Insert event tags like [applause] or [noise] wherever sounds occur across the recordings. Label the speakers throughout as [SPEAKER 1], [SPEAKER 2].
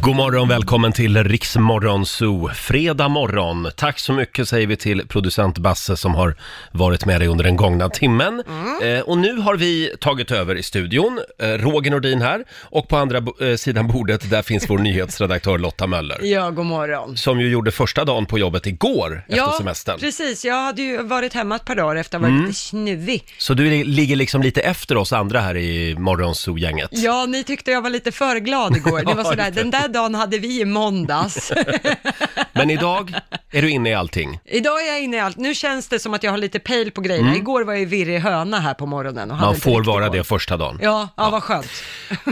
[SPEAKER 1] God morgon, välkommen till Riksmorgon Zoo. Fredag morgon. Tack så mycket säger vi till producent Basse som har varit med dig under den gångna timmen.
[SPEAKER 2] Mm.
[SPEAKER 1] Eh, och nu har vi tagit över i studion. Eh, Roger Nordin här och på andra bo- eh, sidan bordet där finns
[SPEAKER 2] [laughs]
[SPEAKER 1] vår nyhetsredaktör Lotta Möller.
[SPEAKER 2] Ja, god morgon.
[SPEAKER 1] Som ju gjorde första dagen på jobbet igår efter
[SPEAKER 2] ja,
[SPEAKER 1] semestern. Mm.
[SPEAKER 2] precis. Jag hade ju varit hemma ett par dagar efter att ha varit lite snuvig.
[SPEAKER 1] Så du li- ligger liksom lite efter oss andra här i Morgon Zoo-gänget.
[SPEAKER 2] Ja, ni tyckte jag var lite för glad igår. Det var sådär, den där dagen hade vi i måndags. [laughs]
[SPEAKER 1] Men idag är du inne i allting.
[SPEAKER 2] Idag är jag inne i allt. Nu känns det som att jag har lite pejl på grejerna. Igår var jag ju virrig höna här på morgonen. Och
[SPEAKER 1] Mm.
[SPEAKER 2] hade
[SPEAKER 1] Man
[SPEAKER 2] inte
[SPEAKER 1] får
[SPEAKER 2] riktigt
[SPEAKER 1] vara
[SPEAKER 2] koll.
[SPEAKER 1] det första dagen.
[SPEAKER 2] Ja, ja, vad skönt.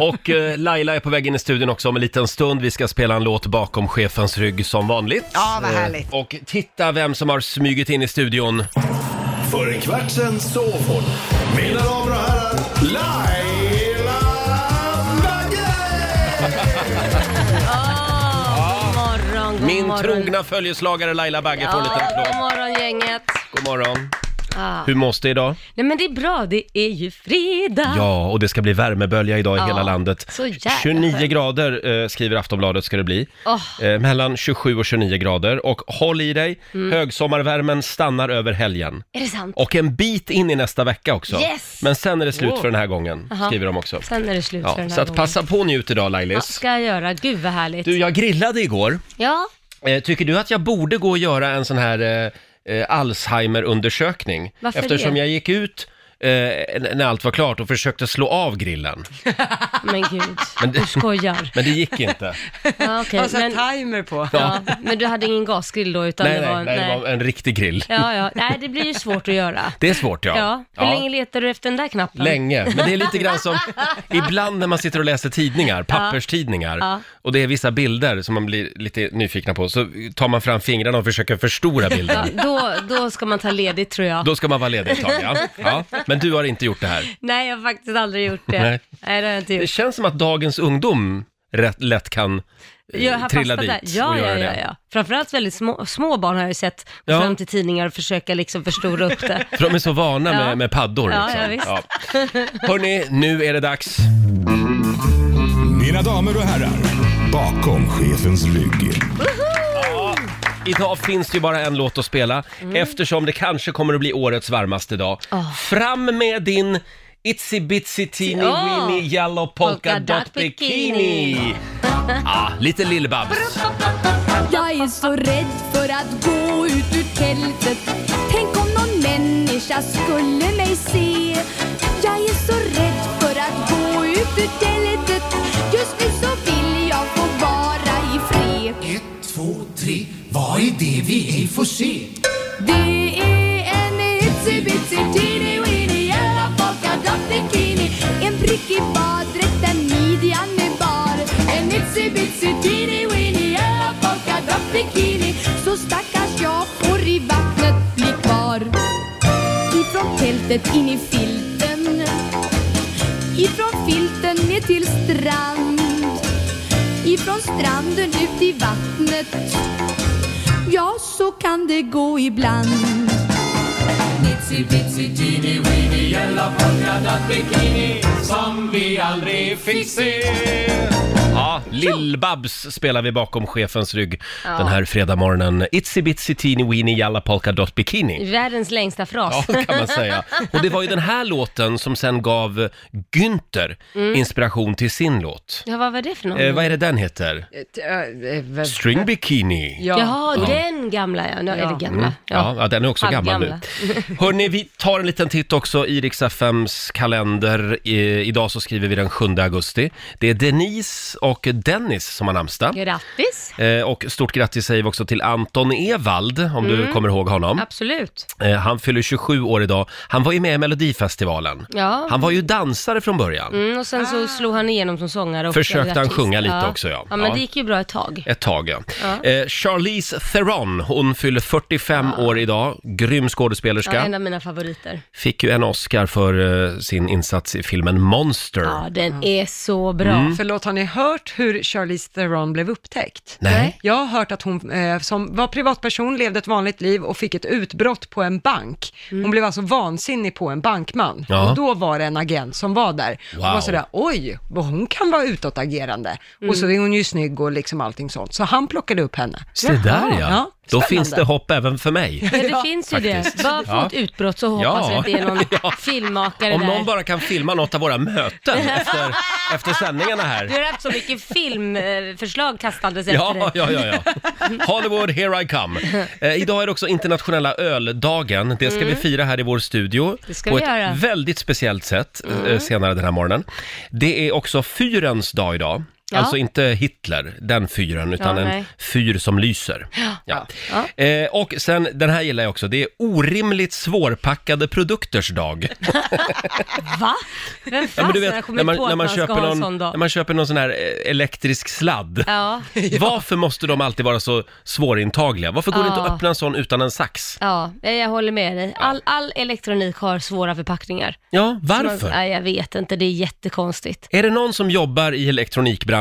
[SPEAKER 1] Och eh, Laila är på väg in i studion också om en liten stund. Vi ska spela en låt bakom chefens rygg som vanligt. Eh,
[SPEAKER 2] Ja, vad härligt.
[SPEAKER 1] Och titta vem som har smugit in i studion.
[SPEAKER 3] För en kvart sen sov hon. Mina damer och herrar, Laila Bagge!
[SPEAKER 4] God morgon, god
[SPEAKER 1] Min
[SPEAKER 4] morgon.
[SPEAKER 1] trogna följeslagare Laila Bagge får en liten
[SPEAKER 4] Ja, god
[SPEAKER 1] applåd.
[SPEAKER 4] morgon gänget.
[SPEAKER 1] God morgon.
[SPEAKER 4] Ah.
[SPEAKER 1] Hur mås det idag?
[SPEAKER 4] Nej men det är bra, det är ju fredag.
[SPEAKER 1] Ja, och det ska bli värmebölja idag i
[SPEAKER 4] Ja,
[SPEAKER 1] hela landet.
[SPEAKER 4] så jävla
[SPEAKER 1] 29
[SPEAKER 4] skönt.
[SPEAKER 1] grader eh, skriver Aftonbladet ska det bli.
[SPEAKER 4] Åh.
[SPEAKER 1] Eh, mellan 27 och 29 grader. Och håll i dig,
[SPEAKER 4] Mm.
[SPEAKER 1] högsommarvärmen stannar över helgen.
[SPEAKER 4] Är det sant?
[SPEAKER 1] Och en bit in i nästa vecka också.
[SPEAKER 4] Yes!
[SPEAKER 1] Men sen är det slut
[SPEAKER 4] Wow.
[SPEAKER 1] för den här gången,
[SPEAKER 4] Aha.
[SPEAKER 1] skriver de också.
[SPEAKER 4] Sen är det slut
[SPEAKER 1] Ja,
[SPEAKER 4] för den här
[SPEAKER 1] så att
[SPEAKER 4] gången.
[SPEAKER 1] passa på och njut idag
[SPEAKER 4] Ja,
[SPEAKER 1] Lailis.
[SPEAKER 4] ska jag göra. Gud vad härligt.
[SPEAKER 1] Du, jag grillade igår.
[SPEAKER 4] Ja,
[SPEAKER 1] Eh, tycker du att jag borde gå och göra en sån här eh, eh, Alzheimer-undersökning?
[SPEAKER 4] Varför
[SPEAKER 1] Eftersom
[SPEAKER 4] det?
[SPEAKER 1] jag gick ut eh, n- när allt var klart och försökte slå av grillen.
[SPEAKER 4] men gud.
[SPEAKER 1] Men det-
[SPEAKER 4] Du skojar.
[SPEAKER 1] [laughs] Men det gick inte.
[SPEAKER 4] Ja,
[SPEAKER 2] Jag
[SPEAKER 4] okej.
[SPEAKER 2] har
[SPEAKER 4] men,
[SPEAKER 2] satt Alltså, timer på.
[SPEAKER 4] ja, men du hade ingen gasgrill då utan
[SPEAKER 1] nej,
[SPEAKER 4] det var...
[SPEAKER 1] nej, nej, det var en riktig grill.
[SPEAKER 4] Ja, ja. Nej, det blir ju svårt att göra.
[SPEAKER 1] Det är svårt ja.
[SPEAKER 4] Ja. Hur länge letar du efter den där knappen?
[SPEAKER 1] Länge, men det är lite grann
[SPEAKER 4] [laughs]
[SPEAKER 1] som ibland när man sitter och läser tidningar, papperstidningar,
[SPEAKER 4] Ja.
[SPEAKER 1] och det är vissa bilder som man blir lite nyfikna på, så tar man fram fingrarna och försöker förstora
[SPEAKER 4] Ja, [laughs]
[SPEAKER 1] bilden.
[SPEAKER 4] då, då ska man ta ledigt tror jag.
[SPEAKER 1] Då ska man vara ledig ett tag, ja.
[SPEAKER 4] [laughs]
[SPEAKER 1] ja. Men du har inte gjort det här.
[SPEAKER 4] Nej, jag har faktiskt aldrig gjort det.
[SPEAKER 1] Nej.
[SPEAKER 4] Nej, det har jag inte
[SPEAKER 1] Det
[SPEAKER 4] gjort.
[SPEAKER 1] känns som att dagens ungdom rätt lätt kan eh,
[SPEAKER 4] Jag har
[SPEAKER 1] trilla
[SPEAKER 4] fastnat
[SPEAKER 1] dit
[SPEAKER 4] där. Ja,
[SPEAKER 1] och
[SPEAKER 4] ja,
[SPEAKER 1] göra
[SPEAKER 4] ja,
[SPEAKER 1] det.
[SPEAKER 4] ja. Framförallt väldigt små, små barn har jag ju sett gå
[SPEAKER 1] Ja.
[SPEAKER 4] fram till tidningar och försöka liksom förstora upp det.
[SPEAKER 1] För de är så vana
[SPEAKER 4] Ja.
[SPEAKER 1] med, med paddor.
[SPEAKER 4] Ja,
[SPEAKER 1] Liksom.
[SPEAKER 4] ja, visst.
[SPEAKER 1] Hörni, nu är det dags.
[SPEAKER 3] Mina damer och herrar, bakom chefens rygg.
[SPEAKER 1] Idag finns det ju bara en låt att spela eftersom det kanske kommer att bli årets varmaste dag. Fram med din Itsy bitsy teeny
[SPEAKER 4] Ja.
[SPEAKER 1] weeny yellow polka
[SPEAKER 4] Polka
[SPEAKER 1] dot [laughs]
[SPEAKER 4] dot
[SPEAKER 1] bikini. ah, lite Lill-Babs.
[SPEAKER 5] Jag är så rädd för att gå ut ur tältet Tänk om någon människa skulle mig se Jag är så rädd för att gå ut ur tältet Just nu så vill jag få vara i fred
[SPEAKER 3] Ett, två, tre, vad är det vi ej får se?
[SPEAKER 5] Det är en itsy bitsy teeny weeny yellow polka dot bikini En prickig baddräkt där midjan är bar En itsy bitsy teeny weeny yellow polka dot bikini Så stackars jag får i vattnet bli kvar Ifrån tältet in i filten Ifrån filten ner till strand Ifrån stranden ut i vattnet Ja, så kan det gå ibland.
[SPEAKER 6] Itsy bitsy teeny weeny yellow polka dot bikini som vi aldrig fick se.
[SPEAKER 1] Ja, Lill-Babs spelar vi bakom chefens rygg den här fredagmorgonen. Itsy bitsy teeny weeny yellow polka dot bikini.
[SPEAKER 4] [laughs] Världens längsta fras.
[SPEAKER 1] Ja, kan man säga. Och det var ju den här låten som sen gav Günther inspiration till sin låt.
[SPEAKER 4] [laughs] Ja, vad var det för någon?
[SPEAKER 1] Eh, vad är det den heter?
[SPEAKER 4] Eh,
[SPEAKER 1] String Bikini.
[SPEAKER 2] Ja. Mm.
[SPEAKER 4] Jaha, den gamla ja. ja. Eller gamla.
[SPEAKER 1] Ja, ja, den är också gammal nu.
[SPEAKER 4] Halvgamla. [laughs]
[SPEAKER 1] Hörni, vi tar en liten titt också i Rix FMs kalender. Eh, idag så skriver vi den 7 augusti. Det är Denise och Dennis som har namnsdag.
[SPEAKER 4] Grattis!
[SPEAKER 1] Eh, och stort grattis säger vi också till Anton Ewald, om du kommer ihåg honom.
[SPEAKER 4] Mm. Absolut.
[SPEAKER 1] Eh, han fyller 27 år idag. Han var ju med i Melodifestivalen.
[SPEAKER 4] Ja.
[SPEAKER 1] Han var ju dansare från början.
[SPEAKER 4] Mm, och sen så slog han igenom som sångare och
[SPEAKER 1] Försökte han
[SPEAKER 4] artist.
[SPEAKER 1] sjunga lite också, ja.
[SPEAKER 4] Ja, men
[SPEAKER 1] Ja.
[SPEAKER 4] det gick ju bra ett tag.
[SPEAKER 1] Ett tag, ja. Eh, Charlize Theron, hon fyller 45 år idag. Grym skådespelerska.
[SPEAKER 4] Ja, en av mina favoriter.
[SPEAKER 1] Fick ju en Oscar för eh, sin insats i filmen Monster.
[SPEAKER 2] Mm.
[SPEAKER 4] Ja, den är så bra.
[SPEAKER 1] Mm.
[SPEAKER 2] Förlåt, har ni hört hur Charlize Theron blev upptäckt?
[SPEAKER 1] Nej.
[SPEAKER 2] Jag har hört att hon eh, som var privatperson, levde ett vanligt liv och fick ett utbrott på en bank.
[SPEAKER 4] Mm.
[SPEAKER 2] Hon blev alltså vansinnig på en bankman.
[SPEAKER 1] Ja.
[SPEAKER 2] Och då var det en agent som var där.
[SPEAKER 1] Wow.
[SPEAKER 2] Hon var sådär, oj, vad hon kan vara utåtagerande. Och
[SPEAKER 4] Mm.
[SPEAKER 2] så är hon ju snygg och liksom allting sånt. Så han plockade upp henne.
[SPEAKER 1] Se där ja.
[SPEAKER 2] Ja,
[SPEAKER 1] Då
[SPEAKER 2] spännande.
[SPEAKER 1] finns det hopp även för mig.
[SPEAKER 4] Ja,
[SPEAKER 1] [laughs]
[SPEAKER 4] [laughs] det finns ju det. Bara få
[SPEAKER 1] Ja.
[SPEAKER 4] ett utbrott så hoppas vi
[SPEAKER 1] Ja.
[SPEAKER 4] att det är någon
[SPEAKER 1] [laughs] Ja.
[SPEAKER 4] filmmakare
[SPEAKER 1] Om
[SPEAKER 4] där.
[SPEAKER 1] någon bara kan filma något av våra
[SPEAKER 4] [laughs]
[SPEAKER 1] möten efter, efter sändningarna
[SPEAKER 4] Du
[SPEAKER 1] här.
[SPEAKER 4] har haft så mycket filmförslag kastandes efter
[SPEAKER 1] Ja,
[SPEAKER 4] dig.
[SPEAKER 1] ja, ja, ja. Hollywood, here I come. Eh, idag är det också internationella öldagen. Det ska vi fira här i vår studio.
[SPEAKER 4] Mm. Det ska
[SPEAKER 1] på
[SPEAKER 4] vi
[SPEAKER 1] ett
[SPEAKER 4] göra. Mm.
[SPEAKER 1] väldigt speciellt sätt eh, senare den här morgonen. Det är också fyrens dag idag.
[SPEAKER 4] Ja.
[SPEAKER 1] Alltså inte Hitler, den fyren, utan
[SPEAKER 4] Ja,
[SPEAKER 1] en
[SPEAKER 4] nej.
[SPEAKER 1] fyr som lyser. Ja. Eh, och sen, den här gillar jag också, det är orimligt svårpackade produkters
[SPEAKER 4] [laughs]
[SPEAKER 1] dag.
[SPEAKER 4] Va? Vem
[SPEAKER 1] Ja,
[SPEAKER 4] fasen
[SPEAKER 1] men du
[SPEAKER 4] har
[SPEAKER 1] vet,
[SPEAKER 4] kommit
[SPEAKER 1] när man,
[SPEAKER 4] på att
[SPEAKER 1] när, man
[SPEAKER 4] ska
[SPEAKER 1] köper
[SPEAKER 4] ha en
[SPEAKER 1] någon,
[SPEAKER 4] sån dag?
[SPEAKER 1] när man köper någon sån här eh, elektrisk sladd. [laughs]
[SPEAKER 4] [laughs] Ja,
[SPEAKER 1] Varför måste de alltid vara så svårintagliga? Varför går det inte att
[SPEAKER 4] Ja.
[SPEAKER 1] öppna en sån utan en sax?
[SPEAKER 4] ja, jag håller med dig. All, all elektronik har svåra förpackningar.
[SPEAKER 1] Ja,
[SPEAKER 4] Så
[SPEAKER 1] varför?
[SPEAKER 4] Man, nej, jag vet inte, det är jättekonstigt.
[SPEAKER 1] Är det någon som jobbar i elektronikbranschen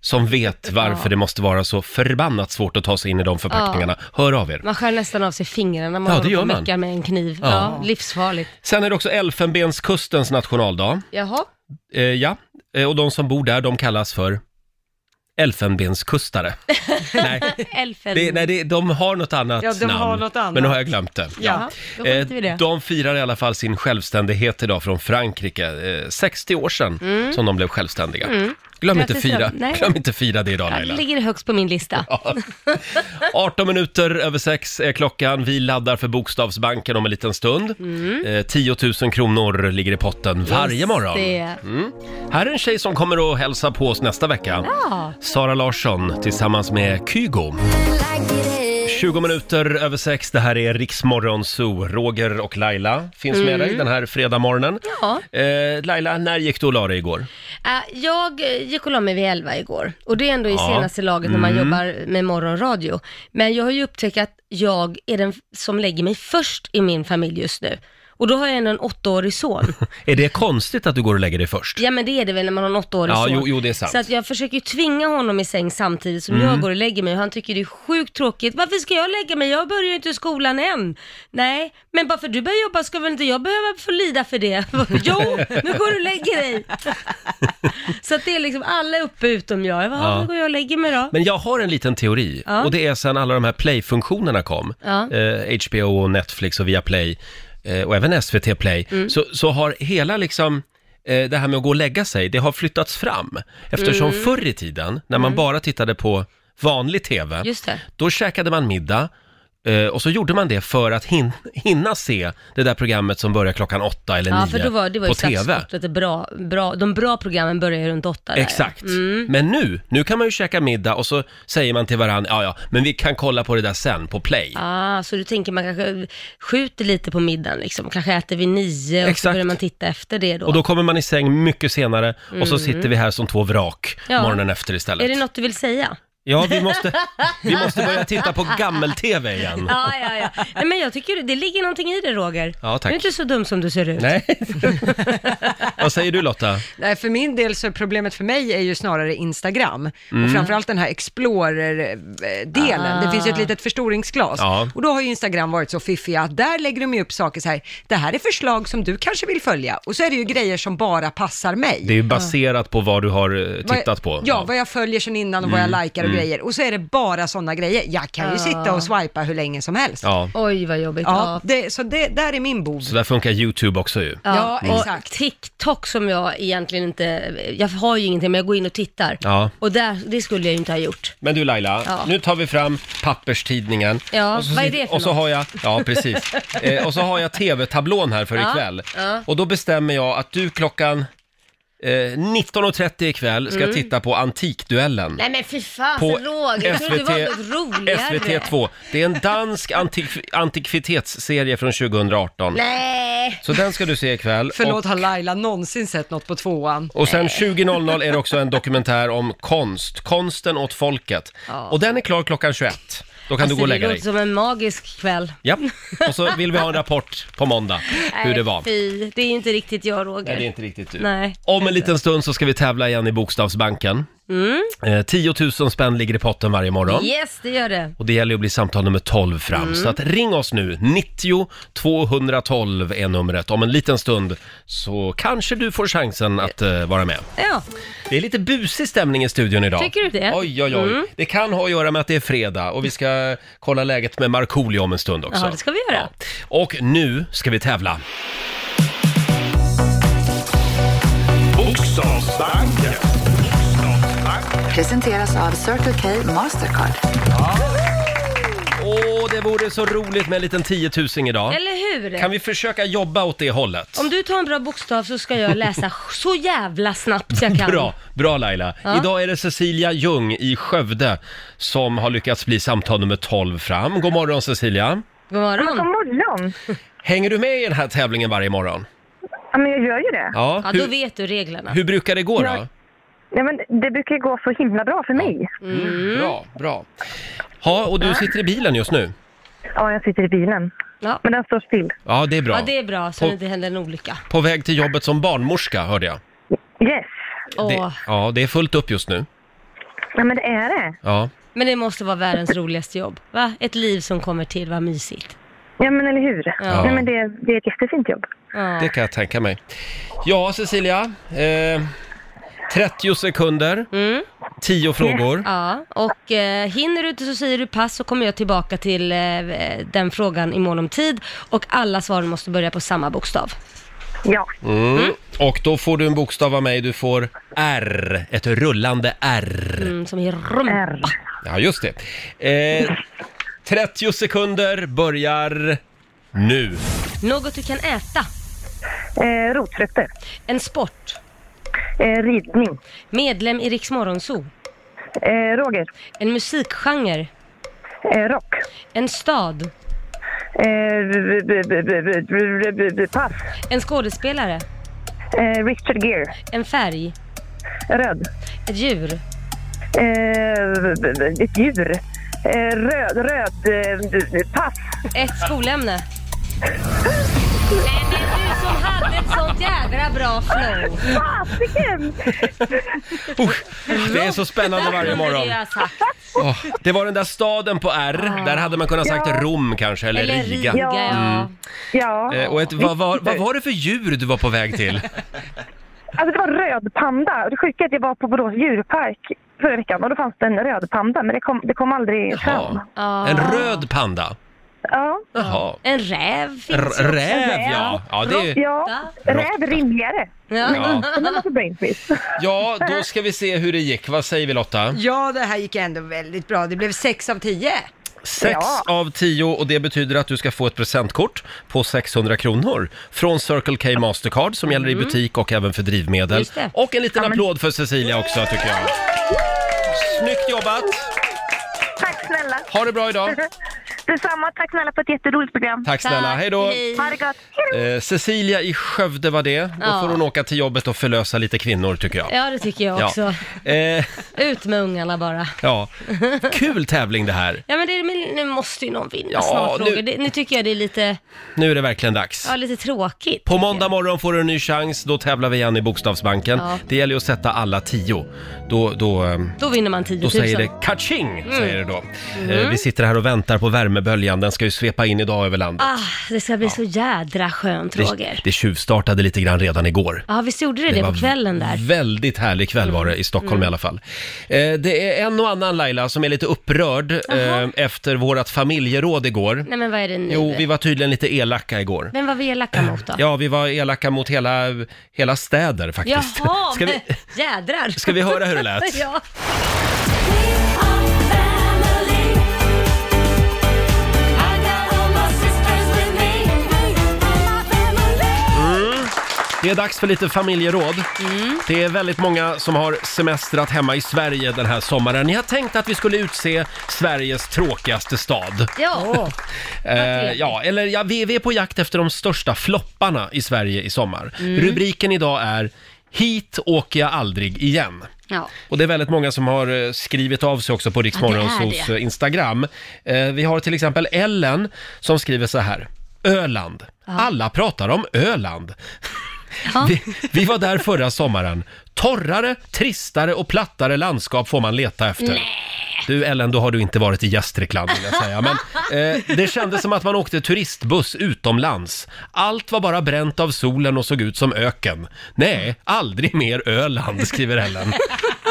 [SPEAKER 1] som vet varför det måste vara så förbannat svårt att ta sig in i de förpackningarna? Hör av er.
[SPEAKER 4] Man skär nästan av sig fingrarna när man
[SPEAKER 1] Ja,
[SPEAKER 4] håller
[SPEAKER 1] det gör
[SPEAKER 4] på och
[SPEAKER 1] man.
[SPEAKER 4] meckar med en kniv. Ja. livsfarligt.
[SPEAKER 1] Sen är det också Elfenbenskustens nationaldag.
[SPEAKER 4] Jaha,
[SPEAKER 1] Eh, ja, eh, och de som bor där, de kallas för
[SPEAKER 4] [laughs]
[SPEAKER 1] Elfenbenskustare. nej,
[SPEAKER 4] elfen.
[SPEAKER 1] det, nej det, de har något annat
[SPEAKER 2] Ja, de
[SPEAKER 1] namn.
[SPEAKER 2] har något annat.
[SPEAKER 1] Men nu har jag glömt det.
[SPEAKER 2] Ja.
[SPEAKER 4] Då
[SPEAKER 1] Eh,
[SPEAKER 4] skiter vi i det.
[SPEAKER 1] De firar i alla fall sin självständighet idag från Frankrike. Eh, 60 år sedan som de blev självständiga. Glöm, inte
[SPEAKER 4] Mm. Grattis,
[SPEAKER 1] fira,
[SPEAKER 4] ja. Nej.
[SPEAKER 1] glöm inte fira det idag
[SPEAKER 4] Ja, det [laughs]
[SPEAKER 1] Laila.
[SPEAKER 4] ligger högst på min lista.
[SPEAKER 1] 18 minuter över sex är klockan. Vi laddar för Bokstavsbanken om en liten stund.
[SPEAKER 4] Mm.
[SPEAKER 1] Eh, 10 000 kronor ligger i potten varje morgon. Mm.
[SPEAKER 4] Det,
[SPEAKER 1] Här är en tjej som kommer och hälsa på oss nästa vecka.
[SPEAKER 4] ja.
[SPEAKER 1] Sara Larsson tillsammans med Kygo. 20 minuter över sex, det här är Riksmorgon Zoo. Roger och Laila finns med dig den här fredagmorgonen.
[SPEAKER 4] Ja.
[SPEAKER 1] Eh, Laila, när gick du och la dig igår?
[SPEAKER 4] Eh, Jag eh, gick och la mig vid elva igår och det är ändå i
[SPEAKER 1] Ja. Mm.
[SPEAKER 4] senaste laget när man jobbar med morgonradio. Men jag har ju upptäckt att jag är den f- som lägger mig först i min familj just nu. Och då har jag ändå en åttaårig son.
[SPEAKER 1] [laughs] Är det konstigt att du går och lägger dig först?
[SPEAKER 4] Ja men det är det väl när man har en åttaårig
[SPEAKER 1] Ja,
[SPEAKER 4] son.
[SPEAKER 1] jo- jo, det är sant. Mm.
[SPEAKER 4] Så att jag försöker ju tvinga honom i säng samtidigt som jag går och lägger mig och han tycker det är sjukt tråkigt. Varför ska jag lägga mig? Jag börjar ju inte skolan än. Nej, men bara för du börjar jobba ska väl inte jag behöva få lida för det? [laughs] jo, nu går du och lägger dig. [laughs] så att det är liksom alla är uppe utom jag. Jag bara,
[SPEAKER 1] Ja.
[SPEAKER 4] ja. nu går jag och lägger mig då.
[SPEAKER 1] Men jag har en liten teori
[SPEAKER 4] Ja.
[SPEAKER 1] och det är sen alla de här play-funktionerna kom,
[SPEAKER 4] Ja.
[SPEAKER 1] eh, HBO och Netflix och Viaplay eh, och även SVT Play,
[SPEAKER 4] Mm.
[SPEAKER 1] så, så har hela liksom eh, det här med att gå och lägga sig, det har flyttats fram. Eftersom
[SPEAKER 4] Mm.
[SPEAKER 1] förr i tiden, när man bara tittade på vanlig TV,
[SPEAKER 4] Just det.
[SPEAKER 1] Då käkade man middag eh, och så gjorde man det för att hin- hinna se det där programmet som börjar klockan åtta eller nio
[SPEAKER 4] Ja, för då var, det var ju
[SPEAKER 1] på TV.
[SPEAKER 4] startskottet. det Bra, bra, de bra programmen börjar ju runt åtta. där. Mm.
[SPEAKER 1] Exakt. Men nu, nu kan man ju käka middag och så säger man till varandra, ja ja, men vi kan kolla på det där sen på play.
[SPEAKER 4] Ah, så du tänker man kanske skjuter lite på middagen liksom, kanske äter vid nio och så
[SPEAKER 1] Exakt.
[SPEAKER 4] börjar man titta efter det då. Mm.
[SPEAKER 1] Och då kommer man i säng mycket senare och så sitter vi här som två vrak
[SPEAKER 4] Ja.
[SPEAKER 1] morgonen efter istället.
[SPEAKER 4] Är det något du vill säga?
[SPEAKER 1] Ja, vi måste, vi måste börja titta på gammel-tv igen.
[SPEAKER 4] Ja, ja, ja. Nej, men jag tycker det ligger någonting i det Roger.
[SPEAKER 1] Ja, tack.
[SPEAKER 4] Du är inte så dum som du ser ut.
[SPEAKER 1] Nej. Vad säger du Lotta?
[SPEAKER 2] Nej, för min del så är problemet för mig är ju snarare Instagram.
[SPEAKER 1] Mm.
[SPEAKER 2] Och framförallt den här Explorer-delen. Det finns ju ett
[SPEAKER 4] Ah.
[SPEAKER 2] litet förstoringsglas.
[SPEAKER 1] Ja.
[SPEAKER 2] Och då har ju Instagram varit så fiffiga att där lägger de ju upp saker så här, det här är förslag som du kanske vill följa. Och så är det ju grejer som bara passar mig.
[SPEAKER 1] Det är ju baserat på vad du har eh,
[SPEAKER 2] Vad jag-
[SPEAKER 1] tittat på. Mm.
[SPEAKER 2] Ja, vad jag följer sen innan och vad jag likar och grejer. Och så är det bara sådana grejer. Jag kan ju sitta och swipa hur länge som helst. Ja.
[SPEAKER 1] ja.
[SPEAKER 4] Ah. Oj, vad jobbigt. Ja.
[SPEAKER 2] det, så det, där är min bov.
[SPEAKER 1] Så där funkar YouTube också ju.
[SPEAKER 2] Ja,
[SPEAKER 4] och
[SPEAKER 2] exakt.
[SPEAKER 4] TikTok som jag egentligen inte, jag har ju ingenting men jag går in och tittar.
[SPEAKER 1] Ja.
[SPEAKER 4] Och där, det skulle jag ju inte ha gjort.
[SPEAKER 1] Men du Laila,
[SPEAKER 4] Ja.
[SPEAKER 1] nu tar vi fram papperstidningen.
[SPEAKER 4] Ja,
[SPEAKER 1] och så,
[SPEAKER 4] vad är
[SPEAKER 1] sit-
[SPEAKER 4] det för
[SPEAKER 1] och så
[SPEAKER 4] något?
[SPEAKER 1] har jag, Ja,
[SPEAKER 4] [laughs]
[SPEAKER 1] precis. eh, och så har jag tv-tablån här för ikväll.
[SPEAKER 4] ja.
[SPEAKER 1] Och då bestämmer jag att du klockan eh, 19.30 ikväll
[SPEAKER 4] Mm.
[SPEAKER 1] ska titta på Antikduellen.
[SPEAKER 4] Nej men fy fan,
[SPEAKER 1] På
[SPEAKER 4] Roger, jag trodde det var något roligare.
[SPEAKER 1] SVT2. Det är en dansk antik- antikvitetsserie från 2018.
[SPEAKER 4] Nej,
[SPEAKER 1] Så den ska du se ikväll.
[SPEAKER 2] Förlåt, har Laila någonsin sett något på tvåan?
[SPEAKER 1] Och sen 20.00 är det också en dokumentär om konst, konsten åt folket. Och den är klar klockan 21. Då kan du gå och
[SPEAKER 4] Alltså, det
[SPEAKER 1] lägga
[SPEAKER 4] låter
[SPEAKER 1] dig.
[SPEAKER 4] som en magisk kväll.
[SPEAKER 1] Ja. Och så vill vi ha en rapport på måndag, hur det var.
[SPEAKER 4] Nej, Fy, det är ju inte riktigt jag Roger.
[SPEAKER 1] Nej, det är inte riktigt du.
[SPEAKER 4] Nej.
[SPEAKER 1] Om en liten stund så ska vi tävla igen i Bokstavsbanken. Eh, 10 000 spänn ligger i potten varje morgon.
[SPEAKER 4] Mm. Yes, det gör det.
[SPEAKER 1] Och det gäller ju att bli samtal nummer 12 fram.
[SPEAKER 4] Mm.
[SPEAKER 1] Så att ring oss nu, 90 212 är numret. Om en liten stund så kanske du får chansen att eh, vara med.
[SPEAKER 4] Ja,
[SPEAKER 1] Det är lite busig stämning i studion idag.
[SPEAKER 4] Tycker du det? Mm.
[SPEAKER 1] Oj, oj, oj. Det kan ha att göra med att det är fredag och vi ska kolla läget med Markoolio om en stund också.
[SPEAKER 4] ja det ska vi göra.
[SPEAKER 1] Och nu ska vi tävla.
[SPEAKER 3] Bokstavsbanken.
[SPEAKER 7] Presenteras av Circle K Mastercard.
[SPEAKER 1] Åh, det vore så roligt med en liten tiotusing idag.
[SPEAKER 4] Eller hur?
[SPEAKER 1] Kan vi försöka jobba åt det hållet?
[SPEAKER 4] Om du tar en bra bokstav så ska jag läsa så jävla snabbt jag kan.
[SPEAKER 1] Bra, bra Laila.
[SPEAKER 4] Ja.
[SPEAKER 1] Idag är det Cecilia Ljung i Skövde som har lyckats bli samtal nummer 12 fram. God morgon Cecilia!
[SPEAKER 4] God morgon.
[SPEAKER 8] morgon.
[SPEAKER 1] Hänger du med i den här tävlingen varje morgon?
[SPEAKER 8] Ja, men jag gör ju det.
[SPEAKER 1] Ja,
[SPEAKER 4] Ja, då
[SPEAKER 1] hur,
[SPEAKER 4] vet du reglerna.
[SPEAKER 1] hur brukar det gå då?
[SPEAKER 8] Ja. Nej, men det brukar ju gå så himla bra för mig.
[SPEAKER 4] Mm.
[SPEAKER 1] Bra, bra. Ja, och du sitter i bilen just nu?
[SPEAKER 8] Ja, jag sitter i bilen.
[SPEAKER 4] Ja.
[SPEAKER 8] Men den står still.
[SPEAKER 1] Ja, det är bra.
[SPEAKER 4] Ja, det är bra så
[SPEAKER 1] På-
[SPEAKER 4] det inte händer en olycka.
[SPEAKER 1] På väg till jobbet som barnmorska, hörde jag.
[SPEAKER 8] Yes.
[SPEAKER 4] Åh,
[SPEAKER 1] Det, ja, det är fullt upp just nu.
[SPEAKER 8] Ja, men det är det.
[SPEAKER 1] Ja.
[SPEAKER 4] Men det måste vara världens roligaste jobb. Va? Ett liv som kommer till, vad mysigt.
[SPEAKER 8] Ja, men eller hur?
[SPEAKER 1] Ja.
[SPEAKER 8] Nej, men det, det är ett jättefint jobb.
[SPEAKER 4] Ja.
[SPEAKER 1] Det kan jag tänka mig. Ja, Cecilia. Eh, 30 sekunder, 10 frågor.
[SPEAKER 4] Ja, och eh, hinner du inte så säger du pass så kommer jag tillbaka till eh, den frågan imorgon om tid och alla svaren måste börja på samma bokstav.
[SPEAKER 8] Ja.
[SPEAKER 1] Mm. Och då får du en bokstav av mig. Du får R, ett rullande R.
[SPEAKER 4] Mm, som i rumpa.
[SPEAKER 8] R.
[SPEAKER 1] Ja, just det. Eh, 30 sekunder börjar nu.
[SPEAKER 4] Något du kan äta.
[SPEAKER 8] Eh, rotfrukter.
[SPEAKER 4] En sport.
[SPEAKER 8] Eh, ridning.
[SPEAKER 4] Medlem i Rix Morgonzoo.
[SPEAKER 8] Eh, Roger.
[SPEAKER 4] En musikgenre.
[SPEAKER 8] Eh, rock.
[SPEAKER 4] En stad.
[SPEAKER 8] Eh, b- b- b- b- b- b- b- b- pass.
[SPEAKER 4] En skådespelare.
[SPEAKER 8] Eh, Richard Gere.
[SPEAKER 4] En färg.
[SPEAKER 8] Röd.
[SPEAKER 4] Ett djur.
[SPEAKER 8] Eh, b- b- ett djur. Eh, röd. Röd. eh, b- b- Pass.
[SPEAKER 4] Ett skolämne. Nej, det är du som hade ett sånt jädra bra flow.
[SPEAKER 8] Fasiken!
[SPEAKER 1] Usch, det är så spännande varje
[SPEAKER 4] Det
[SPEAKER 1] morgon.
[SPEAKER 4] jag har sagt.
[SPEAKER 1] Åh, det var den där staden på R. Där hade man kunnat sagt
[SPEAKER 8] Ja.
[SPEAKER 1] Rom kanske, eller,
[SPEAKER 4] Eller
[SPEAKER 1] Riga.
[SPEAKER 4] Riga,
[SPEAKER 1] Ja.
[SPEAKER 4] ja.
[SPEAKER 8] Ja.
[SPEAKER 1] Eh, och ett, vad, var, vad var det för djur du var på väg till?
[SPEAKER 8] Alltså det var röd panda. Det sjuka är att jag var på Borås djurpark förra veckan och då fanns det en röd panda men det kom, det kom aldrig fram.
[SPEAKER 1] Ja. En röd panda.
[SPEAKER 8] Ja.
[SPEAKER 1] Jaha.
[SPEAKER 4] En räv finns ju
[SPEAKER 1] R-
[SPEAKER 4] också.
[SPEAKER 1] räv, ja. Ja, det är,
[SPEAKER 8] Ja, räv är rimligare.
[SPEAKER 1] ja.
[SPEAKER 8] Men det var för brainfish.
[SPEAKER 1] ja, då ska vi se hur det gick. Vad säger vi Lotta?
[SPEAKER 2] Ja, det här gick ändå väldigt bra. Det blev 6 av 10.
[SPEAKER 1] Sex
[SPEAKER 8] Ja.
[SPEAKER 1] av tio och det betyder att du ska få ett presentkort på 600 kronor från Circle K Mastercard som gäller i butik och även för drivmedel.
[SPEAKER 4] Mm. Just det.
[SPEAKER 1] Och en liten applåd för Cecilia också tycker jag. Snyggt jobbat!
[SPEAKER 8] Tack snälla.
[SPEAKER 1] Ha det bra
[SPEAKER 9] [laughs]
[SPEAKER 1] idag!
[SPEAKER 8] Detsamma. Tack snälla för ett jätteroligt program.
[SPEAKER 1] Tack snälla, hej då!
[SPEAKER 8] Ha det gott. Hej då.
[SPEAKER 1] Eh, Cecilia i Skövde var det. Då
[SPEAKER 4] Ja.
[SPEAKER 1] får hon åka till jobbet och förlösa lite kvinnor tycker jag.
[SPEAKER 4] Ja, det tycker jag också.
[SPEAKER 1] Ja. Eh,
[SPEAKER 4] Ut med ungarna bara.
[SPEAKER 1] ja. Kul tävling det här.
[SPEAKER 4] Ja, men, det, men nu måste ju någon vinna
[SPEAKER 1] Ja,
[SPEAKER 4] snart, Roger.
[SPEAKER 1] nu-
[SPEAKER 4] Nu... Det, nu tycker jag det är lite,
[SPEAKER 1] Nu är det verkligen dags.
[SPEAKER 4] ja, lite tråkigt.
[SPEAKER 1] På måndag morgon får du en ny chans. Då tävlar vi igen i Bokstavsbanken.
[SPEAKER 4] Ja.
[SPEAKER 1] Det gäller ju att sätta alla tio. Då, då, eh,
[SPEAKER 4] Då Mm. vinner man 10 000.
[SPEAKER 1] då säger det kaching! Säger det då.
[SPEAKER 4] Mm.
[SPEAKER 1] Eh, Vi sitter här och väntar på värmeböljan. Den ska ju svepa in idag över landet.
[SPEAKER 4] Ah, det ska bli så jädra skönt,
[SPEAKER 1] det,
[SPEAKER 4] Roger.
[SPEAKER 1] det tjuvstartade lite grann redan igår.
[SPEAKER 4] Ja, visst gjorde det det,
[SPEAKER 1] var
[SPEAKER 4] på kvällen där? Mm.
[SPEAKER 1] Väldigt härlig kväll var det i Stockholm i alla fall. Eh, det är en och annan Laila som är lite upprörd eh, efter vårt familjeråd igår.
[SPEAKER 4] Nej, men vad är det nu?
[SPEAKER 1] Jo, vi var tydligen lite elaka igår.
[SPEAKER 4] Vem var vi elaka mot då?
[SPEAKER 1] Ja, vi var elaka mot hela, hela städer faktiskt.
[SPEAKER 4] Jaha,
[SPEAKER 1] [laughs] Ska vi,
[SPEAKER 4] men jädrar.
[SPEAKER 1] ska vi höra hur det lät?
[SPEAKER 4] [laughs] ja.
[SPEAKER 1] Mm. Det är dags för lite familjeråd.
[SPEAKER 4] Mm.
[SPEAKER 1] Det är väldigt många som har semestrat hemma i Sverige den här sommaren. Ni har tänkt att vi skulle utse Sveriges tråkigaste stad.
[SPEAKER 4] ja.
[SPEAKER 1] Eh, ja, eller ja, vi, vi är på jakt efter de största flopparna i Sverige i sommar.
[SPEAKER 4] Mm.
[SPEAKER 1] Rubriken idag är “Hit åker jag aldrig igen”.
[SPEAKER 4] ja.
[SPEAKER 1] Och det är väldigt många som har eh, skrivit av sig också på Riksmorgons
[SPEAKER 4] det är
[SPEAKER 1] hos eh, Instagram. Eh, Vi har till exempel Ellen som skriver så här. Öland. Alla pratar om Öland. [laughs] Vi, vi var där förra sommaren. Torrare, tristare och plattare landskap får man leta efter. Du Ellen, då har du inte varit i Gästrikland vill jag säga. Men eh, det kändes som att man åkte turistbuss utomlands. Allt var bara bränt av solen och såg ut som öken. Nej, aldrig mer Öland, skriver Ellen.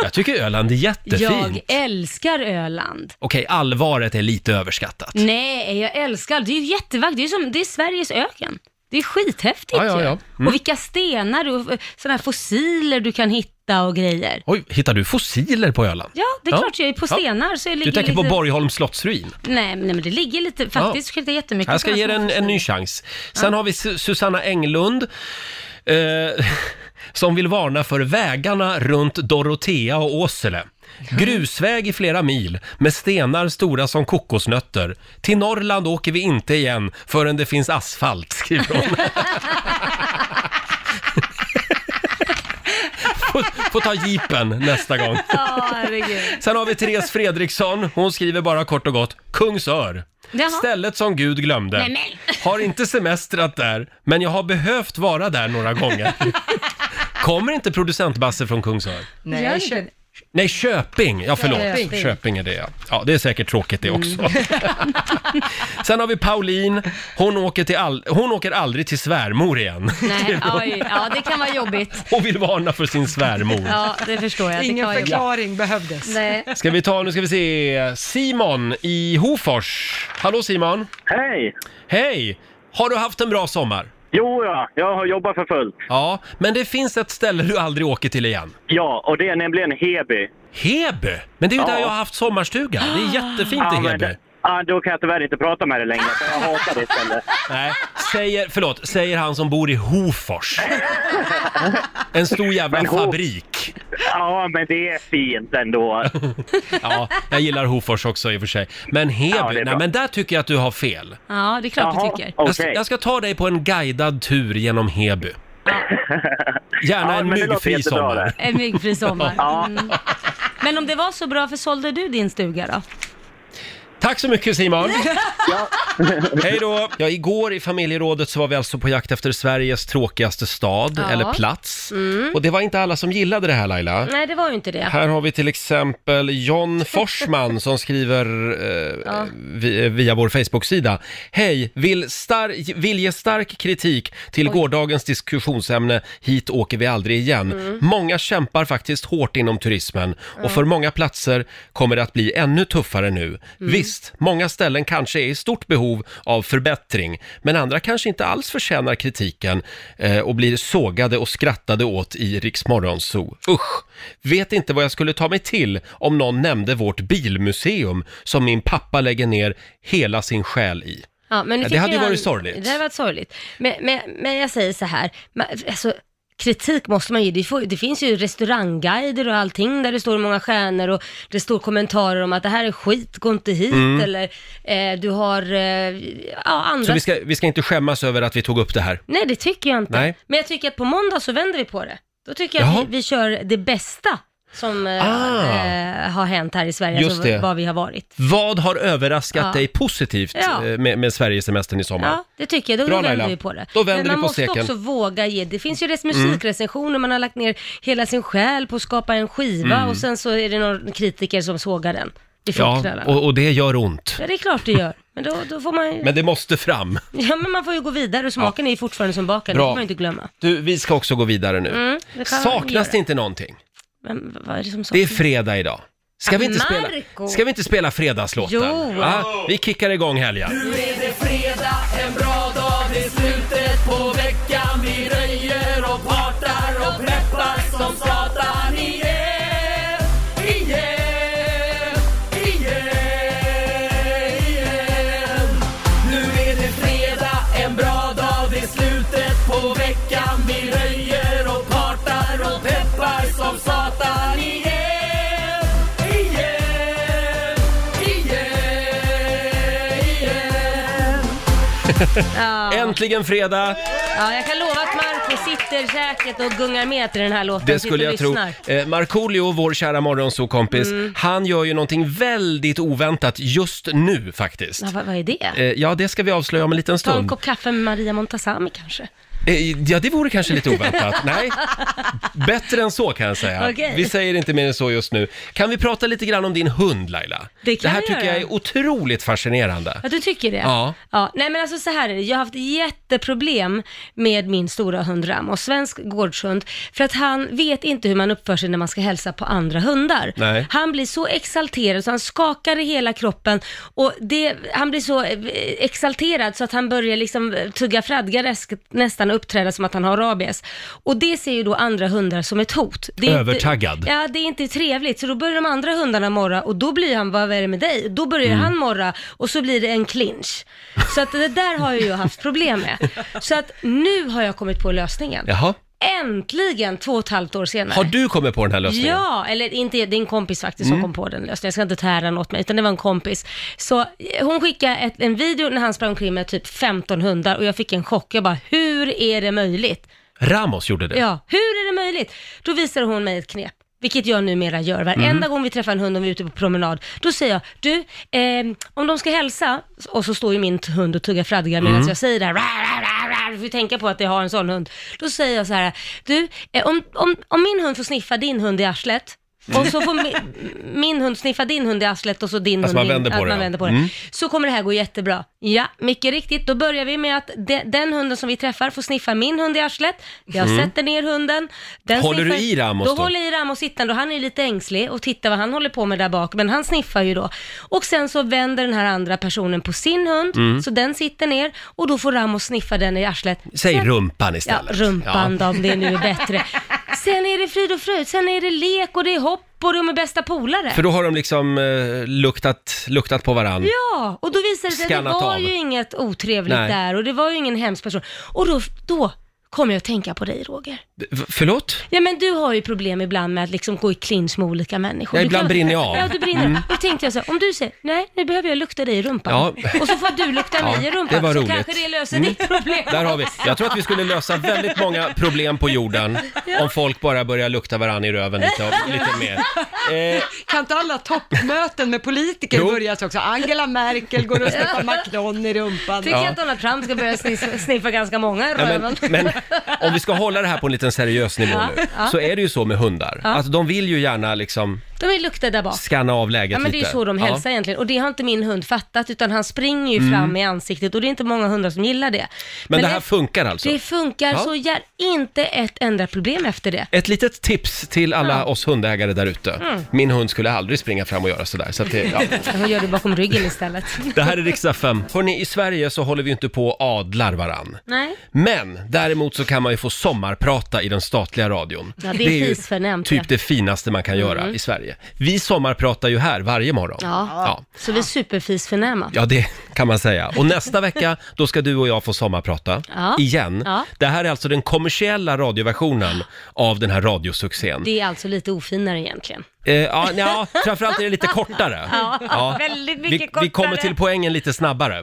[SPEAKER 1] Jag tycker Öland är jättefint.
[SPEAKER 4] Jag älskar Öland.
[SPEAKER 1] Okej, allvaret är lite överskattat.
[SPEAKER 4] Nej, jag älskar Det är ju jättevackert. Det är, ju som, det är Sveriges öken. Det är skithäftigt
[SPEAKER 1] Ja, ja,
[SPEAKER 4] ju.
[SPEAKER 1] ja. Mm.
[SPEAKER 4] Och vilka stenar och sådana här fossiler du kan hitta och grejer.
[SPEAKER 1] Oj, hittar du fossiler på Öland?
[SPEAKER 4] Ja, det är klart jag är på stenar så jag ligger
[SPEAKER 1] Du tänker
[SPEAKER 4] lite...
[SPEAKER 1] på Borgholms slottsruin?
[SPEAKER 4] Nej, men- nej, men det ligger lite, faktiskt skiljer det jättemycket.
[SPEAKER 1] Jag ska
[SPEAKER 4] såna
[SPEAKER 1] ge
[SPEAKER 4] små
[SPEAKER 1] den en
[SPEAKER 4] fossiler.
[SPEAKER 1] ny chans. Sen har vi Su- Susanna Englund. Eh, [laughs] som vill varna för vägarna runt Dorotea och Åsele. Grusväg i flera mil med stenar stora som kokosnötter. Till Norrland åker vi inte igen förrän det finns asfalt, skriver
[SPEAKER 4] [laughs]
[SPEAKER 1] hon. får, får ta jeepen nästa gång.
[SPEAKER 4] Ja, herregud.
[SPEAKER 1] Sen har vi Therese Fredriksson. Hon skriver bara kort och gott Kungsör.
[SPEAKER 4] Jaha.
[SPEAKER 1] Stället som Gud glömde.
[SPEAKER 4] men.
[SPEAKER 1] Har inte semestrat där, men jag har behövt vara där några gånger. Kommer inte producent Basse från Kungsör?
[SPEAKER 2] Nej,
[SPEAKER 4] Gör
[SPEAKER 2] jag
[SPEAKER 4] inte
[SPEAKER 2] känner-
[SPEAKER 1] Nej, Köping. Ja, förlåt. Köping,
[SPEAKER 4] Köping.
[SPEAKER 1] är det, ja. ja. Det är säkert tråkigt det också. [laughs] Sen har vi Pauline. Hon åker, till all... Hon åker aldrig till svärmor igen. [laughs]
[SPEAKER 4] Nej, oj, ja det kan vara jobbigt.
[SPEAKER 1] Hon vill varna för sin svärmor.
[SPEAKER 4] Ja, det förstår jag. Det kan
[SPEAKER 2] Ingen
[SPEAKER 4] vara jobbigt.
[SPEAKER 2] förklaring behövdes.
[SPEAKER 4] Nej.
[SPEAKER 1] Ska vi ta, nu ska vi se, Simon i Hofors. Hallå Simon!
[SPEAKER 10] Hej!
[SPEAKER 1] Hej! Har du haft en bra sommar?
[SPEAKER 10] Jo, ja, jag har jobbat för fullt.
[SPEAKER 1] Ja, men det finns ett ställe du aldrig åker till igen.
[SPEAKER 10] Ja, och det är nämligen Heby.
[SPEAKER 1] Heby! Men det är ju
[SPEAKER 10] Ja.
[SPEAKER 1] där jag har haft sommarstuga. Det är jättefint
[SPEAKER 10] Ja,
[SPEAKER 1] i
[SPEAKER 10] men
[SPEAKER 1] Heby.
[SPEAKER 10] det, ja, då kan jag tyvärr inte prata med dig längre,
[SPEAKER 1] [laughs]
[SPEAKER 10] för jag hatar det istället.
[SPEAKER 1] Nej, säger, förlåt, säger han som bor i Hofors. En stor jävla
[SPEAKER 10] Men Ho-
[SPEAKER 1] fabrik.
[SPEAKER 10] Ja, men det är fint
[SPEAKER 1] [laughs]
[SPEAKER 10] ändå.
[SPEAKER 1] Ja, jag gillar Hofors också i och för sig. Men
[SPEAKER 10] Ja,
[SPEAKER 1] Heby,
[SPEAKER 10] det är
[SPEAKER 1] nej
[SPEAKER 10] bra.
[SPEAKER 1] men där tycker jag att du har fel.
[SPEAKER 4] Ja, det är klart du tycker.
[SPEAKER 1] Jag, ska,
[SPEAKER 10] okej.
[SPEAKER 1] jag ska ta dig på en guidad tur
[SPEAKER 10] [laughs]
[SPEAKER 1] genom Heby. Gärna
[SPEAKER 10] Ja,
[SPEAKER 1] en
[SPEAKER 10] men det låter
[SPEAKER 1] myggfri
[SPEAKER 10] jättebra
[SPEAKER 1] sommar.
[SPEAKER 10] det.
[SPEAKER 4] En myggfri sommar.
[SPEAKER 10] Ja.
[SPEAKER 4] Mm. Men om det var så bra, varför sålde du din stuga då?
[SPEAKER 1] Tack så mycket
[SPEAKER 4] [laughs]
[SPEAKER 1] Simon! Hej då! Ja, igår i familjerådet så var vi alltså på jakt efter Sveriges tråkigaste stad
[SPEAKER 4] Ja. Mm.
[SPEAKER 1] eller plats. Och det var inte alla som gillade det här Laila.
[SPEAKER 4] Nej, det var ju inte det.
[SPEAKER 1] Här har vi till exempel John Forsman som skriver eh, vi, via vår Facebook-sida. Hej, vill, star- vill ge stark kritik till gårdagens diskussionsämne Hit åker vi aldrig igen. Många kämpar faktiskt hårt inom turismen och
[SPEAKER 4] Mm.
[SPEAKER 11] Mm.
[SPEAKER 1] för många platser kommer det att bli ännu tuffare nu. Visst, många ställen kanske är i stort behov av förbättring, men andra kanske inte alls förtjänar kritiken eh, och blir sågade och skrattade åt i Riksmorgon Zoo. Usch! Vet inte vad jag skulle ta mig till om någon nämnde vårt bilmuseum som min pappa lägger ner hela sin själ i.
[SPEAKER 4] Ja, men nu
[SPEAKER 1] Ja, det
[SPEAKER 4] tycker
[SPEAKER 1] hade ju
[SPEAKER 4] jag-
[SPEAKER 1] varit sorgligt.
[SPEAKER 4] Det hade varit sorgligt. Men, men, men jag säger så här, man, alltså, kritik måste man ju, det, får, det finns ju restaurangguider och allting där det står hur många stjärnor och det står kommentarer om att det här är skit, gå inte hit eller eh, du har, eh, ja andra.
[SPEAKER 1] Mm. Så vi ska, vi ska inte skämmas över att vi tog upp det här.
[SPEAKER 4] Nej det tycker jag inte.
[SPEAKER 1] Nej.
[SPEAKER 4] Men jag tycker att på måndag så vänder vi på det. Då tycker jag
[SPEAKER 1] Jaha.
[SPEAKER 4] att vi, vi kör det bästa som eh,
[SPEAKER 1] Ah.
[SPEAKER 4] eh, har hänt här i Sverige,
[SPEAKER 1] Just
[SPEAKER 4] alltså
[SPEAKER 1] det.
[SPEAKER 4] vad vi har varit.
[SPEAKER 1] Vad har överraskat
[SPEAKER 4] Ja.
[SPEAKER 1] dig positivt
[SPEAKER 4] Ja.
[SPEAKER 1] eh, med, med Sverigesemestern i sommar?
[SPEAKER 4] Ja, det tycker jag. Då
[SPEAKER 1] Bra,
[SPEAKER 4] vänder
[SPEAKER 1] Laila.
[SPEAKER 4] vi på det.
[SPEAKER 1] Då vänder
[SPEAKER 4] Men man
[SPEAKER 1] vi på Mm.
[SPEAKER 4] måste
[SPEAKER 1] steken.
[SPEAKER 4] också våga ge. Det finns ju res- musikrecensioner, man har lagt ner hela sin själ på att skapa en skiva och sen så är det någon kritiker som sågar den i fotknölarna.
[SPEAKER 1] Mm. ja och, och det gör ont.
[SPEAKER 4] Ja, det är klart det gör. Men då, då får man ju...
[SPEAKER 1] Men det måste fram.
[SPEAKER 4] Ja, men man får ju gå vidare och smaken är ju fortfarande som baken,
[SPEAKER 1] Bra.
[SPEAKER 4] det får man ju inte glömma.
[SPEAKER 1] Du, vi ska också gå vidare nu.
[SPEAKER 4] Mm, det kan man
[SPEAKER 1] Saknas
[SPEAKER 4] göra.
[SPEAKER 1] det inte någonting?
[SPEAKER 4] Men v- vad är det som
[SPEAKER 1] Det är
[SPEAKER 4] saknas?
[SPEAKER 1] fredag idag. Ska vi inte spela,
[SPEAKER 4] Marco.
[SPEAKER 1] ska vi inte spela fredagslåten?
[SPEAKER 4] Jo.
[SPEAKER 1] Ja, vi kickar igång helgen.
[SPEAKER 6] Nu är det fredag, en bra dag, det är slutet på veckan Vi röjer och partar och peppar som satan igen Igen, igen, igen Nu är det fredag, en bra dag, det är slutet på veckan Vi röjer och partar och peppar som satan igen Igen, igen, igen
[SPEAKER 4] [laughs] Ja.
[SPEAKER 1] Äntligen fredag!
[SPEAKER 4] ja, jag kan lova att Marco sitter säkert och gungar med till den här låten.
[SPEAKER 1] Det
[SPEAKER 4] sitter
[SPEAKER 1] skulle
[SPEAKER 4] och
[SPEAKER 1] jag tro.
[SPEAKER 4] lyssnar. Mm.
[SPEAKER 1] Eh, Markoolio, vår kära morgonsokompis, han gör ju någonting väldigt oväntat just nu faktiskt.
[SPEAKER 4] Ja, vad, vad är det?
[SPEAKER 1] Eh, Ja, det ska vi avslöja om en liten
[SPEAKER 4] Ta en
[SPEAKER 1] stund.
[SPEAKER 4] kopp kaffe med Maria Montazami kanske?
[SPEAKER 1] Eh, Ja, det vore kanske lite
[SPEAKER 4] [laughs]
[SPEAKER 1] oväntat. Nej, bättre än så kan jag säga.
[SPEAKER 4] Okej.
[SPEAKER 1] Vi säger inte mer än så just nu. Kan vi prata lite grann om din hund Laila?
[SPEAKER 4] Det kan
[SPEAKER 1] det här
[SPEAKER 4] vi
[SPEAKER 1] tycker
[SPEAKER 4] göra.
[SPEAKER 1] jag är otroligt fascinerande.
[SPEAKER 4] Att du tycker det?
[SPEAKER 1] Ja.
[SPEAKER 4] ja. Nej men alltså så här är det, jag har haft jätteproblem med min stora hund Ramos, svensk gårdshund, för att han vet inte hur man uppför sig när man ska hälsa på andra hundar.
[SPEAKER 1] Nej.
[SPEAKER 4] Han blir så exalterad så han skakar i hela kroppen och det, han blir så eh, exalterad så att han börjar liksom tugga fradga räsk- nästan och uppträda som att han har rabies. Och det ser ju då andra hundar som ett hot. Det är inte-
[SPEAKER 1] Övertaggad.
[SPEAKER 4] Ja, det är inte trevligt. Så då börjar de andra hundarna morra och då blir han, vad är det med dig? Då börjar
[SPEAKER 1] Mm.
[SPEAKER 4] han morra och så blir det en clinch. Så att det där har ju jag haft problem med. Så att nu har jag kommit på lösningen.
[SPEAKER 1] Jaha,
[SPEAKER 4] Äntligen, två och ett halvt år senare.
[SPEAKER 1] har du kommit på den här lösningen? Mm.
[SPEAKER 4] Ja, eller inte, det är en kompis faktiskt som kom på den lösningen. Jag ska inte ta äran åt mig, utan det var en kompis. Så eh, hon skickade ett, en video när han sprang omkring med typ 15 hundar och jag fick en chock. Jag bara, hur är det möjligt?
[SPEAKER 1] Ramos gjorde det.
[SPEAKER 4] Ja, hur är det möjligt? Då visade hon mig ett knep. Vilket jag numera gör. Varenda
[SPEAKER 1] Mm.
[SPEAKER 4] gång vi träffar en hund om vi är ute på promenad, då säger jag, du, ehm, om de ska hälsa, och så står ju min t- hund och tuggar fradga medan
[SPEAKER 1] Mm.
[SPEAKER 4] jag säger det här, "Rar, rar, rar, rar", du får ju tänka på att jag har en sån hund. Då säger jag så här, du, eh, om, om, om min hund får sniffa din hund i arslet, och så får min,
[SPEAKER 1] [laughs]
[SPEAKER 4] min hund sniffa din hund i arslet och så din
[SPEAKER 1] Alltså
[SPEAKER 4] hund
[SPEAKER 1] man
[SPEAKER 4] din-
[SPEAKER 1] vänder på det,
[SPEAKER 4] att man
[SPEAKER 1] ja. Mm.
[SPEAKER 4] vänder på det. Så kommer det här gå jättebra. Ja, mycket riktigt. Då börjar vi med att de, den hunden som vi träffar får sniffa min hund i arslet. Jag sätter ner hunden. Den
[SPEAKER 1] Mm. Håller du
[SPEAKER 4] sniffar,
[SPEAKER 1] i Ramos
[SPEAKER 4] då?
[SPEAKER 1] då?
[SPEAKER 4] håller jag i Ramos sittande och han är lite ängslig och tittar vad han håller på med där bak. Men han sniffar ju då. Och sen så vänder den här andra personen på sin hund,
[SPEAKER 1] Mm.
[SPEAKER 4] så den sitter ner och då får Ramos sniffa den i arslet.
[SPEAKER 1] Säg
[SPEAKER 4] Sen-
[SPEAKER 1] rumpan
[SPEAKER 4] Ja,
[SPEAKER 1] istället.
[SPEAKER 4] rumpan
[SPEAKER 1] Ja.
[SPEAKER 4] då, om det nu är bättre. Sen är det frid och fröjd, sen är det lek och det är hopp och de är bästa polare.
[SPEAKER 1] För då har de liksom eh, luktat, luktat på varann.
[SPEAKER 4] Ja, och då visade det sig att det
[SPEAKER 1] Skannat
[SPEAKER 4] var
[SPEAKER 1] av.
[SPEAKER 4] ju inget otrevligt
[SPEAKER 1] Nej.
[SPEAKER 4] där och det var ju ingen hemsk person. Och då, då kom jag att tänka på dig Roger.
[SPEAKER 1] V- Förlåt?
[SPEAKER 4] Ja men du har ju problem ibland med att liksom gå i clinch med olika människor.
[SPEAKER 1] Ja,
[SPEAKER 4] Du
[SPEAKER 1] ibland brinner jag av. Mm.
[SPEAKER 4] Ja, du brinner. Och då tänkte jag så här, om du säger nej, nu behöver jag lukta dig i rumpan.
[SPEAKER 1] Ja.
[SPEAKER 4] Och så får du
[SPEAKER 1] [laughs]
[SPEAKER 4] lukta
[SPEAKER 1] Ja,
[SPEAKER 4] mig i rumpan.
[SPEAKER 1] det var
[SPEAKER 4] så
[SPEAKER 1] roligt. Mm.
[SPEAKER 4] kanske det löser ditt problem.
[SPEAKER 1] Där har vi. Jag tror att vi skulle lösa väldigt många problem på jorden om folk bara börjar lukta varann i röven lite, lite mer. Eh,
[SPEAKER 2] Kan inte alla toppmöten med politiker
[SPEAKER 1] Jo.
[SPEAKER 2] börja så också? Angela Merkel går och
[SPEAKER 4] [laughs]
[SPEAKER 2] sniffar Macron i rumpan.
[SPEAKER 4] Tycker
[SPEAKER 1] Ja.
[SPEAKER 4] att Donald Trump ska börja sniffa, sniffa ganska många i
[SPEAKER 1] Nej,
[SPEAKER 4] röven.
[SPEAKER 1] men, [laughs] men om vi ska hålla det här på en liten seriös nivå nu, så är det ju så med hundar, att de vill ju gärna liksom
[SPEAKER 4] De är lukta där bak.
[SPEAKER 1] skanna av läget
[SPEAKER 4] Ja men det är
[SPEAKER 1] lite.
[SPEAKER 4] ju så de
[SPEAKER 1] Ja.
[SPEAKER 4] hälsar egentligen och det har inte min hund fattat utan han springer ju fram i ansiktet och det är inte många hundar som gillar det.
[SPEAKER 1] Mm. Men, det här funkar alltså?
[SPEAKER 4] Det funkar
[SPEAKER 1] Ja.
[SPEAKER 4] så jag inte ett enda problem efter det.
[SPEAKER 1] Ett litet tips till alla oss hundägare där ute.
[SPEAKER 4] Mm.
[SPEAKER 1] Min hund skulle aldrig springa fram och göra sådär. Så att det, ja.
[SPEAKER 4] [laughs] Jag gör det bakom ryggen istället.
[SPEAKER 1] det här är riksdag 5. Hörrni, i Sverige så håller vi ju inte på och adlar varann.
[SPEAKER 4] Nej.
[SPEAKER 1] Men däremot så kan man ju få sommarprata i den statliga radion.
[SPEAKER 4] Ja, det är
[SPEAKER 1] ju
[SPEAKER 4] fisförnämt, ja.
[SPEAKER 1] typ det finaste man kan
[SPEAKER 4] Mm.
[SPEAKER 1] göra i Sverige. Vi sommarpratar ju här varje morgon.
[SPEAKER 4] Ja.
[SPEAKER 1] ja.
[SPEAKER 4] Så vi är superfisförnäma.
[SPEAKER 1] Ja, det kan man säga. Och nästa vecka, då ska du och jag få sommarprata
[SPEAKER 4] Ja.
[SPEAKER 1] igen.
[SPEAKER 4] Ja.
[SPEAKER 1] Det här är alltså den kommersiella radioversionen av den här radiosuccén.
[SPEAKER 4] Det är alltså lite ofinare egentligen.
[SPEAKER 1] Eh, ja, nja, framförallt är det lite kortare.
[SPEAKER 4] Ja, väldigt mycket
[SPEAKER 1] vi, Vi
[SPEAKER 4] kortare.
[SPEAKER 1] kommer till poängen lite snabbare.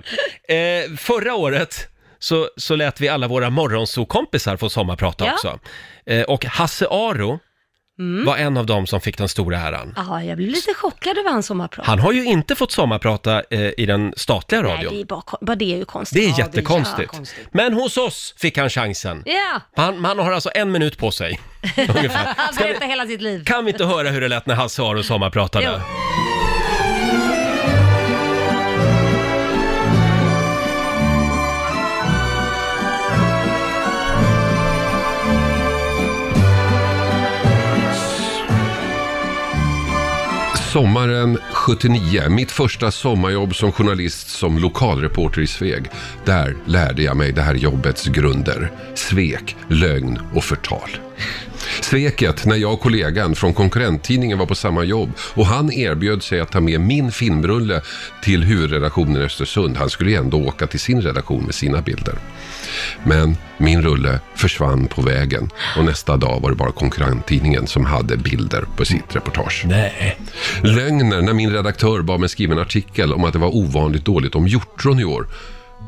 [SPEAKER 1] Eh, förra året så, så lät vi alla våra morgonsokompisar få sommarprata
[SPEAKER 4] Ja. Mm.
[SPEAKER 1] också. Eh, och Hasse Aro var en av dem som fick den stora äran.
[SPEAKER 4] Ja, jag blev lite chockad över hans sommarprat.
[SPEAKER 1] Han har ju inte fått sommarprata eh, i den statliga
[SPEAKER 4] Nej,
[SPEAKER 1] radion.
[SPEAKER 4] det är, bara, kon- bara det är ju konstigt.
[SPEAKER 1] Det är
[SPEAKER 2] det är
[SPEAKER 1] jättekonstigt.
[SPEAKER 2] jättekonstigt.
[SPEAKER 1] Men hos oss fick han chansen.
[SPEAKER 4] Ja,
[SPEAKER 1] Han, han har alltså en minut på sig. Ungefär.
[SPEAKER 4] [laughs] han
[SPEAKER 1] Ska vi,
[SPEAKER 4] berättar hela sitt liv.
[SPEAKER 1] kan vi inte höra hur det lät när Hasse Aro sommarpratade?
[SPEAKER 12] Sommaren 79, mitt första sommarjobb som journalist som lokalreporter i Sveg. Där lärde jag mig det här jobbets grunder. Svek, lögn och förtal. Sveket när jag och kollegan från konkurrenttidningen var på samma jobb och han erbjöd sig att ta med min filmrulle till huvudredaktionen i Östersund. Han skulle ju ändå åka till sin redaktion med sina bilder. Men min rulle försvann på vägen och nästa dag var det bara konkurrenttidningen som hade bilder på sitt reportage.
[SPEAKER 1] Nej.
[SPEAKER 12] Lögner när min redaktör bad mig skriva en artikel om att det var ovanligt dåligt om hjortron i år.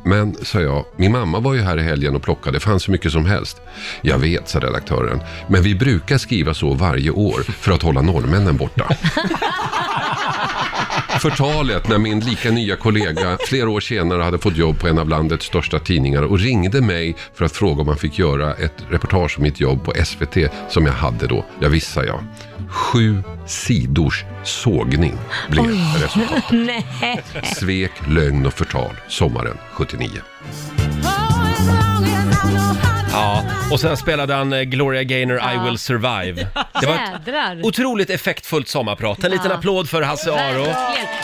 [SPEAKER 12] Men, sa jag, min mamma var ju här i helgen och plockade, det fanns hur mycket som helst. Jag vet, sa redaktören, men vi brukar skriva så varje år för att hålla norrmännen borta. förtalet när min lika nya kollega flera år senare hade fått jobb på en av landets största tidningar och ringde mig för att fråga om han fick göra ett reportage om mitt jobb på SVT som jag hade då. Jag visste jag. Sju sidors sågning blev resultatet.
[SPEAKER 4] [laughs] Nej.
[SPEAKER 12] Svek, lögn och förtal sommaren 79.
[SPEAKER 1] Ja, och sen spelade han eh, Gloria Gaynor I will survive. Det var ett
[SPEAKER 4] Jädrar.
[SPEAKER 1] otroligt effektfullt sommarprat. En liten
[SPEAKER 4] Ja.
[SPEAKER 1] applåd för Hasse Aro.
[SPEAKER 4] Verkligen.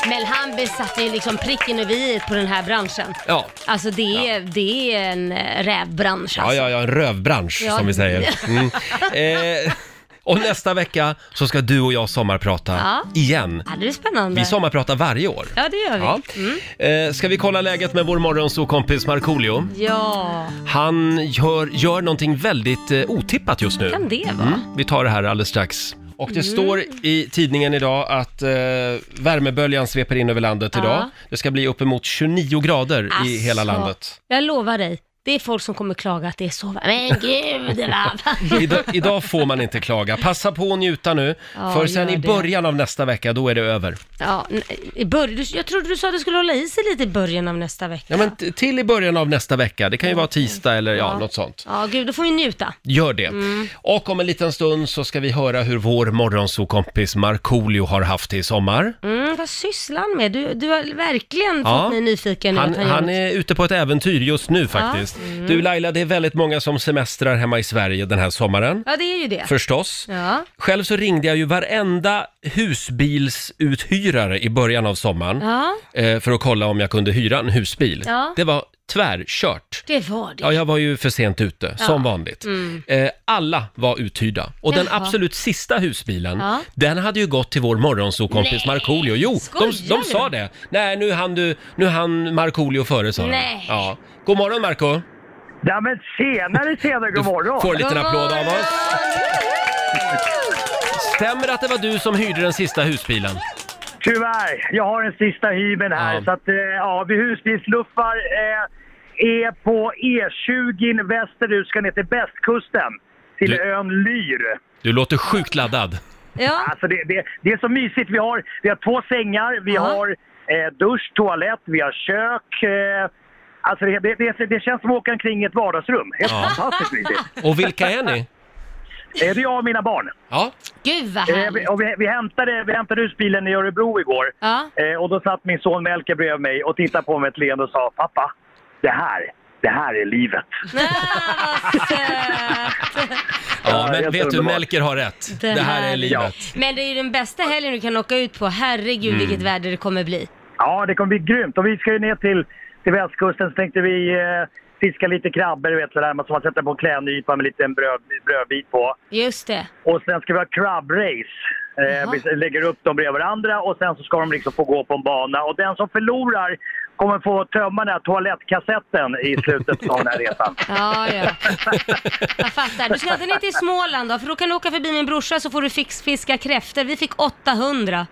[SPEAKER 4] Men han besatte ju liksom pricken över i på den här branschen.
[SPEAKER 1] Ja.
[SPEAKER 4] Alltså det är, det är en eh, rävbransch
[SPEAKER 1] Ja,
[SPEAKER 4] alltså.
[SPEAKER 1] ja, ja, en rövbransch
[SPEAKER 4] Ja.
[SPEAKER 1] som vi säger. Mm. Eh, och nästa vecka så ska du och jag sommarprata
[SPEAKER 4] Ja.
[SPEAKER 1] igen.
[SPEAKER 4] Ja, det är spännande.
[SPEAKER 1] Vi sommarpratar varje år.
[SPEAKER 4] Ja, det gör vi.
[SPEAKER 1] Ja.
[SPEAKER 4] Mm.
[SPEAKER 1] Eh, ska vi kolla läget med vår morgonsokompis Markoolio?
[SPEAKER 4] Ja.
[SPEAKER 1] Han gör, gör någonting väldigt eh, otippat just nu. Mm.
[SPEAKER 4] Kan det vara?
[SPEAKER 1] Vi tar det här alldeles strax. Och det
[SPEAKER 4] Mm.
[SPEAKER 1] står i tidningen idag att eh, värmeböljan sveper in över landet
[SPEAKER 4] Ja.
[SPEAKER 1] idag. Det ska bli uppemot 29 grader i
[SPEAKER 4] Alltså,
[SPEAKER 1] hela landet.
[SPEAKER 4] Jag lovar dig, det är folk som kommer klaga att det är så varmt. Men gud
[SPEAKER 1] [laughs]
[SPEAKER 4] vad...
[SPEAKER 1] Idag, idag får man inte klaga. Passa på att njuta nu,
[SPEAKER 4] Ja,
[SPEAKER 1] för sen
[SPEAKER 4] gör
[SPEAKER 1] i
[SPEAKER 4] det.
[SPEAKER 1] början av nästa vecka, då är det över.
[SPEAKER 4] Ja, nej, i början, du- jag trodde du sa att det skulle hålla i sig lite i början av nästa vecka.
[SPEAKER 1] Ja, men t- till i början av nästa vecka. Det kan ju vara tisdag eller ja,
[SPEAKER 4] Ja.
[SPEAKER 1] något sånt.
[SPEAKER 4] Ja, gud, då får vi njuta.
[SPEAKER 1] Gör det.
[SPEAKER 4] Mm.
[SPEAKER 1] Och om en liten stund så ska vi höra hur vår morgonsokompis Markoolio har haft det i sommar.
[SPEAKER 4] Mm, vad sysslar han med? Du, du har verkligen
[SPEAKER 1] Ja.
[SPEAKER 4] fått mig nyfiken. nu
[SPEAKER 1] Han,
[SPEAKER 4] att gör
[SPEAKER 1] han
[SPEAKER 4] något.
[SPEAKER 1] är ute på ett äventyr just nu faktiskt.
[SPEAKER 4] Ja. Mm.
[SPEAKER 1] Du Laila, det är väldigt många som semestrar hemma i Sverige den här sommaren.
[SPEAKER 4] Ja, det är ju det.
[SPEAKER 1] Förstås.
[SPEAKER 4] Ja.
[SPEAKER 1] Själv så ringde jag ju varenda husbilsuthyrare i början av sommaren
[SPEAKER 4] ja,
[SPEAKER 1] eh, för att kolla om jag kunde hyra en husbil.
[SPEAKER 4] Ja.
[SPEAKER 1] Det var tvärkört.
[SPEAKER 4] det var det.
[SPEAKER 1] Ja, jag var ju för sent ute,
[SPEAKER 4] Ja.
[SPEAKER 1] som vanligt.
[SPEAKER 4] Mm.
[SPEAKER 1] Eh, alla var uthyrda. Och den
[SPEAKER 4] Jaha.
[SPEAKER 1] absolut sista husbilen,
[SPEAKER 4] Ja.
[SPEAKER 1] den hade ju gått till vår morgonsokompis
[SPEAKER 4] Nej,
[SPEAKER 1] Markoolio. Jo, de,
[SPEAKER 4] skojar
[SPEAKER 1] de
[SPEAKER 4] du?
[SPEAKER 1] sa det. Nej, nu hann, du, nu hann Markoolio före, sa de.
[SPEAKER 13] Nej.
[SPEAKER 1] Ja. God morgon, Marco.
[SPEAKER 13] Ja men senare, senare, god morgon!
[SPEAKER 1] Får en liten applåd av oss. Stämmer det att det var du som hyrde den sista husbilen?
[SPEAKER 13] Tyvärr, jag har den sista hyben här
[SPEAKER 1] Ja.
[SPEAKER 13] så att eh, ja, vi husbilsluffar eh, är på
[SPEAKER 10] E
[SPEAKER 13] E20 västerut, ska ner till västkusten, till
[SPEAKER 1] Du-
[SPEAKER 13] ön Lyr.
[SPEAKER 1] Du låter sjukt laddad.
[SPEAKER 4] Ja.
[SPEAKER 13] Alltså det, det, det är så mysigt. Vi har, vi har två sängar, vi har eh, dusch, toalett, vi har kök. Eh, alltså det, det, det, det känns som att åka omkring i ett vardagsrum. Helt
[SPEAKER 1] Ja.
[SPEAKER 13] fantastiskt mysigt.
[SPEAKER 1] [laughs] Och vilka är ni?
[SPEAKER 13] Eh, det är jag och mina barn.
[SPEAKER 1] Ja.
[SPEAKER 4] Gud vad
[SPEAKER 13] Eh, vi, och vi, vi, hämtade, vi hämtade husbilen i Örebro igår.
[SPEAKER 4] Ja.
[SPEAKER 13] Eh, och då satt min son Melker bredvid mig och tittade på mig med ett leende och sa Pappa, det här, det här är livet.
[SPEAKER 1] Ja, men
[SPEAKER 13] helt
[SPEAKER 1] vet du,
[SPEAKER 13] underbart.
[SPEAKER 1] Melker har rätt. Det här är livet.
[SPEAKER 4] Men det är ju den bästa helgen du kan åka ut på. Herregud
[SPEAKER 13] Mm.
[SPEAKER 4] vilket väder det kommer bli.
[SPEAKER 13] Ja, det kommer bli grymt. Och vi ska ju ner till, till västkusten så tänkte vi eh, fiska lite krabbor, du vet sådär, som man sätter på en klädnypa med en liten bröd, brödbit på.
[SPEAKER 4] Just det.
[SPEAKER 13] Och sen ska vi ha crab-race. Eh,
[SPEAKER 4] Jaha.
[SPEAKER 13] vi lägger upp dem bredvid varandra och sen så ska de liksom få gå på en bana. Och den som förlorar kommer få tömma den här toalettkassetten i slutet av den här resan.
[SPEAKER 4] [laughs] Ja, ja. Jag fattar. Du ska inte ner till Småland då, för då kan du åka förbi min brorsa så får du fix, fiska kräftor. Vi fick 800.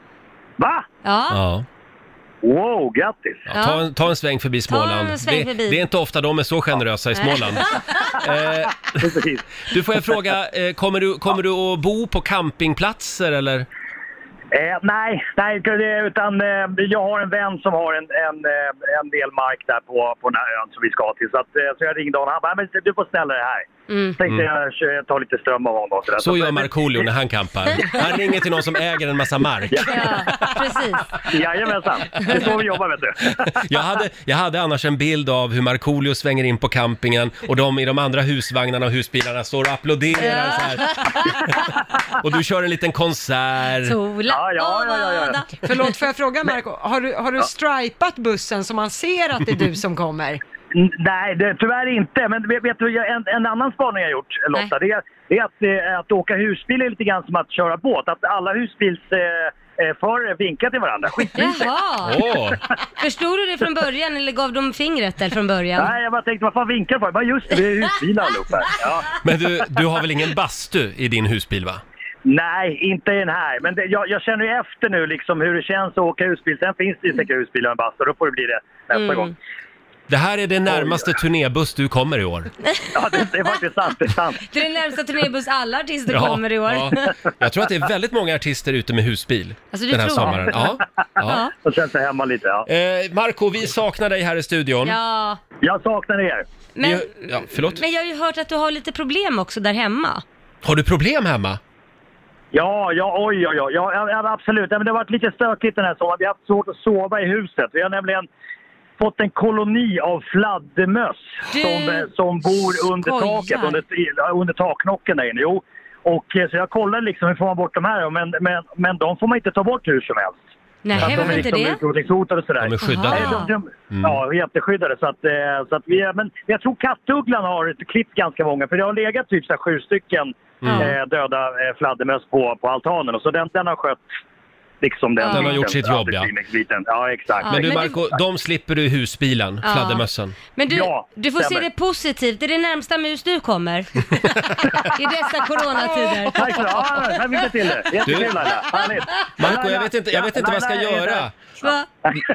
[SPEAKER 13] Va?
[SPEAKER 4] Ja.
[SPEAKER 1] Ja.
[SPEAKER 13] Wow, grattis!
[SPEAKER 1] Ja, ta, en, ta en sväng förbi Småland.
[SPEAKER 4] en sväng
[SPEAKER 1] det,
[SPEAKER 4] förbi.
[SPEAKER 1] det är inte ofta de är så generösa i
[SPEAKER 4] [laughs]
[SPEAKER 1] Småland. Eh, du, får jag fråga, eh, kommer du, kommer du att bo på campingplatser eller?
[SPEAKER 13] Eh, nej, nej, inte det, utan eh, jag har en vän som har en, en, eh, en del mark där på, på den här ön som vi ska till. Så, att, eh, så jag ringde honom. Han bara, "Nej, men du får ställa det här.
[SPEAKER 4] Mm.
[SPEAKER 13] Tänkte
[SPEAKER 1] Mm.
[SPEAKER 13] jag eh, ta lite ström av honom. och där.
[SPEAKER 1] Så gör
[SPEAKER 13] men-
[SPEAKER 1] Markoolio när han campar. Han ringer till någon som äger en massa mark.
[SPEAKER 4] [laughs] Precis.
[SPEAKER 13] Jajamensan, det är så vi jobbar vet du.
[SPEAKER 1] Jag hade, jag hade annars en bild av hur Markoolio svänger in på campingen och de i de andra husvagnarna och husbilarna står och applåderar så här. Och du kör en liten konsert.
[SPEAKER 4] Sola,
[SPEAKER 13] ja, ja, ja, ja.
[SPEAKER 2] Förlåt, får jag fråga Marco, har du, har du stripat bussen så man ser att det är du som kommer?
[SPEAKER 13] N- Nej, det, tyvärr inte. Men vet, vet du, jag- en, en annan spaning jag har gjort, eh, Lotta, det är, det är att, eh, att åka husbil är lite grann som att köra båt. Att alla husbilsförare eh, förare vinkar till varandra. Skitmysigt.
[SPEAKER 4] Jaha.
[SPEAKER 13] Åh.
[SPEAKER 4] Förstod du det från början eller gav de fingret där från början?
[SPEAKER 13] Nej, jag bara tänkte, vad fan vinkar du för? Jag bara, just det, vi är husbilar allihopa. Ja.
[SPEAKER 1] Men du, du har väl ingen bastu i din husbil va?
[SPEAKER 13] [laughs] Nej, inte i den här. Men det, jag, jag känner ju efter nu liksom hur det känns att åka husbil. Sen finns det ju säkert husbilar med bastu, då får det bli det nästa
[SPEAKER 4] Mm.
[SPEAKER 13] gång.
[SPEAKER 1] Det här är det närmaste turnébuss du kommer i år.
[SPEAKER 13] Ja, det, det är faktiskt sant. Det är sant.
[SPEAKER 4] Det är den närmsta turnébuss alla artister kommer i år.
[SPEAKER 1] ja. Jag tror att det är väldigt många artister ute med husbil
[SPEAKER 4] Alltså, du
[SPEAKER 1] den här
[SPEAKER 4] tror?
[SPEAKER 1] sommaren. Ja. Ja.
[SPEAKER 13] Och sen så hemma lite, ja.
[SPEAKER 1] Eh, Marco, vi saknar dig här i studion.
[SPEAKER 4] Ja.
[SPEAKER 13] Jag saknar er.
[SPEAKER 4] Men,
[SPEAKER 1] Vi- ja, förlåt.
[SPEAKER 4] men jag har ju hört att du har lite problem också där hemma.
[SPEAKER 1] Har du problem hemma?
[SPEAKER 13] Ja, ja, oj, oj, oj. Ja, ja, ja, absolut. Ja, men det har varit lite stökigt den här sommaren. Vi har haft svårt att sova i huset. Vi har nämligen fått en koloni av fladdermöss som, eh, som bor under
[SPEAKER 6] skojar.
[SPEAKER 13] taket, under, i- under taknocken där inne. Jo. Och, eh, så jag kollade liksom hur får man bort de här, men, men, men de får man inte ta bort hur som helst.
[SPEAKER 4] Nej,
[SPEAKER 13] Så att de
[SPEAKER 4] varför
[SPEAKER 13] är
[SPEAKER 4] inte
[SPEAKER 13] liksom
[SPEAKER 4] det?
[SPEAKER 13] utrotningshotade och sådär.
[SPEAKER 1] De är skyddade. Mm.
[SPEAKER 13] Nej, de, de, Ja, jätteskyddade. Så att, eh, så att vi, är- men jag tror kattugglan har klippt ganska många, för det har legat typ så här sju stycken
[SPEAKER 1] Mm.
[SPEAKER 13] eh, döda eh, fladdermöss på, på altanen. Och så den, den har skött liksom den.
[SPEAKER 1] Den har gjort sitt jobb, ja.
[SPEAKER 13] ja. Ja, exakt.
[SPEAKER 1] Men du
[SPEAKER 4] men du-
[SPEAKER 1] Marco, de slipper du i husbilen,
[SPEAKER 4] Ja.
[SPEAKER 1] fladdermössen.
[SPEAKER 4] Men du,
[SPEAKER 1] Ja,
[SPEAKER 4] du får se
[SPEAKER 1] stämmer.
[SPEAKER 4] det positivt. Det är det närmsta mus
[SPEAKER 1] [laughs]
[SPEAKER 4] du kommer. I dessa coronatider.
[SPEAKER 13] Tack så mycket. Ja, lycka till nu. Jättekul
[SPEAKER 1] Du-
[SPEAKER 13] Laila. Härligt.
[SPEAKER 1] Marco, jag
[SPEAKER 13] Laila,
[SPEAKER 1] vet inte, jag
[SPEAKER 13] ja,
[SPEAKER 1] vet inte vad jag ska
[SPEAKER 13] Laila är
[SPEAKER 1] göra.
[SPEAKER 13] där.
[SPEAKER 4] Va?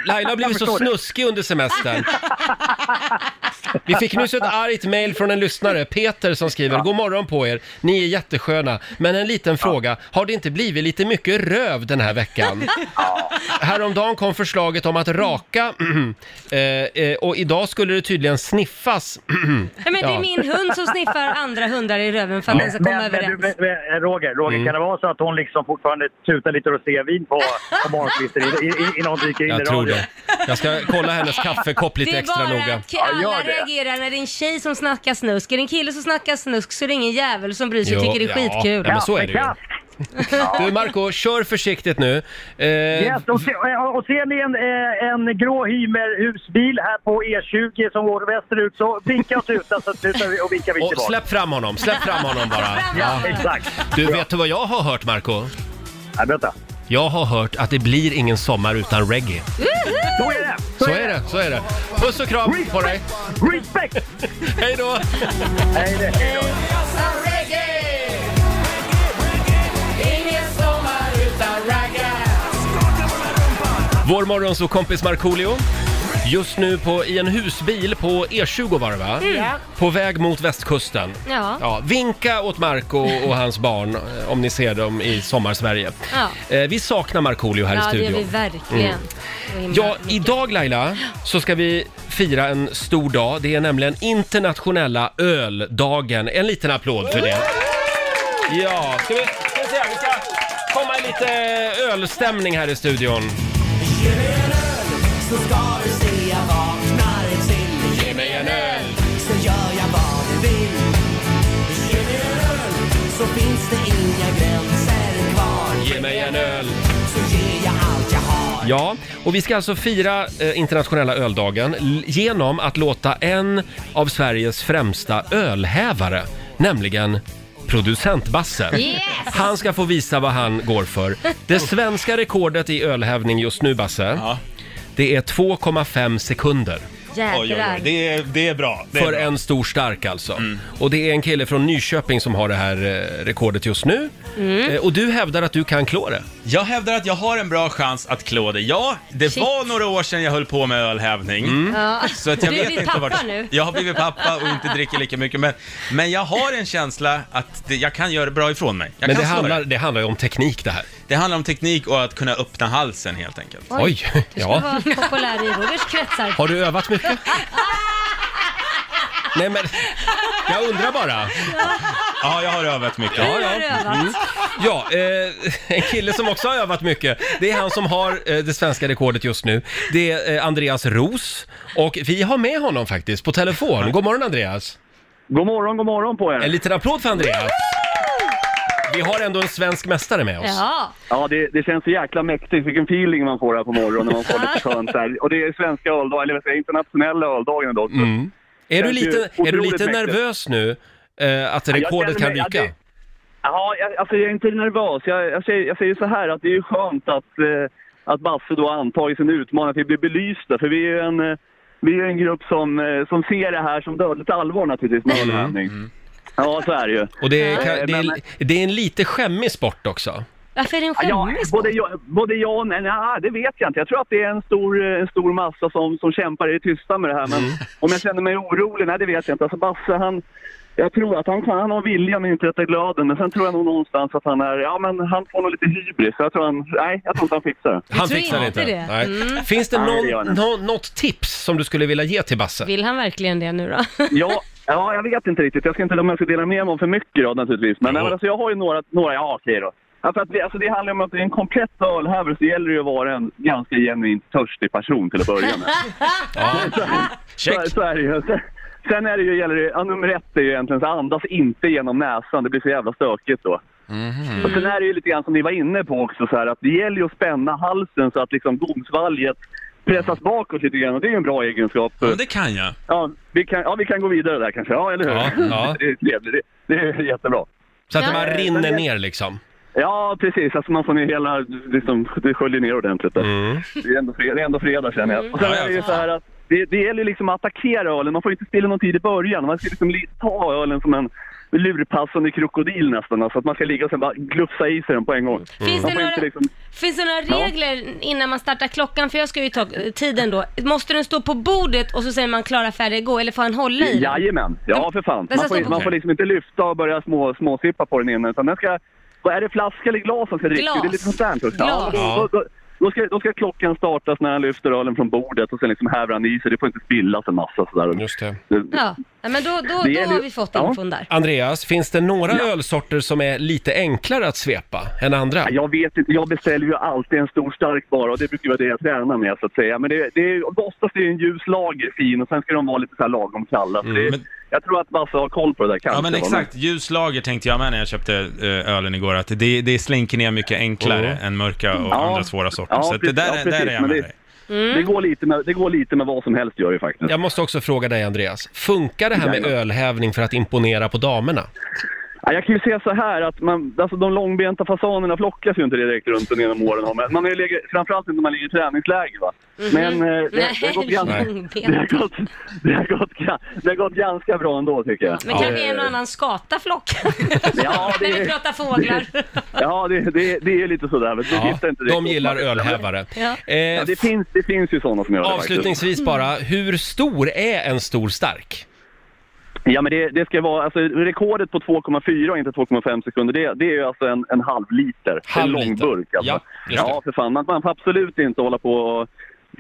[SPEAKER 1] Laila har
[SPEAKER 13] Jag
[SPEAKER 1] blivit så
[SPEAKER 13] förstår det.
[SPEAKER 1] snuskig under semestern. Vi fick nyss ett argt mejl från en lyssnare, Peter, som skriver God morgon på er, ni är jättesköna, men en liten fråga, har det inte blivit lite mycket röv den
[SPEAKER 13] [laughs]
[SPEAKER 1] här veckan? Häromdagen kom förslaget om att raka [clears throat] eh, eh, och idag skulle det tydligen sniffas. [clears throat]
[SPEAKER 4] Nej, men det
[SPEAKER 1] Ja.
[SPEAKER 4] är min hund som sniffar andra hundar i röven för att den ska komma
[SPEAKER 13] Men, men, du,
[SPEAKER 4] överens.
[SPEAKER 13] men, men, eh, Roger, Roger
[SPEAKER 1] Mm.
[SPEAKER 13] kan det vara så att hon liksom fortfarande tutar lite rosévin på, på morgonkvisten innan hon dyker in i
[SPEAKER 1] Jag tror
[SPEAKER 13] radion?
[SPEAKER 1] det. Jag ska kolla
[SPEAKER 4] [laughs]
[SPEAKER 1] hennes kaffekopp lite
[SPEAKER 4] det är
[SPEAKER 1] extra
[SPEAKER 4] bara
[SPEAKER 1] noga.
[SPEAKER 4] att alla reagerar när det är en tjej som snackar snusk. Är det en kille som snackar snusk så är det ingen jävel som bryr sig och
[SPEAKER 1] Jo,
[SPEAKER 4] tycker det är
[SPEAKER 1] ja.
[SPEAKER 4] skitkul.
[SPEAKER 1] Ja, men så är det ju. Du Marco, kör försiktigt nu. Eh,
[SPEAKER 13] Yes, och, se, och- och ser ni en, eh, en grå hymerhusbil här på E20 som går västerut så vinka och tuta så tutar vi och vinkar vi
[SPEAKER 1] Och
[SPEAKER 13] tillbaka.
[SPEAKER 1] släpp fram honom, släpp fram honom bara. Ja.
[SPEAKER 13] Exakt.
[SPEAKER 1] Du, vet du vad jag har hört Marco?
[SPEAKER 13] Ja, berätta.
[SPEAKER 1] Jag har hört att det blir ingen sommar utan reggae.
[SPEAKER 13] Så är det!
[SPEAKER 1] Så är det, så är det. Puss och kram på dig!
[SPEAKER 13] Respekt!
[SPEAKER 1] Hej då!
[SPEAKER 13] Hej då!
[SPEAKER 1] Vår morgonsåkompis Markoolio. Just nu på, i en husbil på E20 var det va?
[SPEAKER 4] Mm. Ja.
[SPEAKER 1] På väg mot västkusten.
[SPEAKER 4] Ja.
[SPEAKER 1] Ja, vinka åt Marco och hans barn eh, om ni ser dem i sommarsverige.
[SPEAKER 4] Ja.
[SPEAKER 1] Eh, vi saknar Markoolio här i
[SPEAKER 4] ja, det
[SPEAKER 1] studion.
[SPEAKER 4] gör vi verkligen.
[SPEAKER 1] Mm.
[SPEAKER 4] Så himla
[SPEAKER 1] Ja,
[SPEAKER 4] mycket.
[SPEAKER 1] idag Laila så ska vi fira en stor dag. Det är nämligen internationella öldagen. En liten applåd för det. Ja, ska vi, ska vi, se här, vi ska komma i lite ölstämning här i studion.
[SPEAKER 6] Så ska du se jag vaknar till Ge mig en öl Så gör jag vad du vill Ge mig en öl Så finns det inga gränser kvar
[SPEAKER 1] Ge mig en öl
[SPEAKER 6] Så ger jag allt jag har
[SPEAKER 1] Ja, och vi ska alltså fira eh, internationella öldagen l- genom att låta en av Sveriges främsta ölhävare, nämligen producent Basse.
[SPEAKER 6] Yes!
[SPEAKER 1] Han ska få visa vad han går för.
[SPEAKER 6] [laughs]
[SPEAKER 1] Det svenska rekordet i ölhävning just nu, Basse, det är 2,5 sekunder.
[SPEAKER 4] Jäklar. Oj, oj, oj.
[SPEAKER 1] Det, är, det är bra.
[SPEAKER 6] det är
[SPEAKER 1] för
[SPEAKER 6] bra.
[SPEAKER 1] en stor stark alltså. Och det är en kille från Nyköping som har det här eh, rekordet just nu.
[SPEAKER 6] Mm.
[SPEAKER 1] Eh, Och du hävdar att du kan klå det.
[SPEAKER 11] Jag hävdar att jag har en bra chans att klå det. Ja, det
[SPEAKER 4] Shit.
[SPEAKER 11] var några år sedan jag höll på med ölhävning.
[SPEAKER 1] Mm.
[SPEAKER 4] Ja.
[SPEAKER 11] Så att jag
[SPEAKER 4] Du är
[SPEAKER 11] vet
[SPEAKER 4] din
[SPEAKER 11] inte
[SPEAKER 4] pappa
[SPEAKER 11] vart...
[SPEAKER 4] nu.
[SPEAKER 11] Jag har blivit pappa och inte dricker lika mycket. Men, men jag har en känsla att det, jag kan göra bra ifrån mig. Jag
[SPEAKER 1] Men det
[SPEAKER 11] kan slå
[SPEAKER 1] handlar, det handlar ju om teknik det här.
[SPEAKER 11] Det handlar om teknik och att kunna öppna halsen helt enkelt.
[SPEAKER 1] Mm. Oj,
[SPEAKER 4] Du ska vara populär i Rogers kretsar.
[SPEAKER 1] Har du övat mycket? Nej men, jag undrar bara.
[SPEAKER 11] Ja, jag har övat mycket.
[SPEAKER 1] Ja, ja. Mm. ja eh, en kille som också har övat mycket, det är han som har eh, det svenska rekordet just nu. Det är eh, Andreas Ros och vi har med honom faktiskt på telefon. God morgon Andreas!
[SPEAKER 13] God morgon, god morgon på er!
[SPEAKER 1] En liten applåd för Andreas! Vi har ändå en svensk mästare med oss.
[SPEAKER 4] Ja.
[SPEAKER 14] Ja, det, det känns så jäkla mäktigt. Vilken feeling man får här på morgonen när man får lite skönt här. Och det är svenska öldagen, eller vad säger jag, internationella öldagen idag. också.
[SPEAKER 1] Mm. Är du
[SPEAKER 14] Känns ju
[SPEAKER 1] lite, är du
[SPEAKER 14] otroligt
[SPEAKER 1] lite
[SPEAKER 14] mäktigt.
[SPEAKER 1] nervös nu eh, att
[SPEAKER 14] Ja, jag
[SPEAKER 1] rekordet kan
[SPEAKER 14] känner mig- ja,
[SPEAKER 1] ryka?
[SPEAKER 14] det- Ja, jag, alltså jag är inte nervös. Jag, jag, säger, jag säger så här att det är ju skönt att, eh, att Basse då har antagit sin utmaning, att vi blir belysta. För vi är ju en, eh, vi är ju en grupp som, eh, som ser det här som dödligt allvar
[SPEAKER 1] [laughs]
[SPEAKER 14] naturligtvis, med ölhävning. Ja, så är det ju.
[SPEAKER 1] Mm. Och det är,
[SPEAKER 14] Eh,
[SPEAKER 1] kan, det,
[SPEAKER 14] men-
[SPEAKER 1] är, det är en lite skämmig sport också.
[SPEAKER 4] Varför är den
[SPEAKER 14] Ja,
[SPEAKER 4] skämmig?
[SPEAKER 14] både, jag, både jag och nej, nej, det vet jag inte. Jag tror att det är en stor, eh, en stor massa som, som kämpar i det tysta med det här. Men om jag känner mig orolig, nej det vet jag inte. Alltså Basse han, jag tror att han, kan, han har viljan men inte rätta glöden. Men sen tror jag nog någonstans att han är, ja men han får nog lite hybris. Så jag tror han, nej jag tror inte han fixar det.
[SPEAKER 1] Han fixar det inte. Nej.
[SPEAKER 4] Mm.
[SPEAKER 1] Finns det
[SPEAKER 14] Nej,
[SPEAKER 1] någon,
[SPEAKER 14] gör han inte.
[SPEAKER 1] nå- något tips som du skulle vilja ge till Basse?
[SPEAKER 4] Vill han verkligen det nu då?
[SPEAKER 14] Ja, ja, jag vet inte riktigt. Jag ska inte om jag ska dela med mig om för mycket då, naturligtvis. Men, nej. men alltså, jag har ju några, några ja okej då. Ja, för att det, alltså, det handlar om att det är en komplett ölhävel så gäller det ju att vara en ganska genuint törstig person till att börja
[SPEAKER 11] [laughs]
[SPEAKER 14] med. så, så, så är det ju. Sen- Sen är det ju, gäller det, ja, nummer ett är ju egentligen så andas inte genom näsan, det blir så jävla stökigt då.
[SPEAKER 1] Mhm.
[SPEAKER 14] Och sen är det ju lite grann som ni var inne på också så här att det gäller ju att spänna halsen så att liksom gomsvalget pressas bakåt lite grann och det är ju en bra egenskap.
[SPEAKER 11] Ja, men det kan jag.
[SPEAKER 14] Ja, vi kan, ja, vi kan gå vidare där kanske. Ja, eller hur?
[SPEAKER 11] Ja, ja.
[SPEAKER 14] [laughs] Det är trevligt. Det, det är jättebra.
[SPEAKER 1] Så att det bara
[SPEAKER 14] Ja.
[SPEAKER 1] rinner ner liksom.
[SPEAKER 14] Ja, precis. Alltså man får ner hela, liksom, det sköljer ner ordentligt. där.
[SPEAKER 1] Mm.
[SPEAKER 14] Det, är ändå fredag, det är ändå fredag känner jag. Och sen är det ju så här att det, det gäller ju liksom att attackera ölen. Man får inte spilla någon tid i början. Man ska liksom li- ta ölen som en lurpassande krokodil nästan. Alltså att man ska ligga och sen bara glufsa i sig den på en gång.
[SPEAKER 4] Finns
[SPEAKER 14] man
[SPEAKER 4] det
[SPEAKER 14] får
[SPEAKER 4] några-
[SPEAKER 14] inte liksom...
[SPEAKER 4] Finns det några
[SPEAKER 14] Ja.
[SPEAKER 4] regler innan man startar klockan? För jag ska ju ta eh, tiden då. Måste den stå på bordet och så säger man klara, färdig, gå? Eller får han hålla i den?
[SPEAKER 14] Jajamän, ja för fan.
[SPEAKER 4] Den
[SPEAKER 14] Man
[SPEAKER 4] ska stå
[SPEAKER 14] får,
[SPEAKER 4] på-
[SPEAKER 14] man får liksom inte lyfta och börja små, småsippa på den innan utan den ska... Vad är det flaska eller glas som ska drickas?
[SPEAKER 4] Glas.
[SPEAKER 14] Det är lite sånt där. också. Ja,
[SPEAKER 4] Glas.
[SPEAKER 14] då, då, då, ska, då ska klockan startas när han lyfter ölen från bordet och sen liksom häver han i sig. Det får inte spillas en massa sådär.
[SPEAKER 1] Just det.
[SPEAKER 4] Ja, Nej, men då, då,
[SPEAKER 1] Det
[SPEAKER 4] då
[SPEAKER 1] gäller
[SPEAKER 4] har
[SPEAKER 1] ju-
[SPEAKER 4] vi fått
[SPEAKER 1] Ja.
[SPEAKER 4] infon där.
[SPEAKER 1] Andreas, finns det några ölsorter som är lite enklare att svepa än andra?
[SPEAKER 14] Jag vet inte, jag beställer ju alltid en stor stark bara och det brukar vara det jag tränar med så att säga. Men det, det är, oftast är ju en ljus lager fin och sen ska de vara lite så här lagom kalla.
[SPEAKER 1] Mm.
[SPEAKER 14] Så det, Jag tror att Basse har koll på det där kanske.
[SPEAKER 11] Ja men
[SPEAKER 14] va?
[SPEAKER 11] exakt, ljuslager tänkte jag med när jag köpte eh, ölen igår, att det, det slinker ner mycket enklare
[SPEAKER 14] Mm.
[SPEAKER 11] än mörka och
[SPEAKER 14] Ja.
[SPEAKER 11] andra svåra sorter.
[SPEAKER 14] Ja,
[SPEAKER 11] så att det
[SPEAKER 14] precis,
[SPEAKER 11] där,
[SPEAKER 14] ja,
[SPEAKER 11] där
[SPEAKER 14] precis,
[SPEAKER 11] är
[SPEAKER 14] men
[SPEAKER 11] jag med
[SPEAKER 14] det-
[SPEAKER 11] dig.
[SPEAKER 14] Det, går lite med, det går lite med vad som helst gör det faktiskt.
[SPEAKER 1] Jag måste också fråga dig Andreas, funkar det här med ölhävning för att imponera på damerna?
[SPEAKER 14] Ja, jag kan ju säga så här att man, alltså de långbenta fasanerna flockas ju inte direkt runt den genom åren. men Man har ju legat, framförallt inte när man ligger i träningsläger. Va?
[SPEAKER 4] Mhm.
[SPEAKER 14] Men eh, det, det, har gått ganska, det, har gått, det, har gått, ga- det har gått ganska bra ändå tycker jag.
[SPEAKER 4] Men kanske en och annan skata flocken. När vi pratar fåglar.
[SPEAKER 14] Ja, det, det, det är lite sådär. Men
[SPEAKER 1] Ja,
[SPEAKER 14] ja, inte direkt
[SPEAKER 1] de gillar ölhävare.
[SPEAKER 4] Ja.
[SPEAKER 11] Eh,
[SPEAKER 14] Ja, det, finns, det finns ju sådana som gör det faktiskt.
[SPEAKER 1] Avslutningsvis bara, hur stor är en stor stark?
[SPEAKER 14] Ja, men det, det ska vara, alltså, rekordet på 2,4 och inte 2,5 sekunder, det, det är ju alltså en, en halv liter.
[SPEAKER 1] Halv
[SPEAKER 14] en
[SPEAKER 1] liter.
[SPEAKER 14] långburk alltså.
[SPEAKER 1] Ja, just det.
[SPEAKER 14] ja, för fan. Man, man får absolut inte hålla på och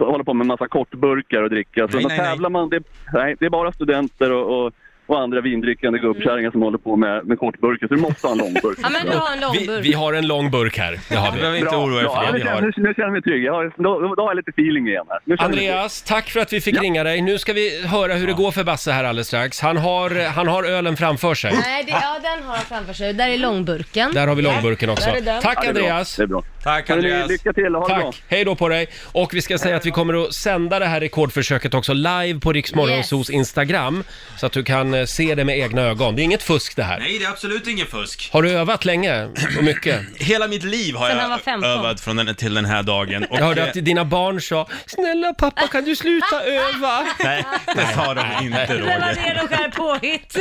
[SPEAKER 14] hålla på med en massa kortburkar och dricka. Så
[SPEAKER 11] Nej,
[SPEAKER 14] då
[SPEAKER 11] nej, nej.
[SPEAKER 14] tävlar man, det, nej, det är bara studenter och, och, och andra vindrickande gubbkärringar som håller på med, med kortburkar, så du måste ha en långburk.
[SPEAKER 4] [laughs] Ja, men du har en lång
[SPEAKER 1] Vi,
[SPEAKER 4] burk.
[SPEAKER 1] vi har en lång burk här, det har vi.
[SPEAKER 14] Bra, bra. Ja, nu känner- Nu, nu känner jag mig trygg. Jag har, då, då har jag lite feeling igen här. Nu känner jag mig trygg.
[SPEAKER 1] Andreas, tack för att vi fick ringa dig. Nu ska vi höra hur det går för Basse här alldeles strax. Han har, han har ölen framför sig.
[SPEAKER 4] Nej, det, ja den har han framför sig. Där är långburken.
[SPEAKER 1] Där har vi långburken också.
[SPEAKER 4] Mm. Där är den.
[SPEAKER 1] Tack Andreas!
[SPEAKER 11] Tack
[SPEAKER 14] Hörrni, Andreas. lycka till, ha det
[SPEAKER 1] Tack.
[SPEAKER 14] bra.
[SPEAKER 1] Hej då på dig! Och vi ska säga att vi kommer att sända det här rekordförsöket också live på Riksmorgonsos Instagram. Så att du kan eh, se det med egna ögon. Det är inget fusk det här.
[SPEAKER 11] Nej, det är absolut ingen fusk.
[SPEAKER 1] Har du övat
[SPEAKER 11] [clears throat]
[SPEAKER 1] länge och mycket?
[SPEAKER 11] Hela mitt liv har
[SPEAKER 1] Sen han var
[SPEAKER 11] jag
[SPEAKER 1] 15.
[SPEAKER 11] övat från den, till den här dagen. Och
[SPEAKER 1] Jag hörde
[SPEAKER 11] eh,
[SPEAKER 1] att dina barn sa Snälla pappa kan du
[SPEAKER 4] [laughs]
[SPEAKER 1] sluta öva?
[SPEAKER 11] Nej, det sa de inte Roger.
[SPEAKER 4] ner och skär påhitt.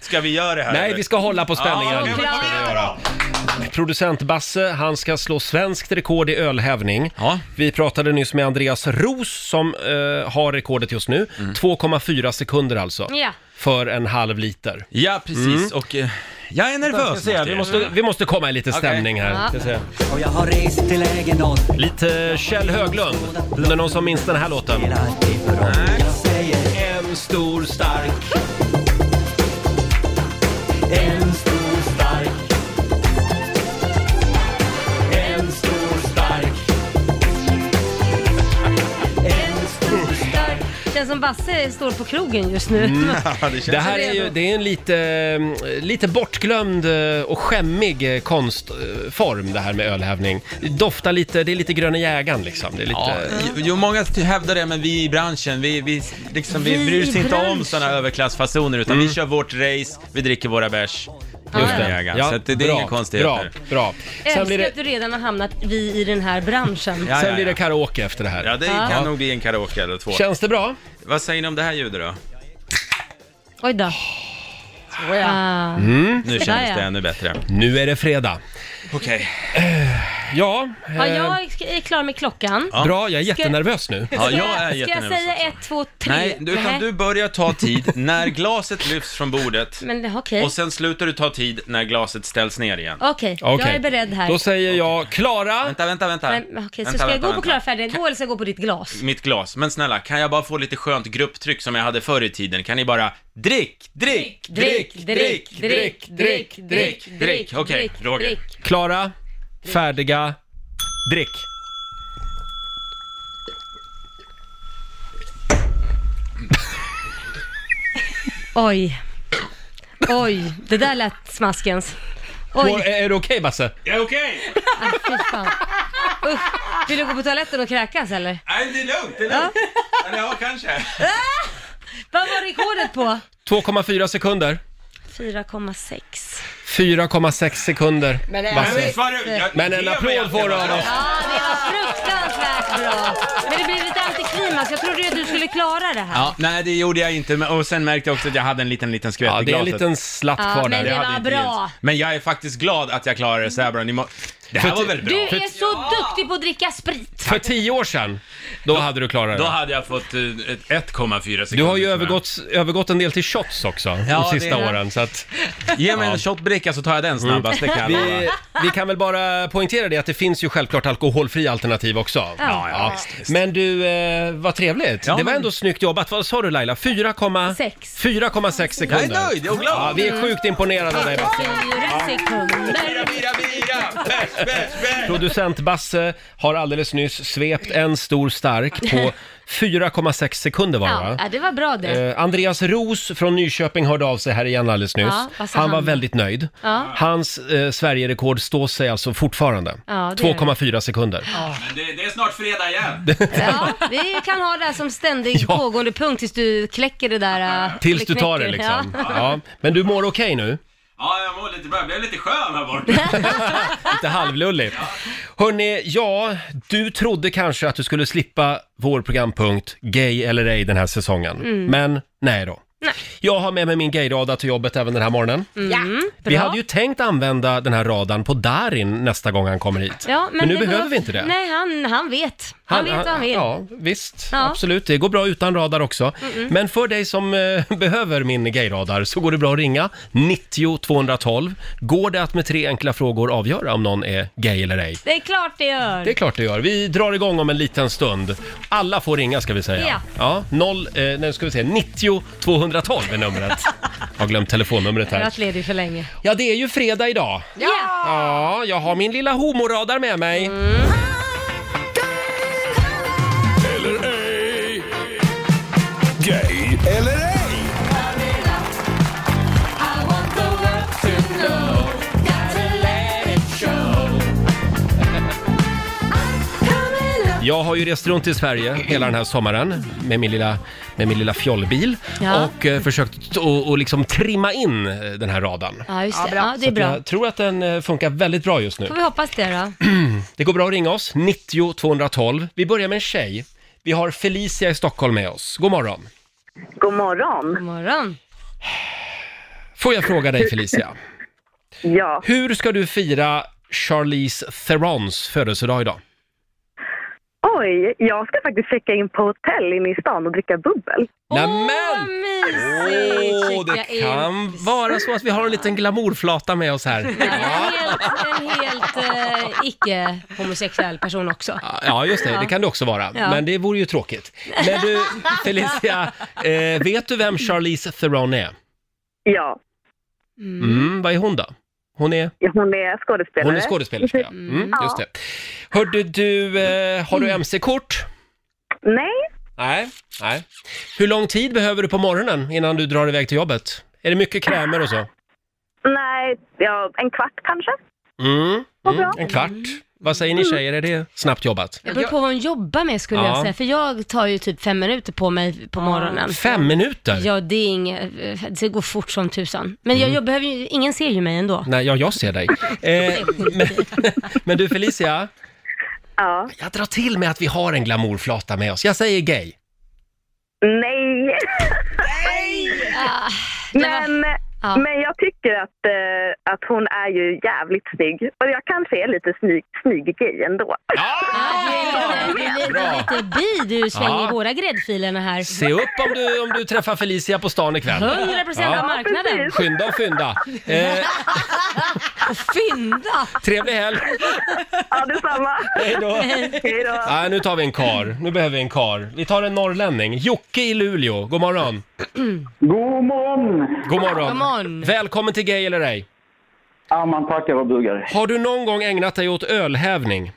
[SPEAKER 11] Ska vi göra det här?
[SPEAKER 1] Nej,
[SPEAKER 11] eller?
[SPEAKER 1] vi ska hålla på spänningen.
[SPEAKER 11] Ja, det får vi göra.
[SPEAKER 1] Producent Basse, han ska slå svenskt rekord i ölhävning. Vi pratade nyss med Andreas Ros som eh, har rekordet just nu.
[SPEAKER 11] Mm.
[SPEAKER 1] 2,4 sekunder alltså.
[SPEAKER 4] Ja.
[SPEAKER 1] För en halv liter. Mm.
[SPEAKER 11] Ja, precis. Och eh, jag är nervös.
[SPEAKER 1] Jag ska se, vi
[SPEAKER 11] måste jag
[SPEAKER 1] måste-
[SPEAKER 11] göra.
[SPEAKER 1] vi måste komma i lite
[SPEAKER 11] Okej.
[SPEAKER 1] stämning här. Ska se.
[SPEAKER 6] Och jag har rest till lägen norr
[SPEAKER 1] Lite Kjell Höglund, om det är någon som minns den här låten. En stor stark.
[SPEAKER 6] En stor stark En stor stark En stor stark
[SPEAKER 4] Känns som Basse står på krogen just nu.
[SPEAKER 1] Mm.
[SPEAKER 4] [laughs]
[SPEAKER 1] det, här är ju det är en lite, eh, lite bortglömd eh, och skämmig eh, konstform det här med ölhävning. Det Doftar lite, det är lite Gröna jägaren liksom. Det är lite...
[SPEAKER 11] Ja, jo, många ty- hävdar det, men vi i branschen, vi, vi, liksom, vi,
[SPEAKER 1] Vi
[SPEAKER 11] Mm. bryr oss
[SPEAKER 1] i
[SPEAKER 11] inte om
[SPEAKER 1] branschen.
[SPEAKER 11] sådana överklassfasoner, utan vi kör vårt race, vi dricker våra bärs.
[SPEAKER 1] Just det.
[SPEAKER 11] Jägaren.
[SPEAKER 1] Ja,
[SPEAKER 11] så att det, det är
[SPEAKER 1] bra,
[SPEAKER 11] inga
[SPEAKER 1] bra,
[SPEAKER 11] konstigheter.
[SPEAKER 1] bra.
[SPEAKER 4] Älskar
[SPEAKER 1] Sen blir det-
[SPEAKER 4] att du redan har hamnat vi i den här branschen.
[SPEAKER 1] Sen blir det karaoke efter det här.
[SPEAKER 11] Ja, det
[SPEAKER 4] Ja.
[SPEAKER 11] kan nog bli en karaoke eller två.
[SPEAKER 1] Känns det bra?
[SPEAKER 11] Vad säger ni om det här ljudet då?
[SPEAKER 4] Oj då. Ah.
[SPEAKER 11] Mm. Nu kändes det ännu bättre.
[SPEAKER 1] Nu är det fredag. Eh,
[SPEAKER 11] Okej.
[SPEAKER 1] Ja,
[SPEAKER 4] Ja,
[SPEAKER 1] eh,
[SPEAKER 4] jag är klar med klockan.
[SPEAKER 1] bra. Jag är
[SPEAKER 4] Ska-
[SPEAKER 1] jättenervös nu.
[SPEAKER 11] Ja, jag är
[SPEAKER 4] Ska jag
[SPEAKER 11] jättenervös
[SPEAKER 4] säga ett, två, tre?
[SPEAKER 11] Nej, du, utan
[SPEAKER 4] Nej.
[SPEAKER 11] du börjar ta tid när glaset lyfts från bordet.
[SPEAKER 4] Men det- okej.
[SPEAKER 11] Och sen slutar du ta tid när glaset ställs ner igen.
[SPEAKER 4] Okej, jag är beredd här.
[SPEAKER 11] Då
[SPEAKER 1] säger jag Klara!
[SPEAKER 11] Vänta, vänta, vänta.
[SPEAKER 4] Men, okej, så
[SPEAKER 11] Vänta,
[SPEAKER 4] ska jag
[SPEAKER 11] vänta,
[SPEAKER 4] gå på
[SPEAKER 11] vänta.
[SPEAKER 4] klara färdiga gå eller ska jag gå på ditt glas?
[SPEAKER 11] Mitt glas. Men snälla, kan jag bara få lite skönt grupptryck som jag hade förr i tiden? Kan ni bara drick, drick, drick, drick, drick, drick, drick, drick. Okej, Roger.
[SPEAKER 1] Klara, färdiga, drick.
[SPEAKER 4] Oj. Oj, det där lät smaskens. Oj.
[SPEAKER 1] Mår- Är är du okej Basse?
[SPEAKER 11] Jag är okej!
[SPEAKER 4] Ah, fy fan. Usch, vill du gå på toaletten och kräkas eller?
[SPEAKER 11] Nej, det är lugnt, det är lugnt. Eller ja, kanske.
[SPEAKER 4] Vad var rekordet på?
[SPEAKER 1] 2,4 sekunder.
[SPEAKER 4] 4,6.
[SPEAKER 1] 4,6 sekunder.
[SPEAKER 4] Men det
[SPEAKER 11] äh,
[SPEAKER 4] är
[SPEAKER 1] Basse.
[SPEAKER 4] visst var det- jag-
[SPEAKER 1] Men en
[SPEAKER 4] det var
[SPEAKER 1] applåd får du av oss.
[SPEAKER 4] Ja, det var fruktansvärt bra. Men det blev lite antiklimax. Jag trodde ju att du skulle klara det här.
[SPEAKER 11] Ja, nej det gjorde jag inte, men- och sen märkte jag också att jag hade en liten, liten skvätt
[SPEAKER 1] Ja,
[SPEAKER 11] i
[SPEAKER 1] det är en
[SPEAKER 11] glaset.
[SPEAKER 1] liten slatt
[SPEAKER 4] Ja, kvar men där. det
[SPEAKER 11] Jag hade
[SPEAKER 4] var
[SPEAKER 11] inte
[SPEAKER 4] bra.
[SPEAKER 11] gett. Men jag är faktiskt glad att jag klarade det så här bra. Ni må... Det här var väl bra?
[SPEAKER 4] Du är så duktig på att dricka sprit.
[SPEAKER 1] För tio år sedan, då hade du klarat
[SPEAKER 11] Då
[SPEAKER 1] det.
[SPEAKER 11] hade jag fått eh, ett 1,4 sekunder.
[SPEAKER 1] Du har ju
[SPEAKER 11] tror jag.
[SPEAKER 1] övergått, övergått en del till shots också
[SPEAKER 11] Ja,
[SPEAKER 1] de sista
[SPEAKER 11] det-
[SPEAKER 1] åren. Så att,
[SPEAKER 11] Ge mig en shotbricka så tar jag den snabbast, det kan jag lova.
[SPEAKER 1] Mm. vi, vi kan väl bara poängtera det att det finns ju självklart alkoholfria alternativ också.
[SPEAKER 4] ja,
[SPEAKER 1] Men du, eh, vad trevligt. det var ändå snyggt jobbat. Vad sa du Laila? 4,6
[SPEAKER 4] Sex.
[SPEAKER 1] 4,6 sekunder.
[SPEAKER 11] Jag är nöjd, jag är glad.
[SPEAKER 1] Ja, vi är sjukt imponerade av dig Basse.
[SPEAKER 4] Fyra sekunder.
[SPEAKER 1] Producent Basse har alldeles nyss svept en stor stark
[SPEAKER 4] [laughs]
[SPEAKER 1] på 4,6 sekunder var det va?
[SPEAKER 4] Ja, ja, det var bra det.
[SPEAKER 1] Eh, Andreas Ros från Nyköping hörde av sig här igen alldeles nyss.
[SPEAKER 4] Ja, vad sa
[SPEAKER 1] han var
[SPEAKER 4] han?
[SPEAKER 1] väldigt nöjd.
[SPEAKER 4] Ja.
[SPEAKER 1] Hans eh, Sverigerekord står sig alltså fortfarande.
[SPEAKER 4] Ja, det gör det.
[SPEAKER 1] 2,4 sekunder.
[SPEAKER 11] Men det, det är snart fredag igen.
[SPEAKER 4] Ja, vi kan ha det här som ständig pågående punkt tills du kläcker det där. äh,
[SPEAKER 1] [laughs] Tills du
[SPEAKER 4] eller
[SPEAKER 1] tar det
[SPEAKER 4] knäcker.
[SPEAKER 1] liksom.
[SPEAKER 4] Ja.
[SPEAKER 1] Ja. Men du mår okej nu?
[SPEAKER 11] Ja, jag mår lite bra. Jag blev lite skön här borta.
[SPEAKER 1] Lite halvlullig. Hörni, ja, du trodde kanske att du skulle slippa vår programpunkt Gay eller ej den här säsongen.
[SPEAKER 6] Mm.
[SPEAKER 1] Men nej då. Jag har med mig min gayrada till jobbet även den här morgonen.
[SPEAKER 4] Mm,
[SPEAKER 1] Vi
[SPEAKER 4] bra.
[SPEAKER 1] hade ju tänkt använda den här radan på Darin nästa gång han kommer hit.
[SPEAKER 4] Ja,
[SPEAKER 1] men nu
[SPEAKER 4] det
[SPEAKER 1] behöver
[SPEAKER 4] går-
[SPEAKER 1] vi inte det.
[SPEAKER 4] Nej, han, han vet. Han, vet vad han vill.
[SPEAKER 1] Ja, visst.
[SPEAKER 4] Ja.
[SPEAKER 1] Absolut, det går bra utan radar också.
[SPEAKER 4] Mm-mm.
[SPEAKER 1] Men för dig som eh, [laughs] behöver min gayradar så går det bra att ringa 90 212. Går det att med tre enkla frågor avgöra om någon är gay eller ej?
[SPEAKER 4] Det är klart det gör.
[SPEAKER 1] Det är klart det gör. Vi drar igång om en liten stund. Alla får ringa ska vi säga.
[SPEAKER 4] Ja.
[SPEAKER 1] Ja, noll, eh, nej, nu ska vi se, 90 212 är
[SPEAKER 4] [laughs]
[SPEAKER 1] numret. Jag har glömt telefonnumret
[SPEAKER 4] Jag har
[SPEAKER 1] här.
[SPEAKER 4] varit ledig för länge.
[SPEAKER 1] Ja, det är ju fredag idag.
[SPEAKER 4] Ja!
[SPEAKER 1] Ja, jag har min lilla homoradar
[SPEAKER 4] [laughs]
[SPEAKER 1] med mig.
[SPEAKER 4] Mm.
[SPEAKER 3] Eller ej. Gay eller ej.
[SPEAKER 1] Jag har ju rest runt i Sverige hela den här sommaren med min lilla, med min lilla fjollbil
[SPEAKER 4] Ja.
[SPEAKER 1] och eh, försökt att- att liksom trimma in eh, den här radarn.
[SPEAKER 4] Ja, just det. Ja, det
[SPEAKER 1] Så
[SPEAKER 4] är
[SPEAKER 1] att
[SPEAKER 4] bra.
[SPEAKER 1] Jag tror att den eh, funkar väldigt bra just nu. Mm.
[SPEAKER 4] Får vi hoppas det då.
[SPEAKER 1] Det går bra att ringa oss, 90 212. Vi börjar med en tjej. Vi har Felicia i Stockholm med oss. God morgon.
[SPEAKER 9] God morgon.
[SPEAKER 4] God morgon.
[SPEAKER 1] Får jag fråga dig Felicia?
[SPEAKER 9] ja.
[SPEAKER 1] Hur ska du fira Charlize Therons födelsedag idag?
[SPEAKER 9] Oj, jag ska faktiskt checka in på hotell inne i stan och dricka bubbel.
[SPEAKER 1] Nämen!
[SPEAKER 4] Mysigt.
[SPEAKER 1] Åh,
[SPEAKER 4] Checka
[SPEAKER 1] det
[SPEAKER 4] in.
[SPEAKER 1] kan vara så att vi har en liten glamourflata med oss här.
[SPEAKER 4] Ja, En helt, en helt eh, icke-homosexuell person också.
[SPEAKER 1] Ja, just det. Det kan det också vara.
[SPEAKER 4] Ja.
[SPEAKER 1] Men det vore ju tråkigt. Men du, Felicia, eh, vet du vem Charlize Theron är?
[SPEAKER 9] Ja.
[SPEAKER 1] Mm, vad är hon då? Hon är,
[SPEAKER 9] Hon är skådespelare.
[SPEAKER 1] hon är skådespelerska, ja. Mm, just det. Hörde du, eh, har du
[SPEAKER 9] Mm.
[SPEAKER 1] mc-kort?
[SPEAKER 9] Nej,
[SPEAKER 1] Nej. Nej. Hur lång tid behöver du på morgonen innan du drar iväg till jobbet? Är det mycket krämer och så?
[SPEAKER 9] nej, ja, en kvart kanske.
[SPEAKER 4] [laughs]
[SPEAKER 1] Mm,
[SPEAKER 9] Vad
[SPEAKER 1] mm,
[SPEAKER 9] bra. Mm.
[SPEAKER 1] en kvart. Vad säger ni tjejer, är det snabbt jobbat?
[SPEAKER 4] Det beror på vad hon jobbar med skulle
[SPEAKER 1] Ja.
[SPEAKER 4] jag säga, för jag tar ju typ fem minuter på mig på morgonen.
[SPEAKER 1] Fem minuter?
[SPEAKER 4] Ja, det är inget, eh, det går fort som tusan. Men
[SPEAKER 1] Mm.
[SPEAKER 4] jag, jag behöver ju, ingen ser ju mig ändå.
[SPEAKER 1] Nej, ja, jag ser dig. Eh, men, men du Felicia?
[SPEAKER 9] Ja.
[SPEAKER 1] Jag drar till med att vi har en glamourflata med oss. Jag säger gay.
[SPEAKER 9] Nej.
[SPEAKER 4] Ah,
[SPEAKER 9] Men
[SPEAKER 4] Ja.
[SPEAKER 9] Men jag tycker att, eh, att hon är ju jävligt snygg. Och jag kanske är lite snygg, snygg gay ändå.
[SPEAKER 4] Du är lite bi, du svänger
[SPEAKER 1] Ja.
[SPEAKER 4] båda gräddfilerna här.
[SPEAKER 1] Se upp om du, om du träffar Felicia på stan ikväll.
[SPEAKER 4] 100% av marknaden. precis.
[SPEAKER 1] Skynda och fynda. Eh,
[SPEAKER 4] Och
[SPEAKER 1] [laughs]
[SPEAKER 4] fynda!
[SPEAKER 1] trevlig helg.
[SPEAKER 9] Ja, detsamma.
[SPEAKER 1] Hej då.
[SPEAKER 9] Hej då.
[SPEAKER 1] Nej, nu tar vi en kar. Nu behöver vi en kar. Vi tar en norrlänning. Jocke i Luleå. God morgon.
[SPEAKER 15] God morgon!
[SPEAKER 1] God morgon.
[SPEAKER 15] God morgon.
[SPEAKER 1] Välkommen till Gay eller ej.
[SPEAKER 15] Ja, man tackar och bugar.
[SPEAKER 1] Har du någon gång ägnat dig åt ölhävning?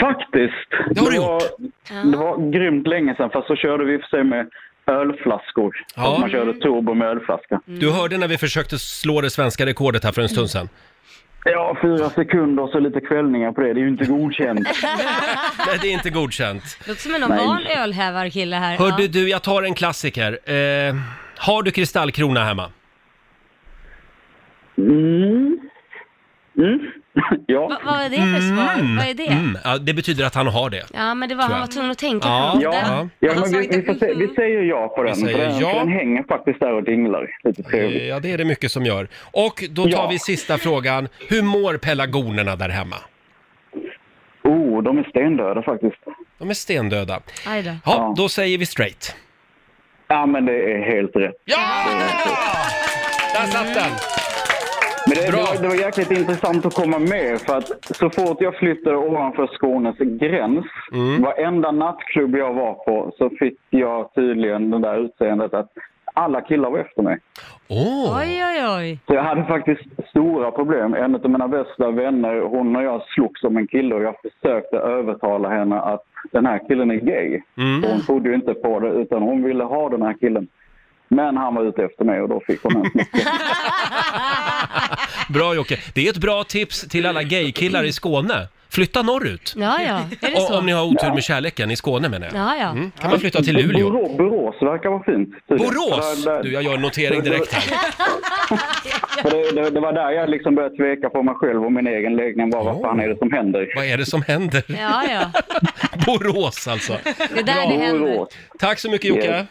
[SPEAKER 15] Faktiskt. Det har du gjort. Var, det var grymt länge sedan, fast så körde vi i och för sig med ölflaskor.
[SPEAKER 1] Ja.
[SPEAKER 15] Att man körde turbo med ölflaska.
[SPEAKER 1] Mm. Du hörde när vi försökte slå det svenska rekordet här för en stund
[SPEAKER 4] [laughs]
[SPEAKER 1] sedan.
[SPEAKER 15] Ja, fyra sekunder och så lite kvällningar på det. Det är ju inte godkänt.
[SPEAKER 1] Nej, det är inte godkänt.
[SPEAKER 4] Låter som en normal ölhävarkille här.
[SPEAKER 1] Hörde
[SPEAKER 4] Ja.
[SPEAKER 1] du, jag tar en klassiker. Eh, har du kristallkrona hemma?
[SPEAKER 15] Mm. Mm. [laughs] ja.
[SPEAKER 4] Va- vad är det för svar? Vad är det?
[SPEAKER 1] Mm. Ja, det betyder att han har det.
[SPEAKER 4] Ja, men det var
[SPEAKER 1] Tror
[SPEAKER 4] han
[SPEAKER 1] jag.
[SPEAKER 4] var tvungen att tänka
[SPEAKER 1] Ja.
[SPEAKER 4] på.
[SPEAKER 1] Ja.
[SPEAKER 4] det.
[SPEAKER 15] Ja, men vi, vi, får se, vi säger ja på den, för
[SPEAKER 1] säger
[SPEAKER 15] den,
[SPEAKER 1] ja.
[SPEAKER 15] för den hänger faktiskt där och dinglar. Lite trevligt.
[SPEAKER 1] Ja, det är det mycket som gör. Och då tar
[SPEAKER 15] Ja.
[SPEAKER 1] vi sista frågan. Hur mår pelargonerna där hemma?
[SPEAKER 15] Oh, de är stendöda faktiskt.
[SPEAKER 1] De är stendöda.
[SPEAKER 4] Aj då.
[SPEAKER 1] Ja, då säger vi straight.
[SPEAKER 15] Ja, men det är helt rätt.
[SPEAKER 1] Där satt den!
[SPEAKER 15] Men det, det, var, det var jäkligt intressant att komma med för att så fort jag flyttade ovanför Skånes gräns, varenda nattklubb jag var på så fick jag tydligen det där utseendet att alla killar var efter mig.
[SPEAKER 4] Oj, oj, oj.
[SPEAKER 15] Så jag hade faktiskt stora problem. En av mina bästa vänner, hon och jag slogs om en kille och jag försökte övertala henne att den här killen är gay.
[SPEAKER 1] Mm.
[SPEAKER 15] Hon trodde ju inte på det utan hon ville ha den här killen. Men han var ute efter mig och då fick hon en smäll.
[SPEAKER 1] Bra Jocke. Det är ett bra tips till alla gaykillar i Skåne. Flytta norrut.
[SPEAKER 4] Ja, ja. Är det
[SPEAKER 1] Om,
[SPEAKER 4] så?
[SPEAKER 1] om ni har otur med kärleken i Skåne menar jag.
[SPEAKER 4] Ja, ja.
[SPEAKER 1] Mm. Kan man flytta till Luleå?
[SPEAKER 15] Borå- Borås verkar vara fint. tydligen.
[SPEAKER 1] Borås!
[SPEAKER 15] Där- där-
[SPEAKER 1] Du, jag gör en notering direkt här.
[SPEAKER 15] För det, det, det var där jag liksom började tveka på mig själv och min egen läggning. Var, Vad fan är det som händer?
[SPEAKER 1] Vad är det som händer?
[SPEAKER 4] Ja, ja.
[SPEAKER 1] Borås alltså.
[SPEAKER 4] Det är där det händer.
[SPEAKER 1] Tack så mycket Jocke.
[SPEAKER 15] Yes.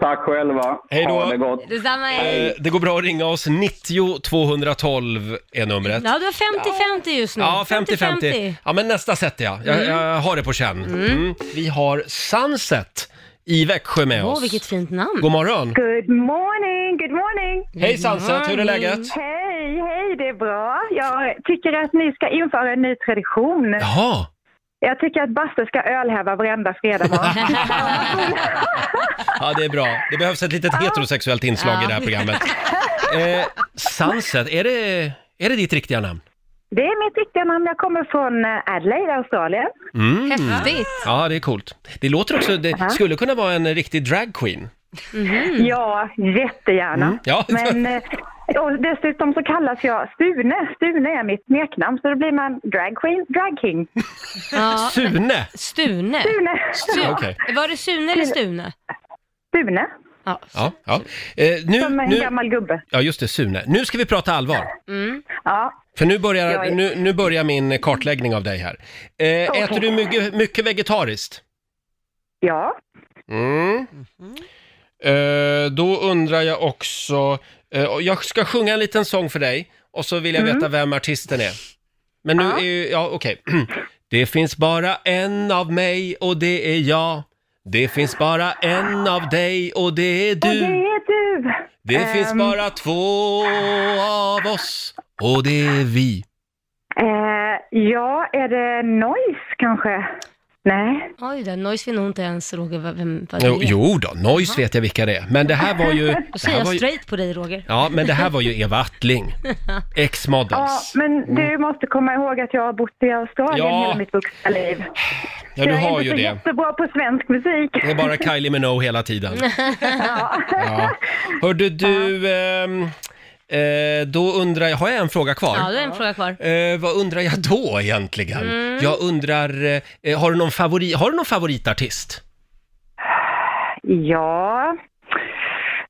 [SPEAKER 15] Tack själva.
[SPEAKER 1] Hej då.
[SPEAKER 15] Ha det gott.
[SPEAKER 4] Detsamma
[SPEAKER 1] Eh,
[SPEAKER 4] är...
[SPEAKER 1] Det går bra att ringa oss. 90 212 är numret.
[SPEAKER 4] Ja, du har 50-50 just nu.
[SPEAKER 1] Ja, 50-50. Ja, men nästa sätter jag. Jag,
[SPEAKER 4] Mm.
[SPEAKER 1] jag har det på känn.
[SPEAKER 4] Mm.
[SPEAKER 1] Mm. Vi har Sunset i Växjö med
[SPEAKER 4] Åh,
[SPEAKER 1] oss.
[SPEAKER 4] vilket fint namn.
[SPEAKER 1] God morgon.
[SPEAKER 16] Good morning, good morning!
[SPEAKER 1] Hej, Sansa, hur är läget?
[SPEAKER 16] Hej, hej, det är bra. Jag tycker att ni ska införa en ny tradition.
[SPEAKER 1] Jaha.
[SPEAKER 16] Jag tycker att Basse ska ölhäva varenda fredag morgon.
[SPEAKER 4] [laughs]
[SPEAKER 1] Ja, det är bra. Det behövs ett
[SPEAKER 16] Ah.
[SPEAKER 1] litet heterosexuellt inslag i det här
[SPEAKER 16] [laughs]
[SPEAKER 1] programmet. Eh, Sunset, är det, är det ditt riktiga namn?
[SPEAKER 16] det är mitt riktiga namn, jag kommer från eh, Adelaide, Australien.
[SPEAKER 1] Mm.
[SPEAKER 16] Häftigt.
[SPEAKER 1] Ja, det är coolt. Det låter också, det skulle kunna vara en riktig drag queen.
[SPEAKER 4] Mhm.
[SPEAKER 16] Ja, jättegärna.
[SPEAKER 1] Mm. Ja.
[SPEAKER 16] Men, eh, och dessutom så kallas jag Stune. Stune är mitt smeknamn, så då blir man drag queen, drag king.
[SPEAKER 4] Ja.
[SPEAKER 1] Sune.
[SPEAKER 4] Stune.
[SPEAKER 16] Stune.
[SPEAKER 4] Stu-
[SPEAKER 1] Okej.
[SPEAKER 4] Var det Sune eller Stune?
[SPEAKER 16] Stune.
[SPEAKER 4] Ja.
[SPEAKER 1] Ja, ja. Eh, nu,
[SPEAKER 16] Som en
[SPEAKER 1] nu,
[SPEAKER 16] gammal gubbe.
[SPEAKER 1] ja, just det, Sune. Nu ska vi prata allvar.
[SPEAKER 4] Mm.
[SPEAKER 16] Ja,
[SPEAKER 1] För nu börjar,
[SPEAKER 16] Jag är-
[SPEAKER 1] nu, nu börjar min kartläggning av dig här. Eh, äter du mycket, mycket vegetariskt?
[SPEAKER 16] Ja.
[SPEAKER 1] Mm. Eh, då undrar jag också, eh, och jag ska sjunga en liten sång för dig och så vill jag
[SPEAKER 16] Mm.
[SPEAKER 1] veta vem artisten är. Men nu är ju, ja okej. [clears throat] Det finns bara en av mig och det är jag. Det finns bara en av dig och det är
[SPEAKER 16] och det
[SPEAKER 1] du.
[SPEAKER 16] är du.
[SPEAKER 1] Det finns
[SPEAKER 16] Ehm,
[SPEAKER 1] bara två av oss och det är vi.
[SPEAKER 16] Eh, ja, är det noise kanske? Nej.
[SPEAKER 4] Oj, den Noice vet nog inte ens Roger vad- vem vad det
[SPEAKER 1] Jo,
[SPEAKER 4] är.
[SPEAKER 1] jo då, Noise vet jag vilka det är. Men det här var
[SPEAKER 16] [laughs]
[SPEAKER 1] ju...
[SPEAKER 4] Då
[SPEAKER 1] Det
[SPEAKER 4] säger
[SPEAKER 1] här
[SPEAKER 4] jag
[SPEAKER 1] var ju
[SPEAKER 4] straight på dig Roger.
[SPEAKER 1] ja, men det här
[SPEAKER 4] [laughs]
[SPEAKER 1] var ju Eva
[SPEAKER 16] [laughs]
[SPEAKER 1] Attling,
[SPEAKER 16] Ja,
[SPEAKER 1] X-models.
[SPEAKER 16] men du måste komma ihåg att jag har bott i Australien
[SPEAKER 1] Mm. Ja.
[SPEAKER 16] hela mitt vuxna liv.
[SPEAKER 1] Ja, du
[SPEAKER 16] jag
[SPEAKER 1] har
[SPEAKER 16] är
[SPEAKER 1] ju
[SPEAKER 16] inte så
[SPEAKER 1] det.
[SPEAKER 16] jättebra på svensk musik.
[SPEAKER 1] Det är bara Kylie Minogue hela tiden.
[SPEAKER 16] ja.
[SPEAKER 1] Ja. Hörde du, ehm, eh, då undrar jag, har jag en fråga kvar?
[SPEAKER 4] Ja, då är en fråga kvar.
[SPEAKER 1] Eh, vad undrar jag då egentligen?
[SPEAKER 4] Mm.
[SPEAKER 1] Jag undrar, eh, har, du någon favori, har du någon favoritartist?
[SPEAKER 16] ja.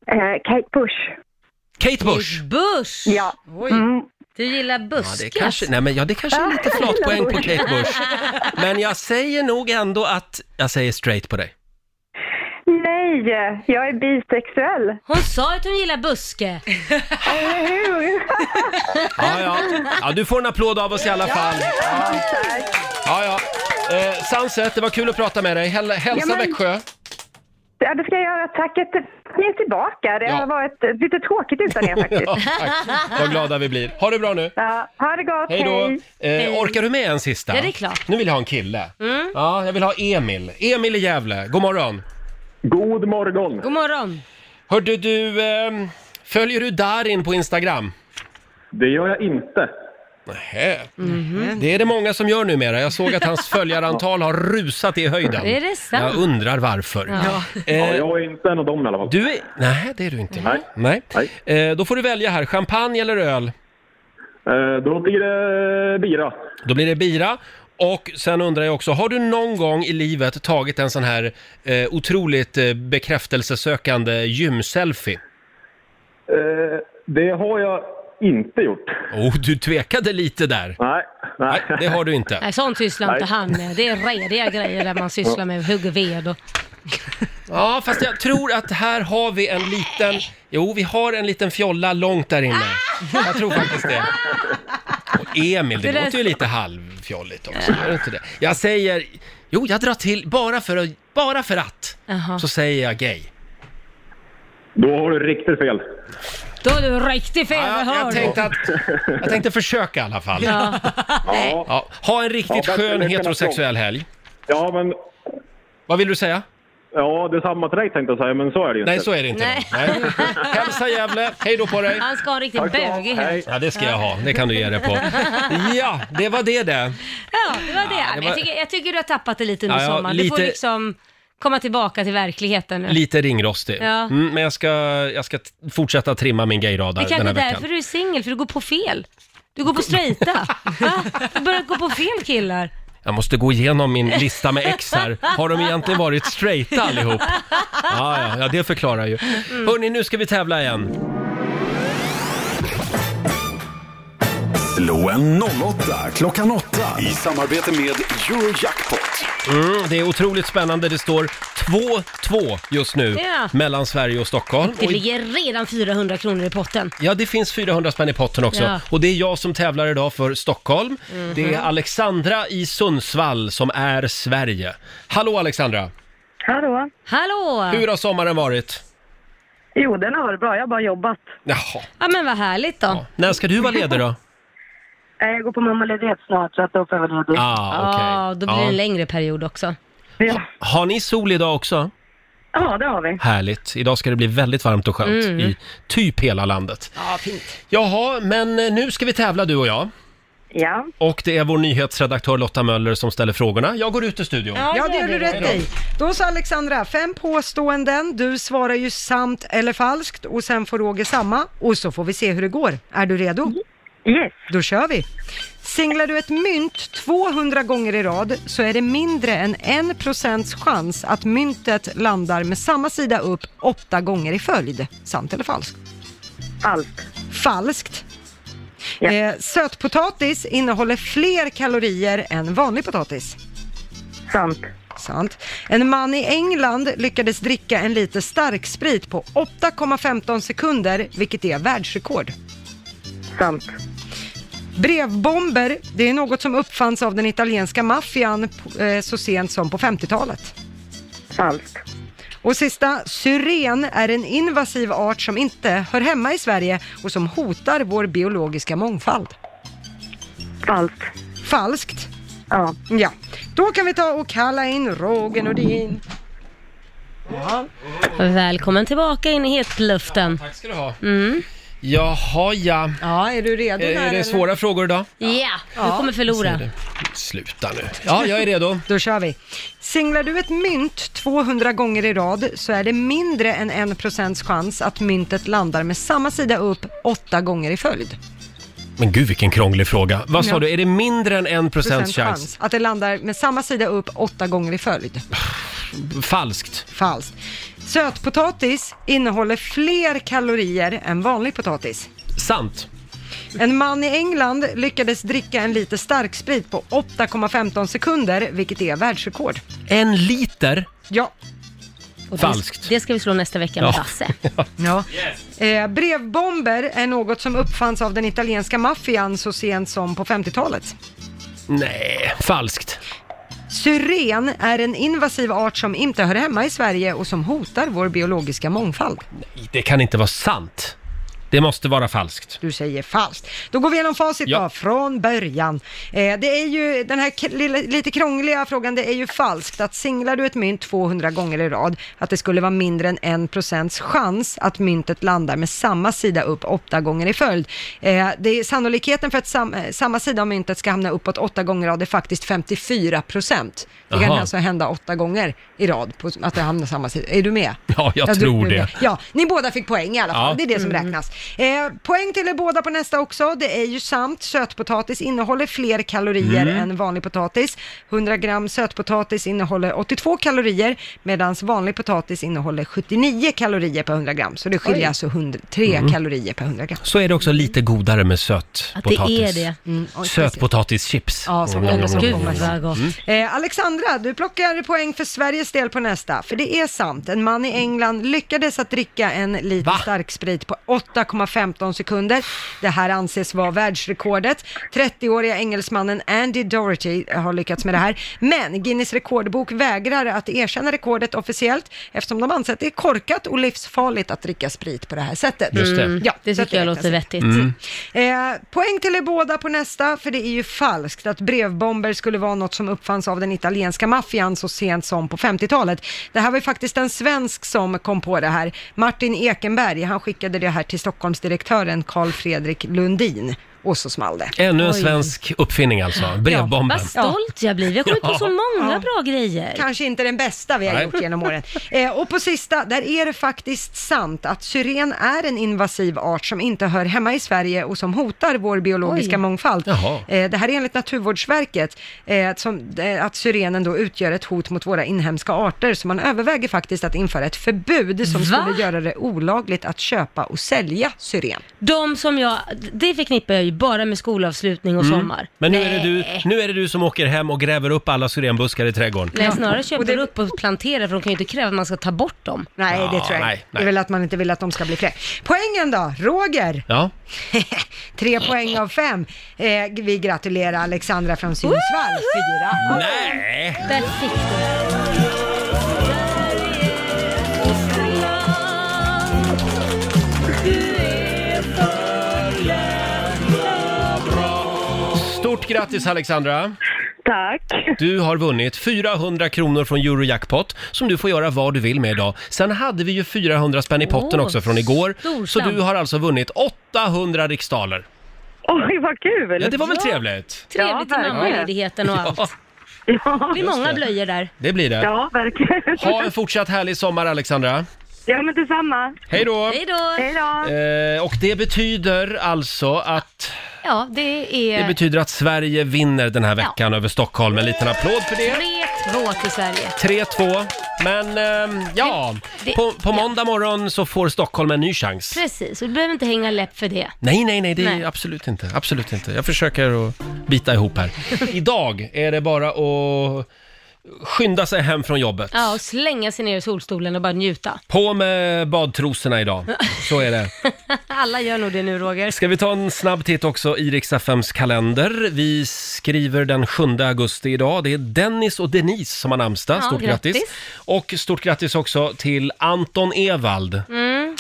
[SPEAKER 16] Eh, Kate Bush.
[SPEAKER 1] Kate Bush!
[SPEAKER 4] Bush!
[SPEAKER 16] Ja. Mm.
[SPEAKER 4] Du gillar buskas.
[SPEAKER 1] Det kanske, nej men ja, det kanske är lite flatpoäng på Kate Bush. Men jag säger nog ändå att jag säger straight på dig.
[SPEAKER 16] Nej, Nej, jag är bisexuell.
[SPEAKER 4] Hon sa att hon gillar buske.
[SPEAKER 16] Eller hur?
[SPEAKER 1] Ja, ja. ja, du får en applåd av oss i alla fall. Ja, ja. Eh, Sunset, det var kul att prata med dig. Häl- hälsa
[SPEAKER 16] Ja, men-
[SPEAKER 1] Växjö.
[SPEAKER 16] Ja, det ska jag göra. Tack att ni är tillbaka. Det
[SPEAKER 1] Ja.
[SPEAKER 16] har varit lite tråkigt utan
[SPEAKER 1] [laughs]
[SPEAKER 16] er faktiskt.
[SPEAKER 1] Ja, Vad glada vi blir. Ha det bra nu.
[SPEAKER 16] Ja, ha det gott.
[SPEAKER 1] Hej då. Eh,
[SPEAKER 16] Hej.
[SPEAKER 1] orkar du med en sista?
[SPEAKER 16] Ja, det är klart.
[SPEAKER 1] Nu vill jag ha en kille.
[SPEAKER 4] Mm.
[SPEAKER 1] Ja, jag vill ha Emil. Emil i Gävle. God morgon.
[SPEAKER 17] God morgon.
[SPEAKER 4] God morgon.
[SPEAKER 1] Hörde du, ehm, följer du Darin på Instagram?
[SPEAKER 17] Det gör jag inte.
[SPEAKER 1] Nähä. Det är det många som gör numera. Jag såg
[SPEAKER 17] [laughs]
[SPEAKER 1] att hans följarantal har rusat i höjden.
[SPEAKER 4] Är det sant?
[SPEAKER 1] Jag undrar varför. Eh,
[SPEAKER 4] Ja.
[SPEAKER 17] Ja, jag är inte en av dem i alla fall.
[SPEAKER 1] Du är... Nej, det är du inte. Nej. Eh, då får du välja här, champagne eller öl?
[SPEAKER 17] Eh, då blir det bira.
[SPEAKER 1] Då blir det bira. Och sen undrar jag också, har du någon gång i livet tagit en sån här eh, otroligt eh, bekräftelsesökande gymselfie?
[SPEAKER 17] Eh, det har jag inte gjort.
[SPEAKER 1] Oh, du tvekade lite där.
[SPEAKER 17] Nej,
[SPEAKER 1] nej. det har du inte.
[SPEAKER 4] Nej, sånt sysslar inte
[SPEAKER 1] Nej.
[SPEAKER 4] han med. Det är rediga grejer där man sysslar med. Hugger ved och...
[SPEAKER 1] Ja, fast jag tror att här har vi en liten... Jo, vi har en liten fjolla långt där inne. Jag tror faktiskt det. Och Emil, det,
[SPEAKER 4] Det där-
[SPEAKER 1] låter ju lite halvfjolligt också. Gör det inte det? Jag säger... Jo, jag drar till bara för att... Bara för att
[SPEAKER 4] Jaha.
[SPEAKER 1] så säger jag gay.
[SPEAKER 17] Då har du riktigt fel.
[SPEAKER 4] Då är du riktigt fel, det hör
[SPEAKER 1] jag tänkte
[SPEAKER 4] du.
[SPEAKER 1] att... Jag tänkte försöka i alla fall.
[SPEAKER 4] Ja.
[SPEAKER 1] Ja, ha en riktigt
[SPEAKER 17] Ja, bättre
[SPEAKER 1] skön
[SPEAKER 17] lycka nästa
[SPEAKER 1] heterosexuell helg.
[SPEAKER 17] Ja, men...
[SPEAKER 1] Vad vill du säga?
[SPEAKER 17] Ja, det är samma till dig tänkte jag säga, men så är det ju inte.
[SPEAKER 1] Nej, så är det inte.
[SPEAKER 4] [laughs] Nej.
[SPEAKER 1] Hälsa Gävle, hej då på dig!
[SPEAKER 4] Han ska ha en riktig bög i huvudet.
[SPEAKER 1] Ja, det ska jag ha. Det kan du ge dig
[SPEAKER 4] [laughs]
[SPEAKER 1] på. Ja, det var det det.
[SPEAKER 4] Ja, det var det.
[SPEAKER 1] det
[SPEAKER 4] Men
[SPEAKER 1] var-
[SPEAKER 4] Jag, tycker, jag tycker du har tappat det lite under
[SPEAKER 1] Ja, ja,
[SPEAKER 4] sommaren. Du får
[SPEAKER 1] lite-
[SPEAKER 4] liksom komma tillbaka till verkligheten nu.
[SPEAKER 1] Lite ringrostig.
[SPEAKER 4] Ja.
[SPEAKER 1] Mm, men jag ska, jag ska t- fortsätta trimma min
[SPEAKER 4] det
[SPEAKER 1] gayradar
[SPEAKER 4] är
[SPEAKER 1] den
[SPEAKER 4] kanske
[SPEAKER 1] här
[SPEAKER 4] därför
[SPEAKER 1] veckan.
[SPEAKER 4] du är singel, för du går på fel. Du går på straighta.
[SPEAKER 1] [laughs]
[SPEAKER 4] Va? Du börjar gå på fel killar.
[SPEAKER 1] Jag måste gå igenom min lista med ex här. Har de egentligen varit straighta allihop? Ja, ja, ja det förklarar ju.
[SPEAKER 4] Mm.
[SPEAKER 1] Hörni, nu ska vi tävla igen.
[SPEAKER 3] Slå en 08 klockan 8 i samarbete med Eurojackpot.
[SPEAKER 1] Mm, det är otroligt spännande. Det står 2-2 just nu
[SPEAKER 4] Ja.
[SPEAKER 1] mellan Sverige och Stockholm.
[SPEAKER 4] [laughs] Det
[SPEAKER 1] Och i-
[SPEAKER 4] ligger redan 400 kronor i potten.
[SPEAKER 1] Ja, det finns 400 spänn i potten också.
[SPEAKER 4] Ja.
[SPEAKER 1] Och det är jag som tävlar idag för Stockholm.
[SPEAKER 4] Mhm.
[SPEAKER 1] Det är Alexandra i Sundsvall som är Sverige. Hallå Alexandra!
[SPEAKER 16] Hallå?
[SPEAKER 4] Hallå!
[SPEAKER 1] Hur har sommaren varit?
[SPEAKER 16] Jo, den har varit bra. Jag har bara jobbat.
[SPEAKER 1] Jaha.
[SPEAKER 4] Ja men vad härligt då. Ja,
[SPEAKER 1] När ska du vara ledig
[SPEAKER 16] [laughs]
[SPEAKER 1] då?
[SPEAKER 16] Eh, Jag går på mammaledighet snart, så att då får jag vara ledig.
[SPEAKER 1] Ah, okej.
[SPEAKER 4] då blir det
[SPEAKER 1] Ja.
[SPEAKER 4] en längre period också.
[SPEAKER 1] Har ni sol idag också?
[SPEAKER 16] Ja, det har vi.
[SPEAKER 1] Härligt. Idag ska det bli väldigt varmt och skönt
[SPEAKER 4] Mm.
[SPEAKER 1] i typ hela landet.
[SPEAKER 4] Ja, fint.
[SPEAKER 1] Jaha, men eh, nu ska vi tävla du och jag.
[SPEAKER 16] Ja.
[SPEAKER 1] Och det är vår nyhetsredaktör Lotta Möller som ställer frågorna. Jag går ut ur studion.
[SPEAKER 2] Ja, det gör du rätt i. Då sa Alexandra, fem påståenden, du svarar ju sant eller falskt och sen får Roger samma och så får vi se hur det går. Är du redo?
[SPEAKER 16] Yes.
[SPEAKER 2] Då kör vi. Singlar du ett mynt 200 gånger i rad så är det mindre än 1% chans att myntet landar med samma sida upp åtta gånger i följd. Sant eller falskt?
[SPEAKER 16] Falskt.
[SPEAKER 2] Falskt. Eh, sötpotatis innehåller fler kalorier än vanlig potatis.
[SPEAKER 16] Sant.
[SPEAKER 2] Sant. En man i England lyckades dricka en liter starksprit på 8,15 sekunder, vilket är världsrekord.
[SPEAKER 16] Sant.
[SPEAKER 2] Brevbomber, det är något som uppfanns av den italienska maffian eh, så sent som på 50-talet.
[SPEAKER 16] Falskt.
[SPEAKER 2] Och sista, syren är en invasiv art som inte hör hemma i Sverige och som hotar vår biologiska mångfald.
[SPEAKER 16] Falskt.
[SPEAKER 2] Falskt?
[SPEAKER 16] Ja.
[SPEAKER 2] Ja. Då kan vi ta och kalla in Roger Nordin.
[SPEAKER 4] Välkommen tillbaka in i hetluften.
[SPEAKER 1] Tack ska du ha.
[SPEAKER 4] Mm.
[SPEAKER 1] Jaha, ja.
[SPEAKER 2] Ja, är du redo?
[SPEAKER 1] Eh, Är,
[SPEAKER 2] där,
[SPEAKER 1] är
[SPEAKER 2] eller?
[SPEAKER 1] det svåra frågor idag?
[SPEAKER 4] Ja,
[SPEAKER 2] Ja.
[SPEAKER 4] du kommer förlora.
[SPEAKER 1] Sluta nu. Ja, jag är redo.
[SPEAKER 2] Då kör vi. Singlar du ett mynt 200 gånger i rad så är det mindre än 1% chans att myntet landar med samma sida upp åtta gånger i följd.
[SPEAKER 1] Men gud vilken krånglig fråga. Vad sa
[SPEAKER 2] Ja.
[SPEAKER 1] du, är det mindre än 1% chans? chans?
[SPEAKER 2] Att det landar med samma sida upp åtta gånger i följd.
[SPEAKER 1] Falskt.
[SPEAKER 2] Falskt. Sötpotatis innehåller fler kalorier än vanlig potatis.
[SPEAKER 1] Sant.
[SPEAKER 2] En man i England lyckades dricka en liter starksprit på 8,15 sekunder, vilket är världsrekord.
[SPEAKER 1] En liter?
[SPEAKER 2] Ja.
[SPEAKER 4] Och
[SPEAKER 1] Falskt.
[SPEAKER 4] Det, det ska vi slå nästa vecka med
[SPEAKER 1] Ja.
[SPEAKER 4] Basse.
[SPEAKER 1] [laughs]
[SPEAKER 2] Ja. Eh, brevbomber är något som uppfanns av den italienska maffian så sent som på 50-talet.
[SPEAKER 1] Nej, falskt.
[SPEAKER 2] Syren är en invasiv art som inte hör hemma i Sverige och som hotar vår biologiska mångfald.
[SPEAKER 1] Det kan inte vara sant. Det måste vara falskt.
[SPEAKER 2] Du säger falskt. Då går vi igenom facit
[SPEAKER 1] Ja.
[SPEAKER 2] då, från början. Eh, det är ju den här k- lilla, lite krångliga frågan, det är ju falskt att singlar du ett mynt 200 gånger i rad, att det skulle vara mindre än 1% chans att myntet landar med samma sida upp åtta gånger i följd. Eh, det är sannolikheten för att sam, eh, samma sida av myntet ska hamna uppåt åtta gånger i rad är faktiskt 54%. Det kan
[SPEAKER 1] Jaha.
[SPEAKER 2] alltså hända åtta gånger i rad, på, att det hamnar samma sida. Är du med?
[SPEAKER 1] Ja, [laughs] jag
[SPEAKER 2] du-
[SPEAKER 1] tror
[SPEAKER 2] du är
[SPEAKER 1] det.
[SPEAKER 2] med. Ja, ni båda fick poäng i alla fall.
[SPEAKER 1] Ja.
[SPEAKER 2] Det är det som
[SPEAKER 1] Mm.
[SPEAKER 2] räknas. Eh, poäng till er båda på nästa också. Det är ju sant. Sötpotatis innehåller fler kalorier
[SPEAKER 4] Mm.
[SPEAKER 2] än vanlig potatis. 100 gram sötpotatis innehåller 82 kalorier medan vanlig potatis innehåller 79 kalorier per 100 gram. Så det skiljer
[SPEAKER 1] Oj.
[SPEAKER 2] alltså 100, 3
[SPEAKER 1] Mm.
[SPEAKER 2] kalorier per 100 gram.
[SPEAKER 1] Så är det också lite godare med söt
[SPEAKER 2] Att det är
[SPEAKER 1] potatis.
[SPEAKER 2] det. Mm, oj,
[SPEAKER 1] Sötpotatischips.
[SPEAKER 2] Ja, så gott, så gott.
[SPEAKER 1] Mm.
[SPEAKER 2] Eh, Alexandra, du plockar poäng för Sveriges del på nästa, för det är sant. En man i England lyckades att dricka en liter starksprit på 8,15 sekunder. Det här anses vara världsrekordet. 30-åriga engelsmannen Andy Doherty har lyckats med det här. Men Guinness rekordbok vägrar att erkänna rekordet officiellt eftersom de anser att det är korkat och livsfarligt att dricka sprit på det här sättet.
[SPEAKER 4] Just det. Mm, det
[SPEAKER 2] så
[SPEAKER 4] tycker jag
[SPEAKER 2] räknas
[SPEAKER 4] låter
[SPEAKER 2] inte.
[SPEAKER 4] vettigt. Mm.
[SPEAKER 2] Eh, poäng till er båda på nästa, för det är ju falskt att brevbomber skulle vara något som uppfanns av den italienska maffian så sent som på 50-talet. Det här var ju faktiskt en svensk som kom på det här. Martin Ekenberg, han skickade det här till Stockholmsdirektören Carl Fredrik Lundin. Och så small det.
[SPEAKER 1] Ännu en svensk uppfinning alltså, brevbomben.
[SPEAKER 4] Vad stolt jag blir. Vi har kommit på så
[SPEAKER 1] Ja.
[SPEAKER 4] många bra grejer.
[SPEAKER 2] Kanske inte den bästa vi har
[SPEAKER 1] Nej.
[SPEAKER 2] gjort genom åren. Eh, och på sista, där är det faktiskt sant att syren är en invasiv art som inte hör hemma i Sverige och som hotar vår biologiska
[SPEAKER 4] Oj.
[SPEAKER 2] mångfald.
[SPEAKER 4] Jaha.
[SPEAKER 2] Eh, det här är enligt Naturvårdsverket, eh, att som, eh, att syrenen då utgör ett hot mot våra inhemska arter, så man överväger faktiskt att införa ett förbud som
[SPEAKER 4] Va?
[SPEAKER 2] skulle göra det olagligt att köpa och sälja syren.
[SPEAKER 4] De som jag, det förknippar jag ju bara med skolavslutning och
[SPEAKER 1] Mm.
[SPEAKER 4] sommar.
[SPEAKER 1] Men nu är,
[SPEAKER 4] Nej.
[SPEAKER 1] det du, nu är det du som åker hem och gräver upp alla syrenbuskar i trädgården.
[SPEAKER 4] Nej, snarare köper upp och planterar för de kan ju inte kräva att man ska ta bort dem.
[SPEAKER 2] Nej, det tror jag inte.
[SPEAKER 1] nej,
[SPEAKER 2] Det är väl att man inte vill att de ska bli fler. Poängen då, Roger?
[SPEAKER 1] Ja.
[SPEAKER 2] Tre poäng av fem. Eh, vi gratulerar Alexandra från Sundsvall. Fyra.
[SPEAKER 1] Nej!
[SPEAKER 4] Där fick du.
[SPEAKER 1] Stort grattis Alexandra!
[SPEAKER 9] Tack.
[SPEAKER 1] Du har vunnit 400 kronor från Eurojackpot som du får göra vad du vill med idag. Sen hade vi ju 400 spänn i potten
[SPEAKER 9] Åh,
[SPEAKER 1] också från igår.
[SPEAKER 9] stor
[SPEAKER 1] Så
[SPEAKER 9] slant.
[SPEAKER 1] du har alltså vunnit 800 riksdaler.
[SPEAKER 9] Oj, vad kul!
[SPEAKER 1] Ja, det var väl trevligt?
[SPEAKER 4] Trevligt till
[SPEAKER 9] verkligen.
[SPEAKER 4] mammaledigheten och allt.
[SPEAKER 9] Ja.
[SPEAKER 4] Det blir många
[SPEAKER 1] det.
[SPEAKER 4] blöjor där.
[SPEAKER 1] Det blir det.
[SPEAKER 9] Ja, verkligen.
[SPEAKER 1] Ha en fortsatt härlig sommar Alexandra!
[SPEAKER 9] Ja, men detsamma.
[SPEAKER 1] Hej då.
[SPEAKER 4] Hej då!
[SPEAKER 1] Eh, och det betyder alltså att
[SPEAKER 4] Ja, det är...
[SPEAKER 1] det betyder att Sverige vinner den här
[SPEAKER 4] Eh. Ja.
[SPEAKER 1] veckan över Stockholm. En liten applåd för det.
[SPEAKER 4] 3-2 till Sverige.
[SPEAKER 1] 3-2. Men ehm, ja,
[SPEAKER 4] Det- det-
[SPEAKER 1] på, på måndag morgon så får Stockholm en ny chans.
[SPEAKER 4] Precis, och du behöver inte hänga läpp för det.
[SPEAKER 1] Nej, nej, nej, det är
[SPEAKER 4] Nej.
[SPEAKER 1] absolut inte. Absolut inte. Jag försöker att bita ihop
[SPEAKER 4] [laughs]
[SPEAKER 1] här. Idag är det bara att skynda sig hem från jobbet.
[SPEAKER 4] Ja, och slänga sig ner i solstolen och bara njuta. [laughs]
[SPEAKER 1] På med badtrosorna idag. Så är det.
[SPEAKER 4] Alla gör nog det nu, Roger.
[SPEAKER 1] Ska vi ta en snabb titt också i riks kalender? Vi skriver den 7 augusti idag. Det är Dennis och Denise som har namnsdag.
[SPEAKER 4] Ja,
[SPEAKER 1] Stort grattis.
[SPEAKER 4] grattis.
[SPEAKER 1] Och stort grattis också till Anton Ewald.
[SPEAKER 4] Mm.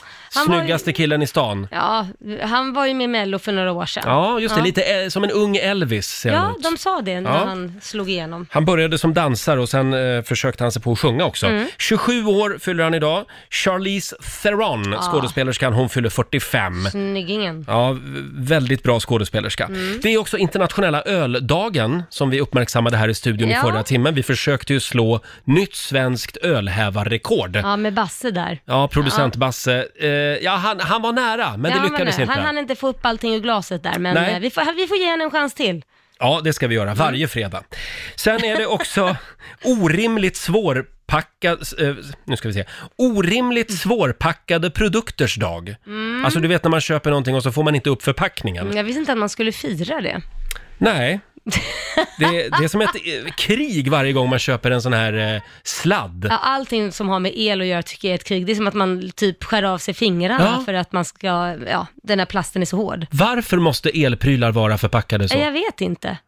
[SPEAKER 1] Snyggaste killen i stan.
[SPEAKER 4] Var ju, ja, han var ju med i Mello för några år sedan.
[SPEAKER 1] Ja, just det. Lite eh, som en ung Elvis ser han
[SPEAKER 4] Ja,
[SPEAKER 1] ut.
[SPEAKER 4] de sa det när
[SPEAKER 1] Ja.
[SPEAKER 4] han slog igenom.
[SPEAKER 1] Han började som dansare och sen eh, försökte han sig på att sjunga också.
[SPEAKER 4] Mm.
[SPEAKER 1] 27 år fyller han idag. Charlize Theron,
[SPEAKER 4] Ja.
[SPEAKER 1] skådespelerskan, hon fyller 45.
[SPEAKER 4] Snyggingen.
[SPEAKER 1] Ja, v- väldigt bra skådespelerska.
[SPEAKER 4] Mm.
[SPEAKER 1] Det är också internationella öldagen som vi uppmärksammade här i studion
[SPEAKER 4] Ja.
[SPEAKER 1] i förra timmen. Vi försökte ju slå nytt svenskt ölhävarrekord. Ja.
[SPEAKER 4] Ja, med Basse där.
[SPEAKER 1] producent
[SPEAKER 4] Ja.
[SPEAKER 1] Basse. Eh, ja, han, han var nära, men
[SPEAKER 4] Ja,
[SPEAKER 1] det
[SPEAKER 4] han var
[SPEAKER 1] lyckades
[SPEAKER 4] där.
[SPEAKER 1] inte.
[SPEAKER 4] Han hann inte få upp allting ur glaset där, men
[SPEAKER 1] Nej.
[SPEAKER 4] eh, vi får, vi får ge henne en chans till.
[SPEAKER 1] Ja, det ska vi
[SPEAKER 4] Mm.
[SPEAKER 1] göra varje fredag. Sen är det också orimligt svårpackad, eh, nu ska vi se, orimligt svårpackade produkters dag.
[SPEAKER 4] Mm.
[SPEAKER 1] Alltså du vet när man köper någonting och så får man inte upp förpackningen.
[SPEAKER 4] Mm, Jag visste inte att man skulle fira det.
[SPEAKER 1] Nej, Det, det är som ett eh, krig varje gång man köper en sån här eh, sladd.
[SPEAKER 4] Ja, allting som har med el att göra tycker jag är ett krig. Det är som att man typ skär av sig fingrarna
[SPEAKER 1] Ja.
[SPEAKER 4] för att man ska, ja, den här plasten är så hård.
[SPEAKER 1] Varför måste elprylar vara förpackade så?
[SPEAKER 4] Jag vet inte.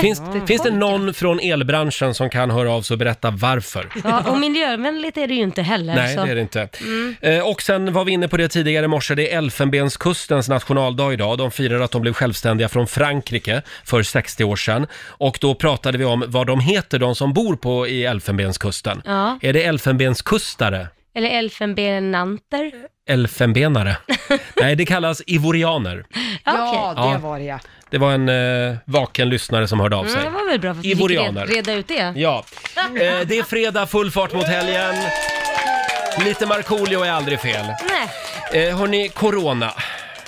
[SPEAKER 1] Finns,
[SPEAKER 4] Jättekorkat.
[SPEAKER 1] finns det någon från elbranschen som kan höra av sig och berätta varför?
[SPEAKER 4] Ja, och miljövänligt är det ju inte heller.
[SPEAKER 1] Nej,
[SPEAKER 4] så.
[SPEAKER 1] det är det inte.
[SPEAKER 4] Mm.
[SPEAKER 1] Eh, Och sen var vi inne på det tidigare i morse, det är Elfenbenskustens nationaldag idag. De firar att de blev självständiga från Frankrike för 60 år sedan. Och då pratade vi om vad de heter, de som bor på i Elfenbenskusten.
[SPEAKER 4] Ja.
[SPEAKER 1] Är det Elfenbenskustare?
[SPEAKER 4] Eller elfenbenanter. [laughs]
[SPEAKER 1] Elfenbenare? Nej, det kallas ivorianer.
[SPEAKER 4] Ja,
[SPEAKER 1] okej. Ja.
[SPEAKER 2] det ja.
[SPEAKER 1] Det var en eh, vaken lyssnare som hörde av sig.
[SPEAKER 4] Mm, det var väl bra för att vi fick
[SPEAKER 1] Ivorianer.
[SPEAKER 4] re- reda ut det. [laughs]
[SPEAKER 1] Ja, eh, det är fredag, full fart mot helgen. Lite Markoolio är aldrig fel.
[SPEAKER 4] Nej,
[SPEAKER 1] Eh, hörni, corona.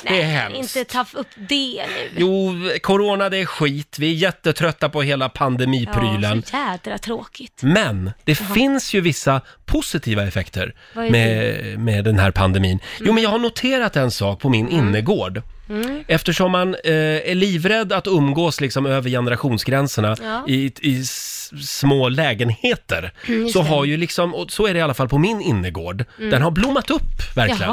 [SPEAKER 1] det är hemskt.
[SPEAKER 4] inte taff upp det nu.
[SPEAKER 1] Jo, corona det är skit. Vi är jättetrötta på hela pandemiprylen.
[SPEAKER 4] Ja, så jädra tråkigt.
[SPEAKER 1] Men det
[SPEAKER 4] Jaha.
[SPEAKER 1] finns ju vissa positiva effekter
[SPEAKER 4] Vad är Mm.
[SPEAKER 1] med, med den här pandemin. Jo, men jag har noterat en sak på min innergård.
[SPEAKER 6] Mm.
[SPEAKER 1] Eftersom man eh, är livrädd att umgås liksom över generationsgränserna
[SPEAKER 6] Ja.
[SPEAKER 1] i, i s- små lägenheter,
[SPEAKER 6] Mm, just
[SPEAKER 1] så
[SPEAKER 6] det.
[SPEAKER 1] har ju liksom, och så är det i alla fall på min innergård,
[SPEAKER 4] Mm.
[SPEAKER 1] den har blommat upp verkligen.
[SPEAKER 4] Jaha.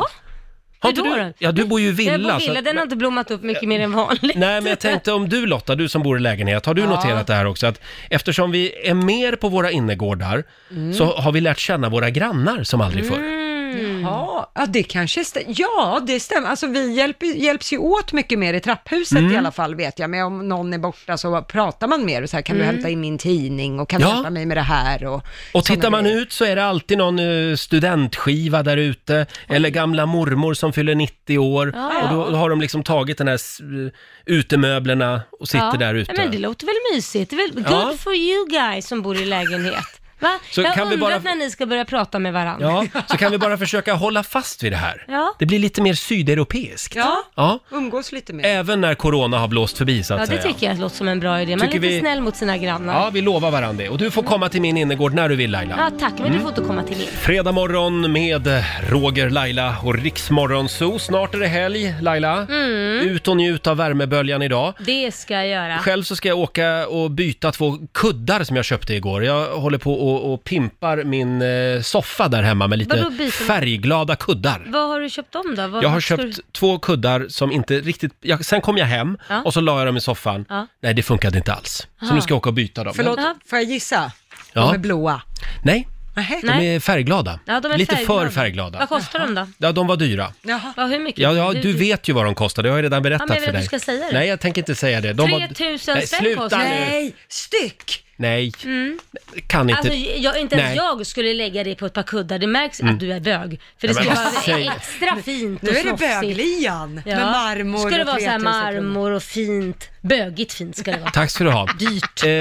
[SPEAKER 1] Har
[SPEAKER 4] Hur
[SPEAKER 1] inte
[SPEAKER 4] då
[SPEAKER 1] du-
[SPEAKER 4] då?
[SPEAKER 1] Ja, du alltså, bor ju i
[SPEAKER 4] jag bor
[SPEAKER 1] villa,
[SPEAKER 4] i
[SPEAKER 1] så-
[SPEAKER 4] villa, den har inte blommat upp mycket mer än vanligt.
[SPEAKER 1] Nej, men jag tänkte om du Lotta, du som bor i lägenhet, har du
[SPEAKER 4] Ja.
[SPEAKER 1] noterat det här också? Att eftersom vi är mer på våra innergårdar
[SPEAKER 2] Mm.
[SPEAKER 1] så har vi lärt känna våra grannar som aldrig förr.
[SPEAKER 4] Mm,
[SPEAKER 2] Jaha, ja det kanske stä- Ja, det stämmer. Alltså vi hjälp, hjälps ju åt mycket mer i trapphuset
[SPEAKER 1] Mm.
[SPEAKER 2] i alla fall vet jag. Men om någon är borta så pratar man mer och så här, kan
[SPEAKER 1] Mm.
[SPEAKER 2] du hämta in min tidning och kan
[SPEAKER 1] Ja.
[SPEAKER 2] du hjälpa mig med det här och...
[SPEAKER 1] Och tittar man ut så är det alltid någon eh, studentskiva där ute, eller gamla mormor som fyller 90 år.
[SPEAKER 4] Ja.
[SPEAKER 1] Och då har de liksom tagit den här s- eh, utemöblerna och sitter
[SPEAKER 4] Ja,
[SPEAKER 1] där ute.
[SPEAKER 4] Men det låter väl mysigt? Det är väl good
[SPEAKER 1] Ja.
[SPEAKER 4] for you guys som bor i lägenhet. Va?
[SPEAKER 1] Så
[SPEAKER 4] jag
[SPEAKER 1] kan vi
[SPEAKER 4] undrar
[SPEAKER 1] bara-
[SPEAKER 4] när ni ska börja prata med varandra. [laughs]
[SPEAKER 1] Ja, så kan vi bara försöka hålla fast vid det här.
[SPEAKER 4] Ja.
[SPEAKER 1] Det blir lite mer sydeuropeiskt.
[SPEAKER 4] Ja.
[SPEAKER 1] Ja.
[SPEAKER 2] Umgås lite mer.
[SPEAKER 1] Även när corona har blåst förbi så att
[SPEAKER 4] Ja, det
[SPEAKER 1] säga.
[SPEAKER 4] tycker jag låter som en bra idé. Man är
[SPEAKER 1] Tycker
[SPEAKER 4] lite
[SPEAKER 1] vi-
[SPEAKER 4] snäll mot sina grannar.
[SPEAKER 1] Ja, vi lovar varandra det. Och du får komma till min innergård när du vill Laila.
[SPEAKER 4] Ja, tack. Men du
[SPEAKER 1] Mm.
[SPEAKER 4] får inte komma till min.
[SPEAKER 1] Fredag morgon med Roger, Laila och Riksmorgon Zoo. Snart är det helg, Laila.
[SPEAKER 4] Mm.
[SPEAKER 1] Ut och njut av värmeböljan idag.
[SPEAKER 4] Det ska jag göra.
[SPEAKER 1] Själv så ska jag åka och byta två kuddar som jag köpte igår. Jag håller på och, och pimpar min eh, soffa där hemma med
[SPEAKER 4] Vadå
[SPEAKER 1] lite
[SPEAKER 4] byta?
[SPEAKER 1] färgglada kuddar.
[SPEAKER 4] Vad har du köpt om då? Vad
[SPEAKER 1] Jag har
[SPEAKER 4] ska
[SPEAKER 1] köpt
[SPEAKER 4] du-
[SPEAKER 1] två kuddar som inte riktigt... Jag, sen kom jag hem
[SPEAKER 4] Ja.
[SPEAKER 1] och så la jag dem i soffan.
[SPEAKER 4] Ja.
[SPEAKER 1] Nej, det funkade inte alls. Så
[SPEAKER 2] Aha.
[SPEAKER 1] nu ska jag åka och byta dem.
[SPEAKER 2] Förlåt,
[SPEAKER 1] Men-
[SPEAKER 2] får jag gissa?
[SPEAKER 1] Ja.
[SPEAKER 2] De är blåa.
[SPEAKER 1] Nej,
[SPEAKER 2] Nähä.
[SPEAKER 1] de är färgglada.
[SPEAKER 4] Ja, de är
[SPEAKER 1] Lite för
[SPEAKER 4] färgglada.
[SPEAKER 1] färgglada.
[SPEAKER 4] Vad kostar de då?
[SPEAKER 1] Ja, de var dyra.
[SPEAKER 2] Jaha.
[SPEAKER 4] Ja, hur mycket?
[SPEAKER 1] Ja, ja, du vet ju vad de kostade. Jag har ju redan berättat
[SPEAKER 4] Ja, men jag vill
[SPEAKER 1] för
[SPEAKER 4] att du
[SPEAKER 1] dig.
[SPEAKER 4] ska säga det.
[SPEAKER 1] Nej, jag tänker inte säga det. De var-
[SPEAKER 4] 3000
[SPEAKER 1] Nej,
[SPEAKER 4] spänn
[SPEAKER 1] sluta
[SPEAKER 4] kostar det.
[SPEAKER 1] nu.
[SPEAKER 2] Styck!
[SPEAKER 1] Nej,
[SPEAKER 4] Mm.
[SPEAKER 1] kan inte.
[SPEAKER 4] Alltså, jag, inte ens
[SPEAKER 1] Nej.
[SPEAKER 4] jag skulle lägga det på ett par kuddar. Det märks
[SPEAKER 1] Mm.
[SPEAKER 4] att du är bög. För
[SPEAKER 1] Nej, men
[SPEAKER 4] det skulle
[SPEAKER 1] vad säger-
[SPEAKER 4] vara extra fint och
[SPEAKER 2] Nu är det
[SPEAKER 4] snofsigt.
[SPEAKER 2] böglian
[SPEAKER 4] Ja.
[SPEAKER 2] med marmor
[SPEAKER 4] Ska det
[SPEAKER 2] och
[SPEAKER 4] vara så här
[SPEAKER 2] 3000 kronor.
[SPEAKER 4] marmor och fint. Bögigt fint ska det vara.
[SPEAKER 1] Tack ska du ha.
[SPEAKER 4] Dyrt.
[SPEAKER 1] Eh,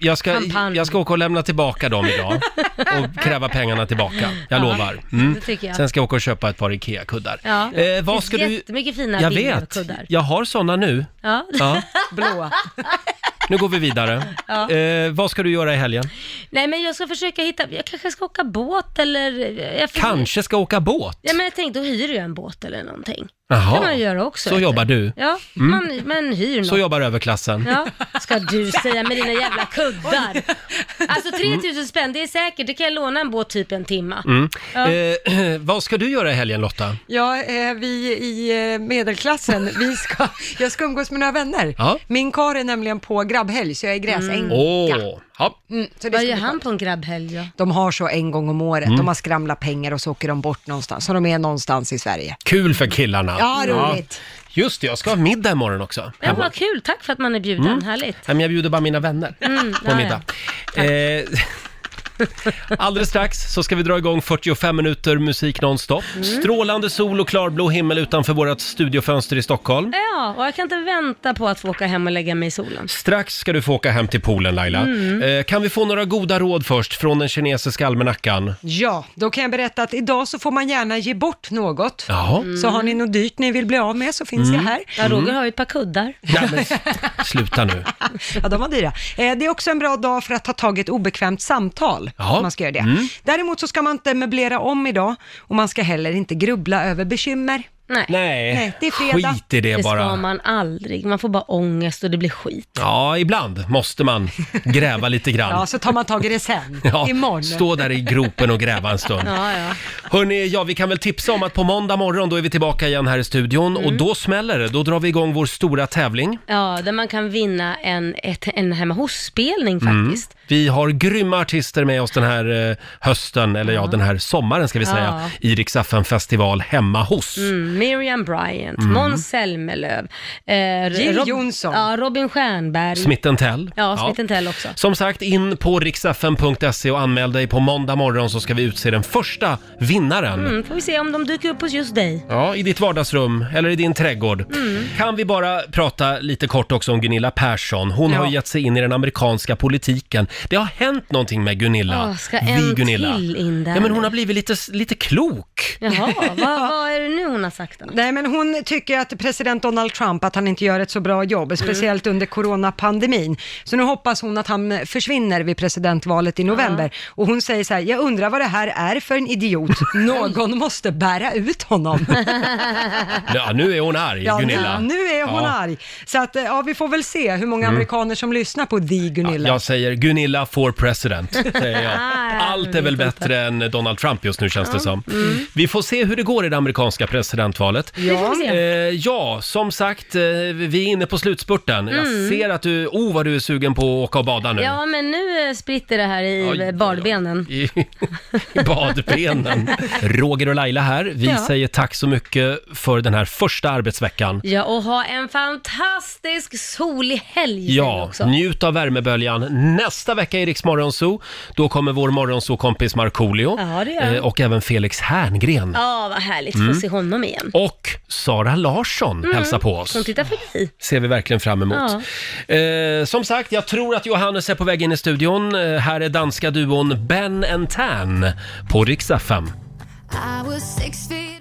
[SPEAKER 1] jag, ska,
[SPEAKER 4] Champagne.
[SPEAKER 1] jag ska åka och lämna tillbaka dem
[SPEAKER 4] [laughs]
[SPEAKER 1] idag och kräva pengarna tillbaka. Jag
[SPEAKER 4] Ja,
[SPEAKER 1] lovar. Mm.
[SPEAKER 4] det tycker jag.
[SPEAKER 1] Sen ska jag åka och köpa ett par IKEA-kuddar.
[SPEAKER 4] Ja.
[SPEAKER 1] Eh, vad
[SPEAKER 4] Finns
[SPEAKER 1] ska du...
[SPEAKER 4] Jättemycket fina
[SPEAKER 1] Jag
[SPEAKER 4] bilder och
[SPEAKER 1] vet,
[SPEAKER 4] kuddar.
[SPEAKER 1] jag har sådana nu.
[SPEAKER 4] Ja.
[SPEAKER 1] Ja.
[SPEAKER 2] Blåa.
[SPEAKER 1] Nu går vi vidare.
[SPEAKER 4] [laughs] Ja.
[SPEAKER 1] Eh, vad ska du göra i helgen?
[SPEAKER 4] [laughs] Nej men jag ska försöka hitta, jag kanske ska åka båt eller... Jag får-
[SPEAKER 1] Kanske ska åka båt?
[SPEAKER 4] Ja men jag tänkte, då hyr du en båt eller någonting.
[SPEAKER 1] Jaha.
[SPEAKER 4] kan man göra också.
[SPEAKER 1] Så
[SPEAKER 4] vet
[SPEAKER 1] jobbar du.
[SPEAKER 4] Ja,
[SPEAKER 1] Mm.
[SPEAKER 4] man, man hyr något.
[SPEAKER 1] Så jobbar överklassen.
[SPEAKER 4] Ja, ska du säga med dina jävla kuddar. Alltså 3000 spänn, det är säkert. Det kan jag låna en båt typ en timma.
[SPEAKER 1] Mm.
[SPEAKER 4] Ja.
[SPEAKER 1] Eh, [clears throat] vad ska du göra i helgen Lotta?
[SPEAKER 2] Ja, eh, vi i eh, medelklassen,
[SPEAKER 1] [laughs]
[SPEAKER 2] vi ska, jag ska umgås med några vänner.
[SPEAKER 1] Ja. Mm.
[SPEAKER 2] Min kar är nämligen på grabbhelg, så jag är
[SPEAKER 4] Mm.
[SPEAKER 2] gräsänka.
[SPEAKER 1] Åh, ja.
[SPEAKER 2] Mm, så det
[SPEAKER 4] Vad
[SPEAKER 2] ska
[SPEAKER 4] gör
[SPEAKER 2] bli
[SPEAKER 4] han på en grabbhelg då?
[SPEAKER 2] De har så en gång om året,
[SPEAKER 1] Mm.
[SPEAKER 2] de har skramlat pengar och så åker de bort någonstans, så de är någonstans i Sverige.
[SPEAKER 1] Kul för killarna.
[SPEAKER 2] Ja, roligt.
[SPEAKER 1] Just det, jag ska ha middag imorgon också.
[SPEAKER 4] Ja, vad kul. Tack för att man är bjuden.
[SPEAKER 1] Mm.
[SPEAKER 4] Härligt.
[SPEAKER 1] Nej, men jag bjuder bara mina vänner
[SPEAKER 4] Mm,
[SPEAKER 1] på middag. Eh, [laughs] alldeles strax så ska vi dra igång 45 minuter musik nonstop.
[SPEAKER 4] Mm.
[SPEAKER 1] Strålande sol och klarblå himmel utanför vårt studiofönster i Stockholm.
[SPEAKER 4] Ja, och jag kan inte vänta på att få åka hem och lägga mig i solen.
[SPEAKER 1] Strax ska du få åka hem till poolen Laila.
[SPEAKER 4] Mm.
[SPEAKER 1] Eh, kan vi få några goda råd först från den kinesiska almanackan?
[SPEAKER 2] Ja, då kan jag berätta att idag så får man gärna ge bort något.
[SPEAKER 1] Jaha.
[SPEAKER 2] Så har ni något dyrt ni vill bli av med så finns
[SPEAKER 1] Mm.
[SPEAKER 2] jag här.
[SPEAKER 1] Ja, Roger Mm. har
[SPEAKER 4] ju ett par kuddar.
[SPEAKER 1] Nej, men s- sluta nu.
[SPEAKER 2] [laughs] ja, de var dyra. Eh, det är också en bra dag för att ta tag i ett obekvämt samtal.
[SPEAKER 1] Ja.
[SPEAKER 2] om Man ska göra det.
[SPEAKER 1] Mm.
[SPEAKER 2] Däremot så ska man inte möblera om idag och man ska heller inte grubbla över bekymmer.
[SPEAKER 4] Nej.
[SPEAKER 1] Nej, Eh, skit i det,
[SPEAKER 4] Det ska
[SPEAKER 1] bara.
[SPEAKER 4] man aldrig. Man får bara ångest och det blir skit.
[SPEAKER 1] Ja, ibland måste man gräva lite grann.
[SPEAKER 2] Ja, så tar man tag i det sen.
[SPEAKER 1] Ja,
[SPEAKER 2] Imorgon.
[SPEAKER 1] Stå där i gropen och gräva en stund.
[SPEAKER 4] Ja, ja.
[SPEAKER 1] Hörni, ja, vi kan väl tipsa om att på måndag morgon då är vi tillbaka igen här i studion och då smäller det. Då drar vi igång vår stora tävling.
[SPEAKER 4] Ja, där man kan vinna en, ett, en hemma hos-spelning
[SPEAKER 1] Mm.
[SPEAKER 4] faktiskt.
[SPEAKER 1] Vi har grymma artister med oss den här eh, hösten, eller ja, den här sommaren ska vi
[SPEAKER 4] Ja.
[SPEAKER 1] säga, i Rix FM festival hemma hos.
[SPEAKER 4] Mm, Miriam Bryant,
[SPEAKER 1] Mm.
[SPEAKER 4] Måns Zelmerlöw, eh,
[SPEAKER 1] Jill
[SPEAKER 4] Jonsson. Ja, Robin Stjernberg.
[SPEAKER 1] Smitten Tell.
[SPEAKER 4] Ja, Smitten Tell också.
[SPEAKER 1] Som sagt, in på riksfn.se och anmäl dig på måndag morgon så ska vi utse den första vinnaren.
[SPEAKER 4] Mm, får vi se om de dyker upp hos just dig.
[SPEAKER 1] Ja, i ditt vardagsrum eller i din trädgård.
[SPEAKER 4] Mm.
[SPEAKER 1] Kan vi bara prata lite kort också om Gunilla Persson? Hon
[SPEAKER 4] Ja.
[SPEAKER 1] har ju gett sig in i den amerikanska politiken. Det har hänt någonting med Gunilla.
[SPEAKER 4] Åh, ska en till in där?
[SPEAKER 1] Ja, men hon har blivit lite, lite klok.
[SPEAKER 4] Jaha,
[SPEAKER 2] [laughs]
[SPEAKER 4] vad, vad är det nu hon har sagt då?
[SPEAKER 2] Nej, men hon tycker att president Donald Trump, att han inte gör ett så bra
[SPEAKER 4] Mm.
[SPEAKER 2] jobb, speciellt under coronapandemin. Så nu hoppas hon att han försvinner vid presidentvalet i november. Och hon säger så här, jag undrar vad det här är för en
[SPEAKER 4] [laughs]
[SPEAKER 2] idiot. Någon måste bära ut honom.
[SPEAKER 1] Ja, nu är hon arg,
[SPEAKER 2] Ja,
[SPEAKER 1] Gunilla.
[SPEAKER 2] nu, nu är hon
[SPEAKER 1] Ja.
[SPEAKER 2] arg. Så att, eh, ja, vi får väl se hur många
[SPEAKER 1] Mm.
[SPEAKER 2] amerikaner som lyssnar på The Gunilla.
[SPEAKER 1] Jag säger Gunilla for president, säger jag. Allt är väl bättre än Donald Trump just nu känns det som.
[SPEAKER 6] Mm.
[SPEAKER 1] Vi får se hur det går i det amerikanska presidentvalet.
[SPEAKER 6] Det får vi se.
[SPEAKER 1] Eh, ja som sagt, eh, vi är inne på slutspurten. Jag
[SPEAKER 4] Mm.
[SPEAKER 1] ser att du, oh vad du är sugen på att åka och bada nu.
[SPEAKER 4] Ja, men nu eh, spritter det här i
[SPEAKER 1] Oj, oj,
[SPEAKER 4] eh, badbenen.
[SPEAKER 1] I i badbenen. Roger och Laila här. Vi
[SPEAKER 4] Ja.
[SPEAKER 1] säger tack så mycket för den här första arbetsveckan.
[SPEAKER 4] Ja, och ha en fantastisk solig helg
[SPEAKER 1] Ja,
[SPEAKER 4] också.
[SPEAKER 1] njut av värmeböljan. Nästa vecka i Rix Morgonzoo, då kommer vår morgonzoo-kompis Markoolio
[SPEAKER 4] Ja, det gör han.
[SPEAKER 1] eh, och även Felix Herngren.
[SPEAKER 4] Ja, vad härligt. Få
[SPEAKER 1] Mm.
[SPEAKER 4] se honom igen.
[SPEAKER 1] Och Sara Larsson
[SPEAKER 4] Mm.
[SPEAKER 1] hälsar på oss.
[SPEAKER 4] Hon tittar förbi.
[SPEAKER 1] ser vi verkligen fram emot. Eh, som sagt, jag tror att Johannes är på väg in i studion. Eh, här är danska duon Ben and Tan på Rix FM.
[SPEAKER 5] I was six feet